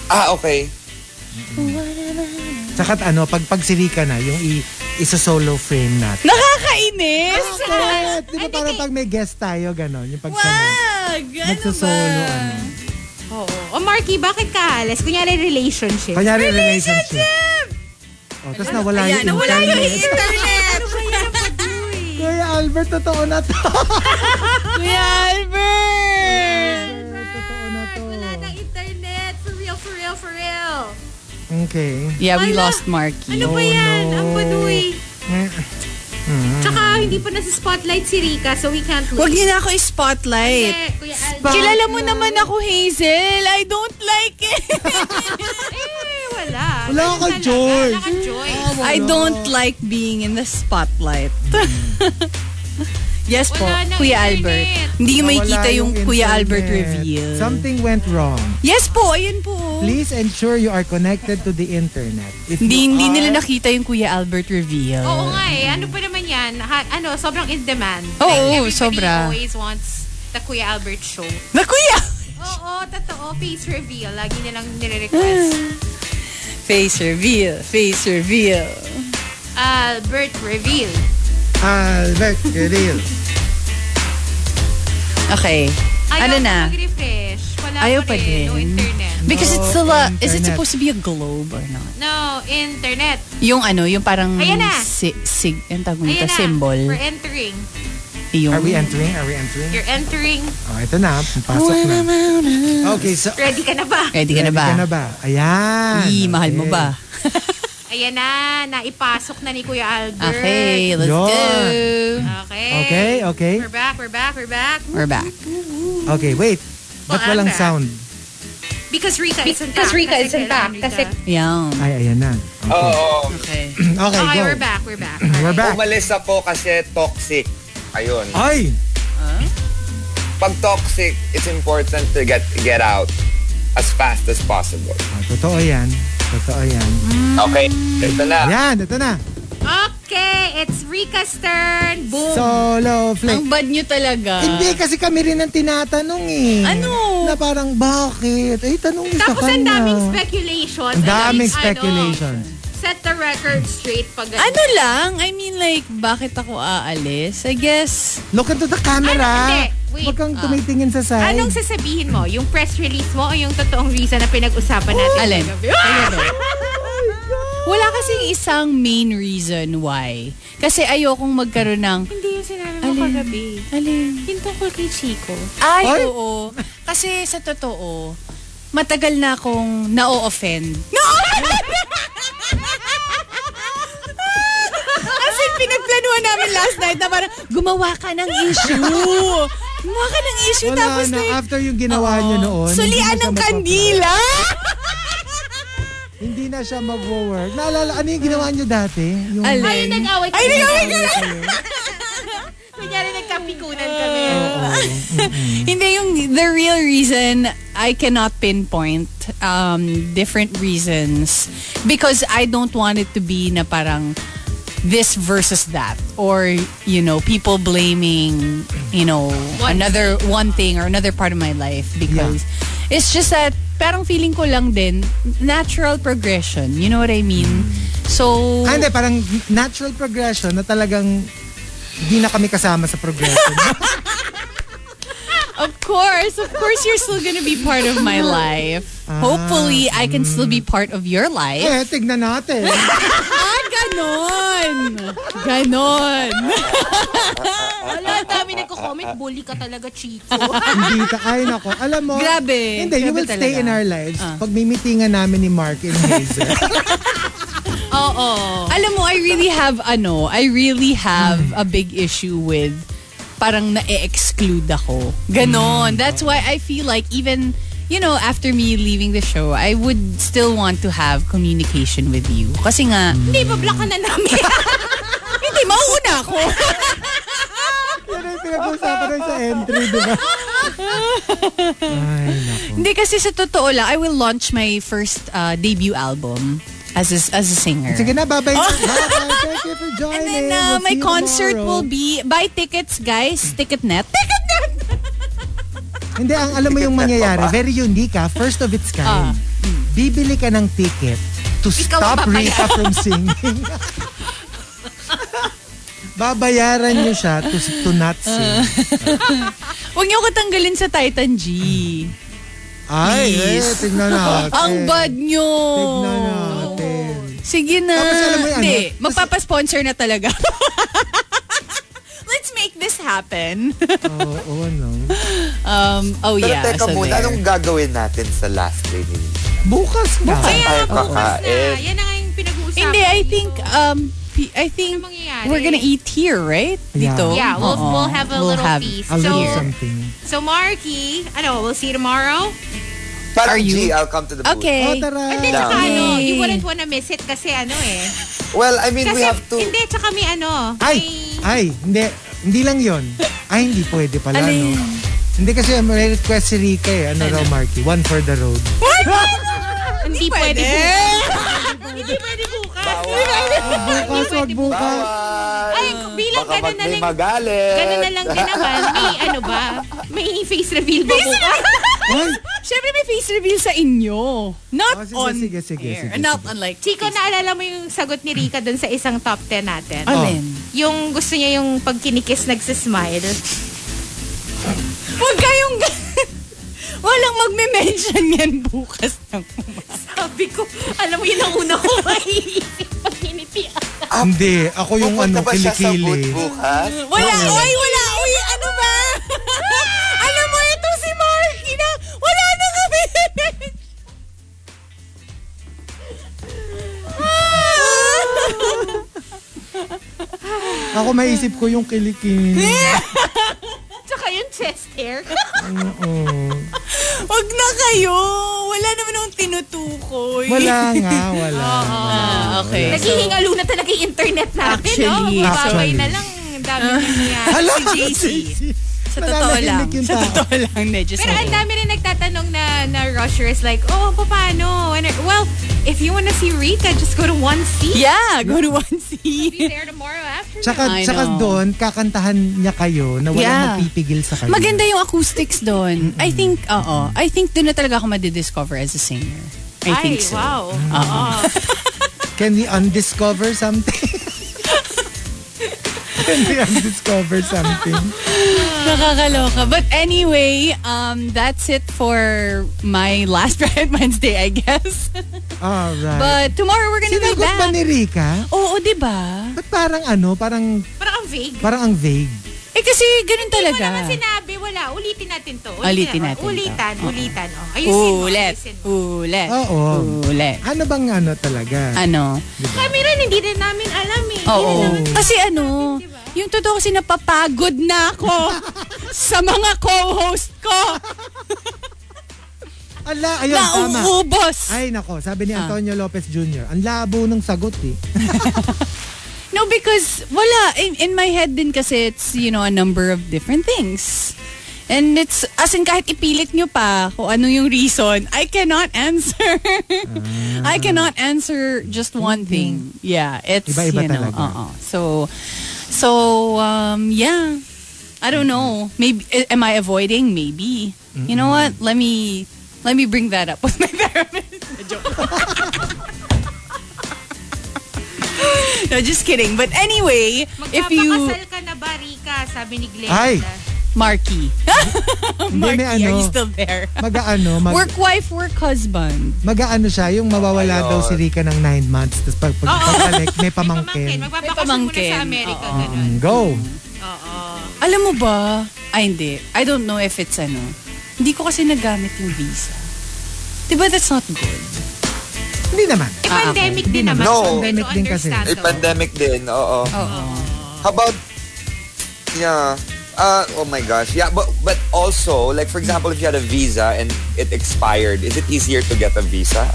L: Ah, okay.
D: Tsaka ano, pag, pag si Rika na, yung i, isa-solo frame natin.
E: *laughs* Nakakainis!
D: Bakit? Di ba parang pag may guest tayo, gano'n? Yung pag
E: Wag! Ano ba?
D: Nagsasolo, ano.
F: oo. O, oh. Marky, bakit ka alas? Kunyari, relationship.
D: Kanyari relationship.
F: Ah,
D: Oh, tapos nawala
E: Ayan,
D: yung
E: nawala yung
D: internet.
E: internet!
D: Kuya Albert, totoo na to.
E: Kuya Albert!
D: totoo na to.
F: *laughs* Wala na internet. For real, for real, for real.
D: Okay.
E: Yeah, we
F: Wala.
E: lost Marky.
F: Ano
D: Oh,
F: ba
D: no.
F: yan?
D: eh.
F: Ang baduy.
D: Mm.
F: Tsaka, hindi pa nasa spotlight si Rika, so we can't
E: Huwag
F: wait.
E: niyo na ako i-spotlight.
F: Hindi, Kuya Al.
E: Ano? Kilala mo naman ako, Hazel. I don't like it.
F: Eh, wala.
D: Wala
F: Ganun
D: kang
F: talaga.
D: choice.
F: Wala kang choice.
E: *laughs* I don't like being in the spotlight. *laughs* yes po,
F: Wala na
E: Kuya
F: internet.
E: Albert. Hindi niyo
D: Nawala
E: makikita yung
D: yung
E: Kuya
D: internet.
E: Albert reveal.
D: Something went wrong.
E: Yes po, ayun po.
D: Please ensure you are connected to the internet. If
E: Hindi,
D: you
E: hindi
D: are-
E: nila nakita yung Kuya Albert reveal.
D: Hmm.
F: Oo nga eh. Ano pa naman yan? Ha, ano, sobrang in demand.
E: Oo,
F: everybody
E: sobra.
F: always wants the Kuya Albert show.
E: Na Kuya!
F: Oo, totoo. Face reveal. Lagi nilang
E: Hmm.
F: nire-request.
E: Face reveal, face reveal.
F: Albert reveal.
D: Albert, Kirill.
E: Okay.
F: Ayaw
E: Ano
F: pa
E: na?
F: mag-refresh. Wala
E: Ayaw pa
F: pa rin. No
E: din.
F: internet.
E: Because
D: No
E: it's still a, is it
D: internet.
E: supposed to be a globe or not?
F: No, internet.
E: Yung ano, yung parang
F: Ayan na.
E: si, sig, yung tawag nito,
F: Ayan na.
E: symbol.
F: We're entering.
E: Yung,
D: Are we entering? Are we entering?
F: You're entering.
D: Oh, ito na. Pasok na. Okay, so...
F: Ready ka na ba?
E: ready ka na ba?
D: Ready ka na ba? Ayan.
E: Ii, mahal mo
D: Okay.
E: ba?
F: Ayan na. Naipasok na ni Kuya Albert.
E: Okay, let's
D: Yun.
E: go.
F: Okay.
D: Okay, okay.
F: We're back, we're back, we're back.
E: We're back.
D: Okay, wait. Ba't
F: Well,
D: walang
F: I'm back.
D: sound?
F: Because Rika isn't back.
A: Because Rika isn't back. Kasi
E: Yum.
D: Ay, ayan na. *clears throat*
L: Oo.
D: Okay,
E: *clears throat* Okay.
D: okay
F: Okay,
D: go.
F: Oh, we're back, we're back.
D: We're
F: Alright.
D: back.
L: Umalis ako kasi toxic. Ayun.
D: Ay!
L: Pag toxic, it's important to get get out as fast as possible.
D: Ah, totoo yan. Totoo yan.
E: Hmm.
L: Okay? Ito na.
F: Ah.
D: Ayan, ito na.
F: Okay. Okay, it's Rika's turn. Boom.
D: Solo flick.
E: Ang bad nyo talaga.
D: Hindi, kasi kami rin ang tinatanong eh.
F: Ano?
D: Na parang, bakit? Eh, tanong niyo sa
F: Tapos ang
D: kanya.
F: daming speculation. Ano?
D: Ang daming speculation.
F: set the record straight pag
E: Ano lang? I mean like, bakit ako aalis? I guess...
D: Look into the camera.
F: Ano, hindi. Wait.
D: Huwag kang tumitingin sa side.
F: Anong sasabihin mo? Yung press release mo o yung totoong reason na pinag-usapan natin?
E: Alin? ano?
F: kagabi? Ah!
E: *laughs* Oh Wala kasing isang main reason why. Kasi ayokong magkaroon ng...
F: Hindi yung sinabi mo kagabi.
E: Alin?
F: Yung tungkol kay Chico.
E: Ay,
F: Ay!
E: oo. Kasi sa totoo, matagal na akong na-offend.
D: *laughs*
E: No! As in, pinagplanuhan namin last night na parang gumawa ka ng issue.
D: *laughs*
E: Gumawa ka ng issue
D: Wala
E: tapos
D: na,
E: like,
D: after yung ginawa niyo noon.
E: Sulian
D: hindi na
E: ng
D: siya
E: kandila!
D: magpapa- Hindi na siya mag-work. Naalala, ano yung ginawa niyo dati? Yung,
E: *laughs* Alin?
F: Ay, yung nag-away
E: Ay, nag-away ka
F: kami. Kunyari, nagkapikunan kami.
D: Oh.
E: Hindi, yung the real reason, I cannot pinpoint um, different reasons because I don't want it to be na parang this versus that or, you know, people blaming, you know, another one thing or another part of my life because it's just that parang feeling ko lang din natural progression. You know what I mean? So,
D: Ah, hindi, parang natural progression na talagang hindi na kami kasama sa progression.
F: *laughs*
E: Of course, of course, you're still gonna be part of my life. Hopefully, I can still be part of
D: eh,
E: your life.
D: tignan natin.
E: ah, ganon! Ganon!
F: Wala, ang dami nagko-comment, bully ka talaga, Chico.
D: hindi ta, ay nako. Alam mo,
E: Grabe.
D: hindi, you will
E: Grabe
D: stay
E: talaga.
D: in our lives
E: Ah.
D: pag may meetingan namin ni Mark and
E: *laughs*
D: Hazel.
F: Oo.
E: Alam mo, I really have, ano, I really have a big issue with parang na-exclude ako.
D: Mm.
E: Ganon. That's why I feel like even, you know, after me leaving the show, I would still want to have communication with you. Kasi nga,
D: Mm.
F: Hindi, bablock ka na namin.
E: hindi, mauuna ako. *laughs*
D: Yan ang pinag-usapan rin sa entry, di ba? Ay, nako.
E: Hindi kasi sa totoo lang, I will launch my first uh, debut album as a, as a singer.
D: Sige na, babay. na. Bye-bye. Thank you for joining.
E: Oh. And then uh,
D: We'll
E: my
D: see you
E: concert
D: tomorrow.
E: will be buy tickets guys, Ticketnet. Ticketnet.
D: Hindi, ang alam mo yung
E: *laughs*
D: mangyayari. Very unique, ha? First of its kind.
E: Ah.
D: Bibili ka ng ticket to
F: Ikaw ang
D: stop
F: babayaran.
D: Rita from
E: *laughs*
D: singing. Babayaran niyo siya to, to not
E: Ah.
D: sing.
E: Huwag niyo ko tanggalin sa Titan G.
D: Ay, eh,
E: Please.
D: tignan natin.
E: *laughs* Ang bad nyo.
D: Tignan natin.
E: Sige na.
D: Tapos alam mo yung
E: Hindi,
D: ano?
E: magpapasponsor na talaga. *laughs* Let's make this happen. *laughs*
D: Oo, oo, no.
E: Um, oh
L: Pero
E: yeah.
L: teka
E: so
L: muna,
E: there.
L: anong gagawin natin sa last day ni Lisa?
D: Bukas na.
L: Saan
F: Kaya
L: tayo
F: bukas na.
L: kakain?
F: Yan na nga yung pinag-uusapan.
E: Hindi, I think, um, p- I think
F: Ano mangyayari?
E: we're gonna eat here, right?
D: Yeah.
E: Dito?
F: Yeah, we'll,
E: Oo.
F: we'll have a
E: We'll
F: little
E: have
F: feast.
D: A little
F: So,
D: something.
F: so Marky, ano, we'll see you tomorrow.
L: Parang
E: Are you-
L: G, I'll come to the booth.
D: Oh,
E: Okay.
D: tara.
F: Hindi, tsaka
E: Yay.
F: ano, you wouldn't wanna miss it kasi ano eh.
L: Well, I mean,
F: Kasi,
L: we have to...
F: hindi, tsaka may ano,
D: Ay,
F: may-
D: ay, hindi. Hindi lang yon. Ay, hindi pwede pala,
E: Alin?
D: no? Hindi kasi um, may request si Rika eh. Ano raw, Marky? One for the road.
F: Hindi pwede. bukas. Hindi pwede bukas.
D: Bukas, wag bukas.
L: Bawal!
F: Ay, bilang
L: Baka
F: ganun
L: pag
F: na
L: may
F: lang.
L: magalit.
F: Ganun na lang din naman.
L: *laughs*
F: May ano ba? May face reveal ba bukas?
D: *laughs* Ay,
E: Siyempre may face reveal sa inyo. Not
D: Oh, sige, sige,
E: on
D: sige,
E: air.
D: sige,
E: Not
D: sige.
E: on like
F: Chico, naalala mo yung sagot ni Rika dun sa isang top 10 natin?
E: Alin?
D: Oh.
F: Yung gusto niya yung pag kinikis, nagsismile.
E: Huwag kayong... *laughs* Walang magme-mention yan bukas ng
F: Sabi ko, alam mo yun ang una ko maiisip pag hiniti ah.
E: Ah,
D: hindi. Ako yung
L: Pupunta
D: ano,
L: ba siya sa booth
D: kilikili.
L: bukas?
E: Wala, oy, wala, oy, ano ba? *laughs* Alam mo, ito si Marky na, wala na *laughs* kami.
D: Ako maisip ko yung kilikili.
F: Tsaka yung chest hair. *laughs*
D: Oo.
E: Huwag na kayo. Wala naman akong tinutukoy.
D: Wala nga, wala.
E: Ah, okay.
F: Naghihingalo na talaga yung internet natin,
E: Actually,
F: no? Magbabay
D: actually.
F: na lang. Ang dami nangyayari.
D: Hala,
E: Si JC.
D: JC.
E: Sa totoo lang.
D: Nananahimik yung
E: Sa
D: tao.
E: totoo lang, medyo
F: Pero ang dami rin nagtatanong na, na raw usher is like, oh, paano? And I- well, if you want to see Rita, just go to one seat.
C: Yeah, go to one seat.
F: Be there tomorrow afternoon.
D: *laughs* *laughs* Tsaka, tsaka doon, kakantahan niya kayo na walang
E: Yeah.
D: magpipigil sa kayo.
E: Maganda yung acoustics doon. I think, oo. I think doon na talaga ako madidiscover as a singer. I
D: Ay,
E: think so.
D: wow.
E: Oo.
F: Oh.
D: Can we undiscover something? *laughs* Can we undiscover something?
E: Nakakaloka. But anyway, um, that's it for my last *laughs* Pride Wednesday, I guess.
D: Alright.
E: But tomorrow we're gonna be
D: Sinagot
E: back.
D: ba ni Rika?
E: Oo, di ba?
D: Ba't parang ano, parang,
F: Parang ang vague.
D: parang ang vague.
E: Eh kasi ganun
F: Hindi
E: talaga.
F: mo naman sinabi, wala. Ulitin natin to.
E: Ulitin natin to.
F: Ulitan, ulitan. Oh. Ayusin mo.
E: Ulit.
F: ayusin mo.
E: Ulit.
D: Oo.
E: Uli.
D: Ano bang ano talaga?
E: Ano?
F: Kami rin, hindi rin namin alam eh.
E: Oo. Kasi ano, yung totoo kasi napapagod na ako
D: *laughs*
E: sa mga co-host ko.
D: Ala, ayun, tama.
E: Nauubos.
D: Ay, nako. Sabi ni Antonio Lopez Jr., ang labo ng sagot eh.
E: No, because wala. In, in my head din kasi it's, you know, a number of different things. And it's, as in kahit ipilit nyo pa kung ano yung reason, I cannot answer. *laughs* I cannot answer just one thing. Yeah, it's,
D: Mm-hmm. Iba-iba
E: you know,
D: talaga.
E: uh So, so, um, yeah. I don't know. Maybe, a- am I avoiding? Maybe. You know what? Let me, let me bring that up with my *laughs* therapist. no, just kidding. But anyway, if you...
F: Magpapakasal ka na ba, Rika? Sabi ni Glenn.
D: Ay.
E: Marky.
D: Hindi, may
E: Marky, are
D: ano.
E: you still there?
D: Mag-ano, mag,
E: work wife, work husband.
D: mag-ano siya, yung mawawala daw si Rika ng nine months. Tapos pag, pag, pagbalik, may pamangkin.
F: Magpapakasal muna
E: pamangkin.
F: sa Amerika.
E: Oo.
F: Ganun.
D: Go!
F: Oo.
E: Alam mo ba? Ay, hindi. I don't know if it's ano. Hindi ko kasi nagamit yung visa. Diba that's not good?
D: Hindi naman. Ah,
F: Eh, pandemic din naman.
L: No.
F: so
D: Pandemic din kasi.
L: May
F: understandable.
L: pandemic din, oo.
E: Oo.
L: How about, yeah, uh, oh my gosh. Yeah, but but also, like for example, if you had a visa and it expired, is it easier to get a visa?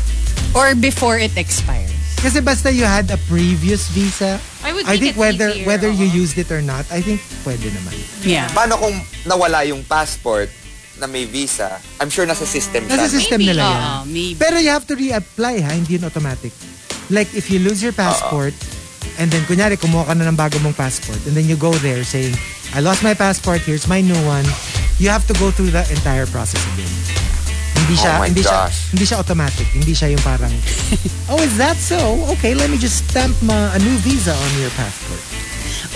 E: Or before it expires.
D: Kasi basta you had a previous visa,
F: I would
D: I think
F: think, it's
D: whether
F: easier.
D: whether you used it or not, I think pwede naman.
E: Yeah.
L: Paano kung nawala yung passport na may visa? I'm sure nasa system siya.
D: Nasa system nila yan.
E: Ah, maybe.
D: Pero you have to reapply ha, hindi yun automatic. Like if you lose
L: Uh-uh.
D: your passport, and then kunyari kumuha ka na ng bago mong passport, and then you go there saying, I lost my passport, here's my new one. You have to go through the entire process again. Hindi siya,
L: Oh my
D: hindi siya,
L: gosh.
D: hindi siya automatic. Hindi siya yung
L: *laughs*
D: parang, oh, is that so? Okay, let me just stamp ma, a new visa on your passport.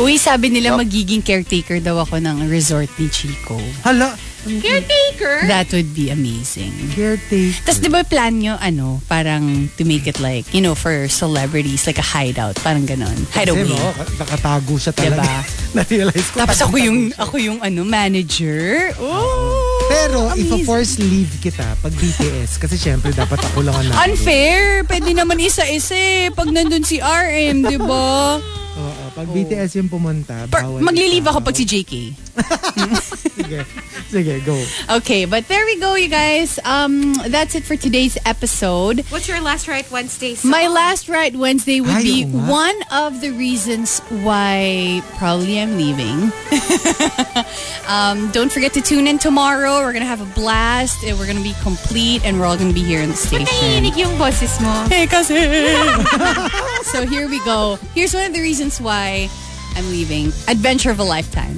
E: Uy, sabi nila magiging caretaker daw ako ng resort ni Chico.
D: Hala,
F: Caretaker?
E: That would be amazing.
D: caretaker.
E: Tapos di ba plan nyo, ano, parang to make it like, you know, for celebrities, like a hideout, parang ganon. Hideaway.
D: Kasi mo, nakatago siya talaga. *laughs*
E: Diba?
D: Na-realize ko.
E: Tapos ako
D: patatago
E: yung,
D: siya.
E: ako yung ano, manager. Oh,
D: Pero if a
E: amazing.
D: force leave kita pag BTS, kasi syempre dapat ako lang ang nandun.
E: Unfair. Pwede naman isa-isa eh. Pag nandun si RM, di ba?
D: Oo, pag BTS yung pumunta,
E: Par-
D: bawal.
E: Maglilive ako
D: ikaw.
E: pag si JK.
D: Sige, sige, go.
E: Okay, but there we go, you guys. Um, that's it for today's episode.
F: What's your last right Wednesday song?
E: My last right Wednesday would
D: Ay,
E: be
D: oo nga.
E: one of the reasons why probably I'm leaving. *laughs* um, don't forget to tune in tomorrow. We're gonna have a blast. and We're gonna be complete, and we're all gonna be here in the station.
F: Nanginig yung boses mo.
E: Hey, kasi. *laughs* so here we go. Here's one of the reasons why I'm leaving. Adventure of a lifetime.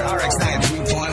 G: RX931.